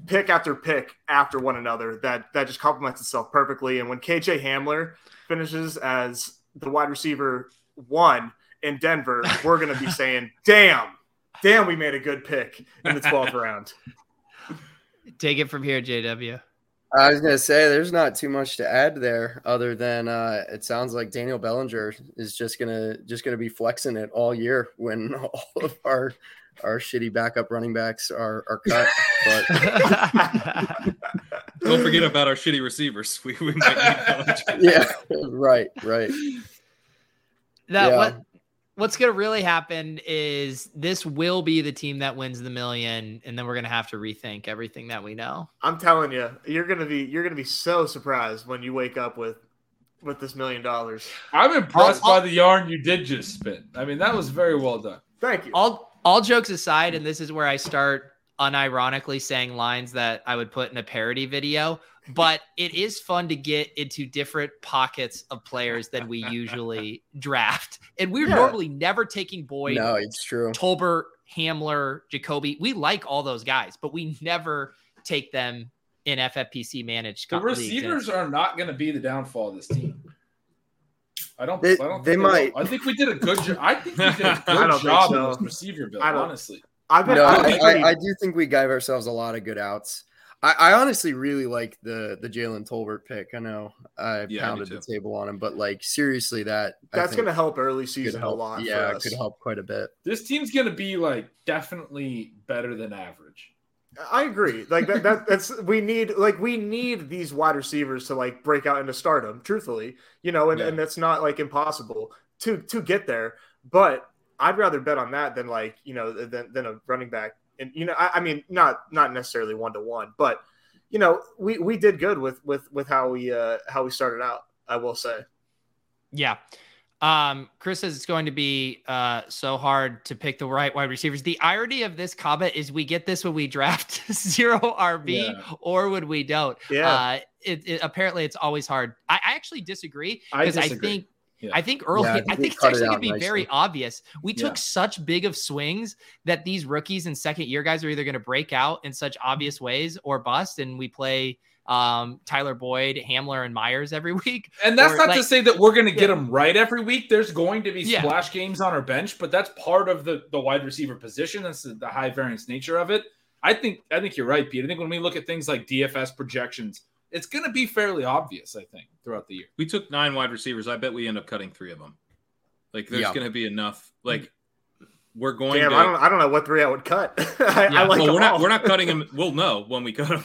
pick after pick after one another that that just complements itself perfectly. And when KJ Hamler finishes as the wide receiver one in Denver, we're gonna be saying, "Damn, damn, we made a good pick in the 12th round."
Take it from here, JW.
I was gonna say there's not too much to add there, other than uh, it sounds like Daniel Bellinger is just gonna just gonna be flexing it all year when all of our our shitty backup running backs are are cut. But
Don't forget about our shitty receivers. We, we might need
yeah, right, right.
That
Yeah.
what what's gonna really happen is this will be the team that wins the million, and then we're gonna have to rethink everything that we know.
I'm telling you, you're gonna be you're gonna be so surprised when you wake up with with this million dollars.
I'm impressed by the yarn you did just spin. I mean, that was very well done.
Thank you.
All all jokes aside, and this is where I start unironically saying lines that I would put in a parody video, but it is fun to get into different pockets of players than we usually draft. And we're
Yeah.
normally never taking Boyd,
No, it's true.
Tolbert, Hamler, Jacoby. We like all those guys, but we never take them in FFPC managed
The
co- leagues.
receivers are not going to be the downfall of this team. I don't.
They-
I don't
they
think
might.
I think we did a good job. I think we did a
I don't
good
think
job
so.
in this receiver bill.
I don't-
Honestly,
I've been-
no,
I've
I,
been
I,
pretty-
I do think we gave ourselves a lot of good outs. I, I honestly really like the the Jalen Tolbert pick. I know I
me
pounded the table on him, but like seriously, that I
That's
think
gonna help early
could
season
help-
a lot.
Yeah,
for
it
us.
could help quite a bit.
this team's going to be like definitely better than average.
I agree. Like that, that that's we need like we need these wide receivers to like break out into stardom, truthfully. You know, and, and that's not like impossible to to get there. But I'd rather bet on that than like, you know, than than a running back. And you know, I, I mean not not necessarily one to one, but you know, we we did good with with with how we uh how we started out, I will say.
Yeah. Um, Chris says it's going to be uh, so hard to pick the right wide receivers. The irony of this comment is we get this when we draft zero RB
Yeah.
or when we don't.
Yeah.
Uh, it, it- apparently, it's always hard. I, I actually disagree
I
because I,
disagree.
think
Yeah.
I think early.
Yeah, I
I
think
think,
we
it's
cut it
actually
out
going to be very
nicely.
obvious. We took
Yeah.
such big of swings that these rookies and second year guys are either going to break out in such obvious ways or bust, and we play. Um, Tyler Boyd, Hamler, and Myers every week,
And that's
Or,
not to
like-
say that we're going to get
Yeah.
them right every week. There's going to be
Yeah.
splash games on our bench, but that's part of the the wide receiver position. That's the, the high variance nature of it. I think I think you're right, Pete. I think when we look at things like DFS projections, it's going to be fairly obvious. I think throughout the year.
We took nine wide receivers. I bet we end up cutting three of them. Like there's
Yeah.
going to be enough. Like we're going.
Damn,
to,
I don't I don't know what three I would cut. I, I
Yeah,
like
well,
them
we're not
all.
we're not cutting them. We'll know when we cut them.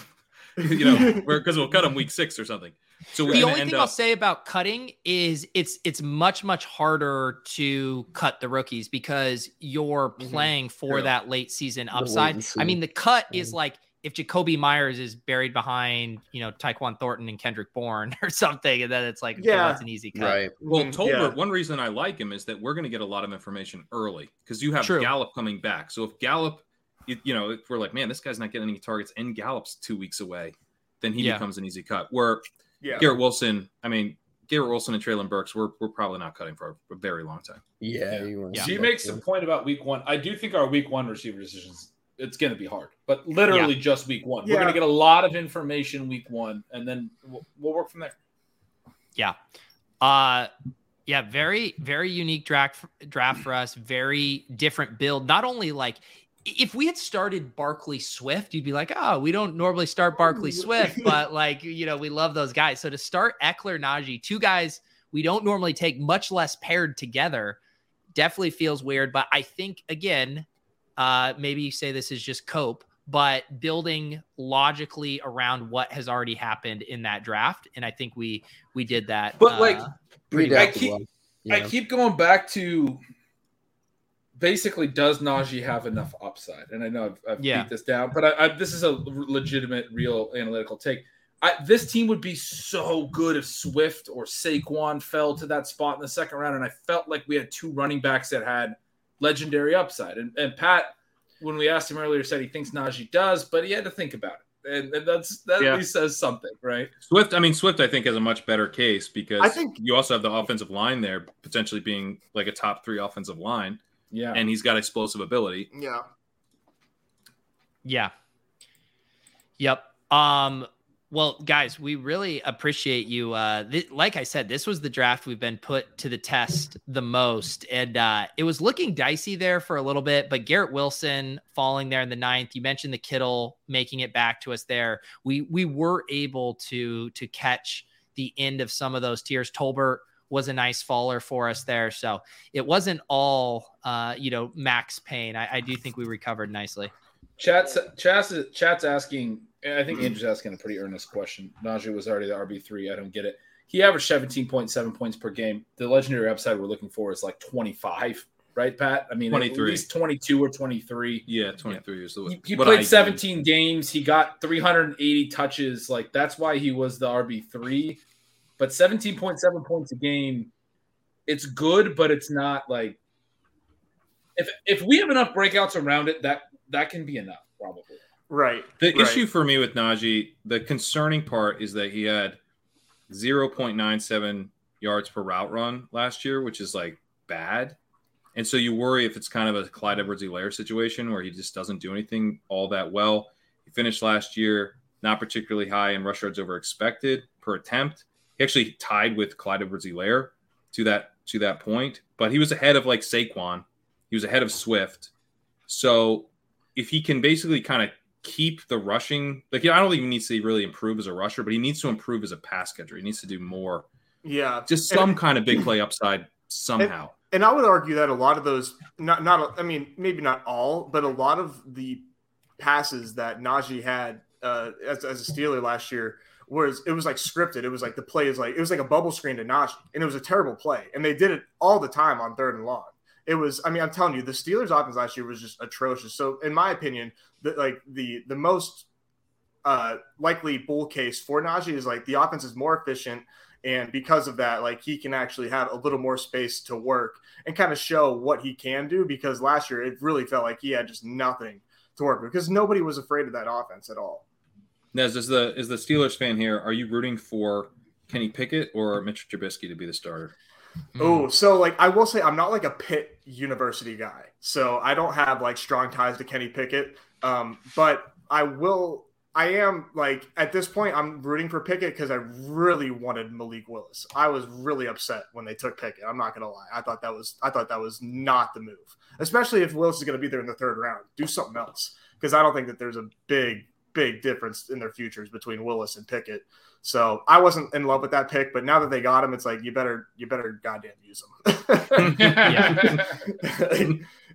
you know, because we'll cut them week six or something. So we're
the
gonna
only
end
thing
up,
I'll say about cutting is it's it's much much harder to cut the rookies because you're
Mm-hmm.
playing for
True.
that late season
wait
upside.
and
I
see.
mean, the cut is like if Jacoby Myers is buried behind you know Tyquan Thornton and Kendrick Bourne or something, and then it's like okay,
Yeah.
that's an easy cut.
Well, Tolbert,
Yeah.
one reason I like him is that we're going to get a lot of information early because you have
True.
Gallup coming back. So if Gallup, you, you know, if we're like, man, this guy's not getting any targets and Gallup's two weeks away, then he
Yeah.
becomes an easy cut. Where
Yeah.
Garrett Wilson, I mean, Garrett Wilson and Traylon Burks, we're, we're probably not cutting for a very long time.
Yeah, you wanna
She
see that
makes
too.
a point about week one. I do think our week one receiver decisions, it's going to be hard, but literally
Yeah.
just week one.
Yeah.
We're going to get a lot of information week one, and then we'll, we'll work from there.
Yeah. Uh yeah, very very unique draft draft for us, very different build. Not only like if we had started Barkley Swift, you'd be like, "Oh, we don't normally start Barkley Swift, but like, you know, we love those guys." So to start Eckler Najee, two guys we don't normally take much less paired together, definitely feels weird, but I think again, uh maybe you say this is just cope, but building logically around what has already happened in that draft and I think we we did that.
But like,
uh,
pretty
I
damn
keep,
well,
I
yeah.
keep going back to basically, does Najee have enough upside? And I know I've, I've
Yeah.
beat this down, but I, I, this is a legitimate, real analytical take. I, this team would be so good if Swift or Saquon fell to that spot in the second round, and I felt like we had two running backs that had legendary upside. And, and Pat, when we asked him earlier, said he thinks Najee does, but he had to think about it. and, and that's that
Yeah.
at least says something, right?
Swift, I mean Swift, I think has a much better case because
I think-
you also have the offensive line there potentially being like a top three offensive line.
Yeah.
and he's got explosive ability.
Yeah.
Yeah. Yep. Um well guys, we really appreciate you uh th- like I said this was the draft we've been put to the test the most and uh it was looking dicey there for a little bit but Garrett Wilson falling there in the ninth you mentioned the Kittle making it back to us there we we were able to to catch the end of some of those tiers Tolbert was a nice faller for us there so it wasn't all uh you know max pain I, I do think we recovered nicely
Chat's chat's chat's asking. and I think
Mm-hmm.
Andrew's asking a pretty earnest question. Najee was already the RB three. I don't get it. He averaged seventeen point seven points per game. The legendary upside we're looking for is like twenty five, right, Pat? I mean, at
23.
least twenty two or twenty three.
Yeah, twenty three is the
He, he
what I
played
did.
seventeen games. He got three hundred and eighty touches. Like that's why he was the RB three. But seventeen point seven points a game, it's good, but it's not like if if we have enough breakouts around it, that that can be enough probably.
Right.
The
Right.
issue for me with Najee, the concerning part is that he had 0.97 yards per route run last year, which is like bad. And so you worry if it's kind of a Clyde Edwards Elaire situation where he just doesn't do anything all that well. He finished last year not particularly high in rush yards over expected per attempt. He actually tied with Clyde Edwards Elaire to that to that point, but he was ahead of like Saquon. He was ahead of Swift. So if he can basically kind of keep the rushing, like you know, I don't even need to really improve as a rusher, but he needs to improve as a pass catcher. He needs to do more,
Yeah.
just
And-
some kind of big play upside
And-
somehow.
And, I would argue that a lot of those, not not, I mean, maybe not all, but a lot of the passes that Najee had uh, as as a Steeler last year was it was like scripted. It was like the play is like it was like a bubble screen to Najee, and it was a terrible play. And they did it all the time on third and long. It was, I mean, I'm telling you, the Steelers' offense last year was just atrocious. So, in my opinion, the, like the the most uh, likely bull case for Najee is like the offense is more efficient, and because of that, like he can actually have a little more space to work and kind of show what he can do. Because last year, it really felt like he had just nothing to work with because nobody was afraid of that offense at all.
Nez, is the is the Steelers fan here? Are you rooting for Kenny Pickett or Mitch Trubisky to be the starter?
Mm-hmm.
Oh, so like I will say, I'm not like a Pitt University guy, so I don't have like strong ties to Kenny Pickett. Um, but I will, I am like at this point, I'm rooting for Pickett because I really wanted Malik Willis. I was really upset when they took Pickett. I'm not gonna lie, I thought that was, I thought that was not the move, especially if Willis is gonna be there in the third round. Do something else because I don't think that there's a big, big difference in their futures between Willis and Pickett. So I wasn't in love with that pick, but now that they got him, it's like you better you better goddamn use him.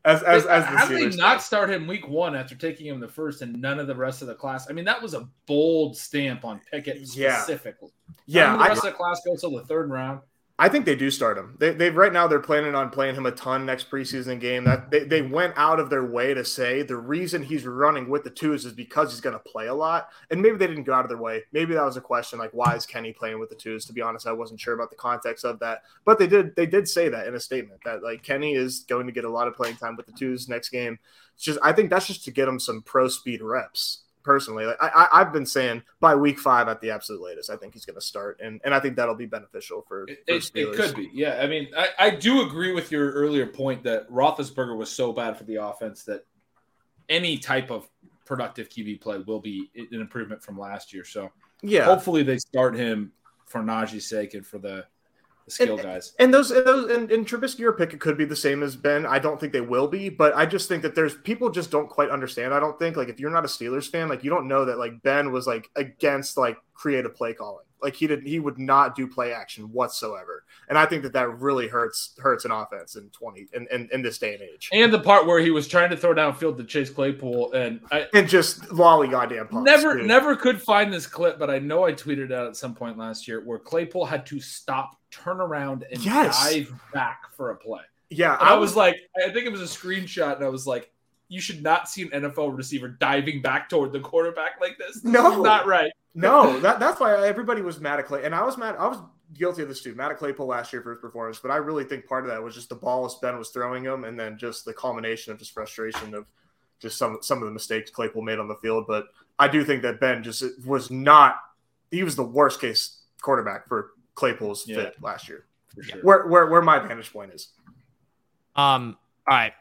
as as as the
How did
Steelers.
they not start him week one after taking him the first and none of the rest of the class? I mean, that was a bold stamp on Pickett
Yeah.
specifically.
Yeah,
None of the
I-
rest of the class goes till the third round.
I think they do start him. They, they right now they're planning on playing him a ton next preseason game. That they, they went out of their way to say the reason he's running with the twos is because he's going to play a lot. And maybe they didn't go out of their way. Maybe that was a question like why is Kenny playing with the twos? To be honest, I wasn't sure about the context of that. But they did they did say that in a statement that like Kenny is going to get a lot of playing time with the twos next game. It's just I think that's just to get him some pro speed reps. Personally, like I, I, I've been saying, by week five at the absolute latest, I think he's going to start, and, and I think that'll be beneficial for for
It, it
Steelers.
could be. Yeah. I mean, I, I do agree with your earlier point that Roethlisberger was so bad for the offense that any type of productive QB play will be an improvement from last year. So,
Yeah.
hopefully they start him for Najee's sake and for the, the skill guys.
And those, and those, and, and Trubisky or Pickett could be the same as Ben. I don't think they will be, but I just think that there's people just don't quite understand. I don't think like if you're not a Steelers fan, like you don't know that like Ben was like against like creative play calling. Like he did, he would not do play action whatsoever. And I think that that really hurts hurts an offense in twenty in in, in this day and age.
And the part where he was trying to throw downfield to Chase Claypool, and I
and just lolly goddamn pumps,
Never,
dude.
never could find this clip, but I know I tweeted it out at some point last year where Claypool had to stop, turn around, and
Yes.
dive back for a play.
Yeah,
And I,
I
was
was-
like, I think it was a screenshot, and I was like, you should not see an NFL receiver diving back toward the quarterback like this. This
No.
is not right.
No, that, that's why everybody was mad at Clay, and I was mad. I was guilty of this too. Mad at Claypool last year for his performance, but I really think part of that was just the balls Ben was throwing him, and then just the culmination of just frustration of just some some of the mistakes Claypool made on the field. But I do think that Ben just was not. He was the worst case quarterback for Claypool's
Yeah.
fit last year.
For sure.
Where, where where my vantage point is.
Um, all right.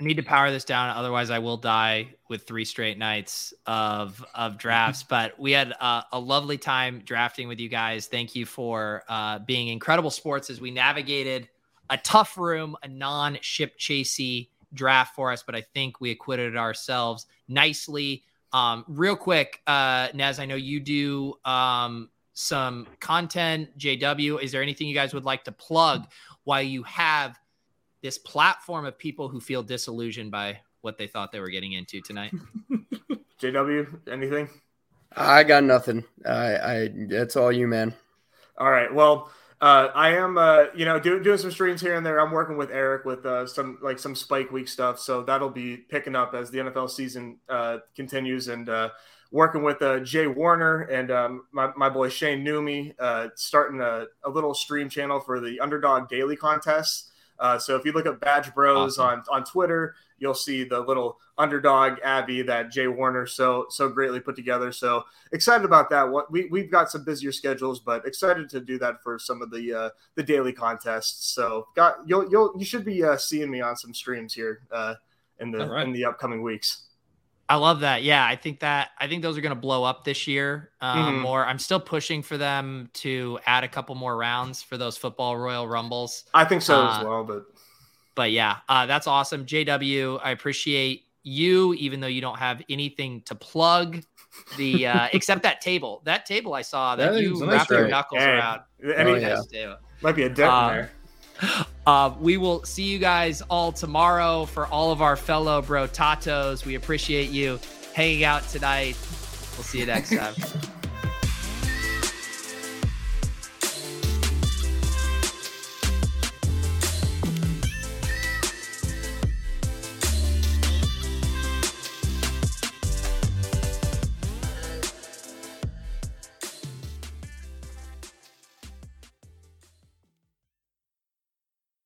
I need to power this down, otherwise I will die with three straight nights of of drafts. but we had uh, a lovely time drafting with you guys. Thank you for uh, being incredible sports as we navigated a tough room, a non ship chasey draft for us. But I think we acquitted ourselves nicely. Um, real quick, uh, Nez, I know you do um, some content. JW, is there anything you guys would like to plug while you have? this platform of people who feel disillusioned by what they thought they were getting into tonight.
JW, anything?
I got nothing. I, I that's all you, man.
All right. Well, uh, I am, uh, you know, do, doing some streams here and there. I'm working with Eric with uh, some like some Spike Week stuff, so that'll be picking up as the NFL season uh, continues. And uh, working with uh, Jay Warner and um, my, my boy Shane Newmy, uh, starting a, a little stream channel for the Underdog Daily Contest. Uh, so if you look up Badge Bros on on Twitter, you'll see the little underdog Abby that Jay Warner so so greatly put together. So excited about that. What we we've got some busier schedules, but excited to do that for some of the uh, the daily contests. So got you'll you'll you should be uh, seeing me on some streams here uh, in the
All right.
in the upcoming weeks.
I love that. Yeah, I think that I think those are going to blow up this year um,
Mhm.
more. I'm still pushing for them to add a couple more rounds for those football Royal Rumbles.
I think so
Uh,
as well, but
But yeah, uh, that's awesome, JW. I appreciate you, even though you don't have anything to plug. The uh, except that table, that table I saw that,
That is
you
nice,
wrapped your
right?
knuckles
Hey,
around.
any-
Very nice
yeah.
table.
might be a dent in
Um,
there.
Uh, we will see you guys all tomorrow for all of our fellow bro tatos. We appreciate you hanging out tonight. We'll see you next time.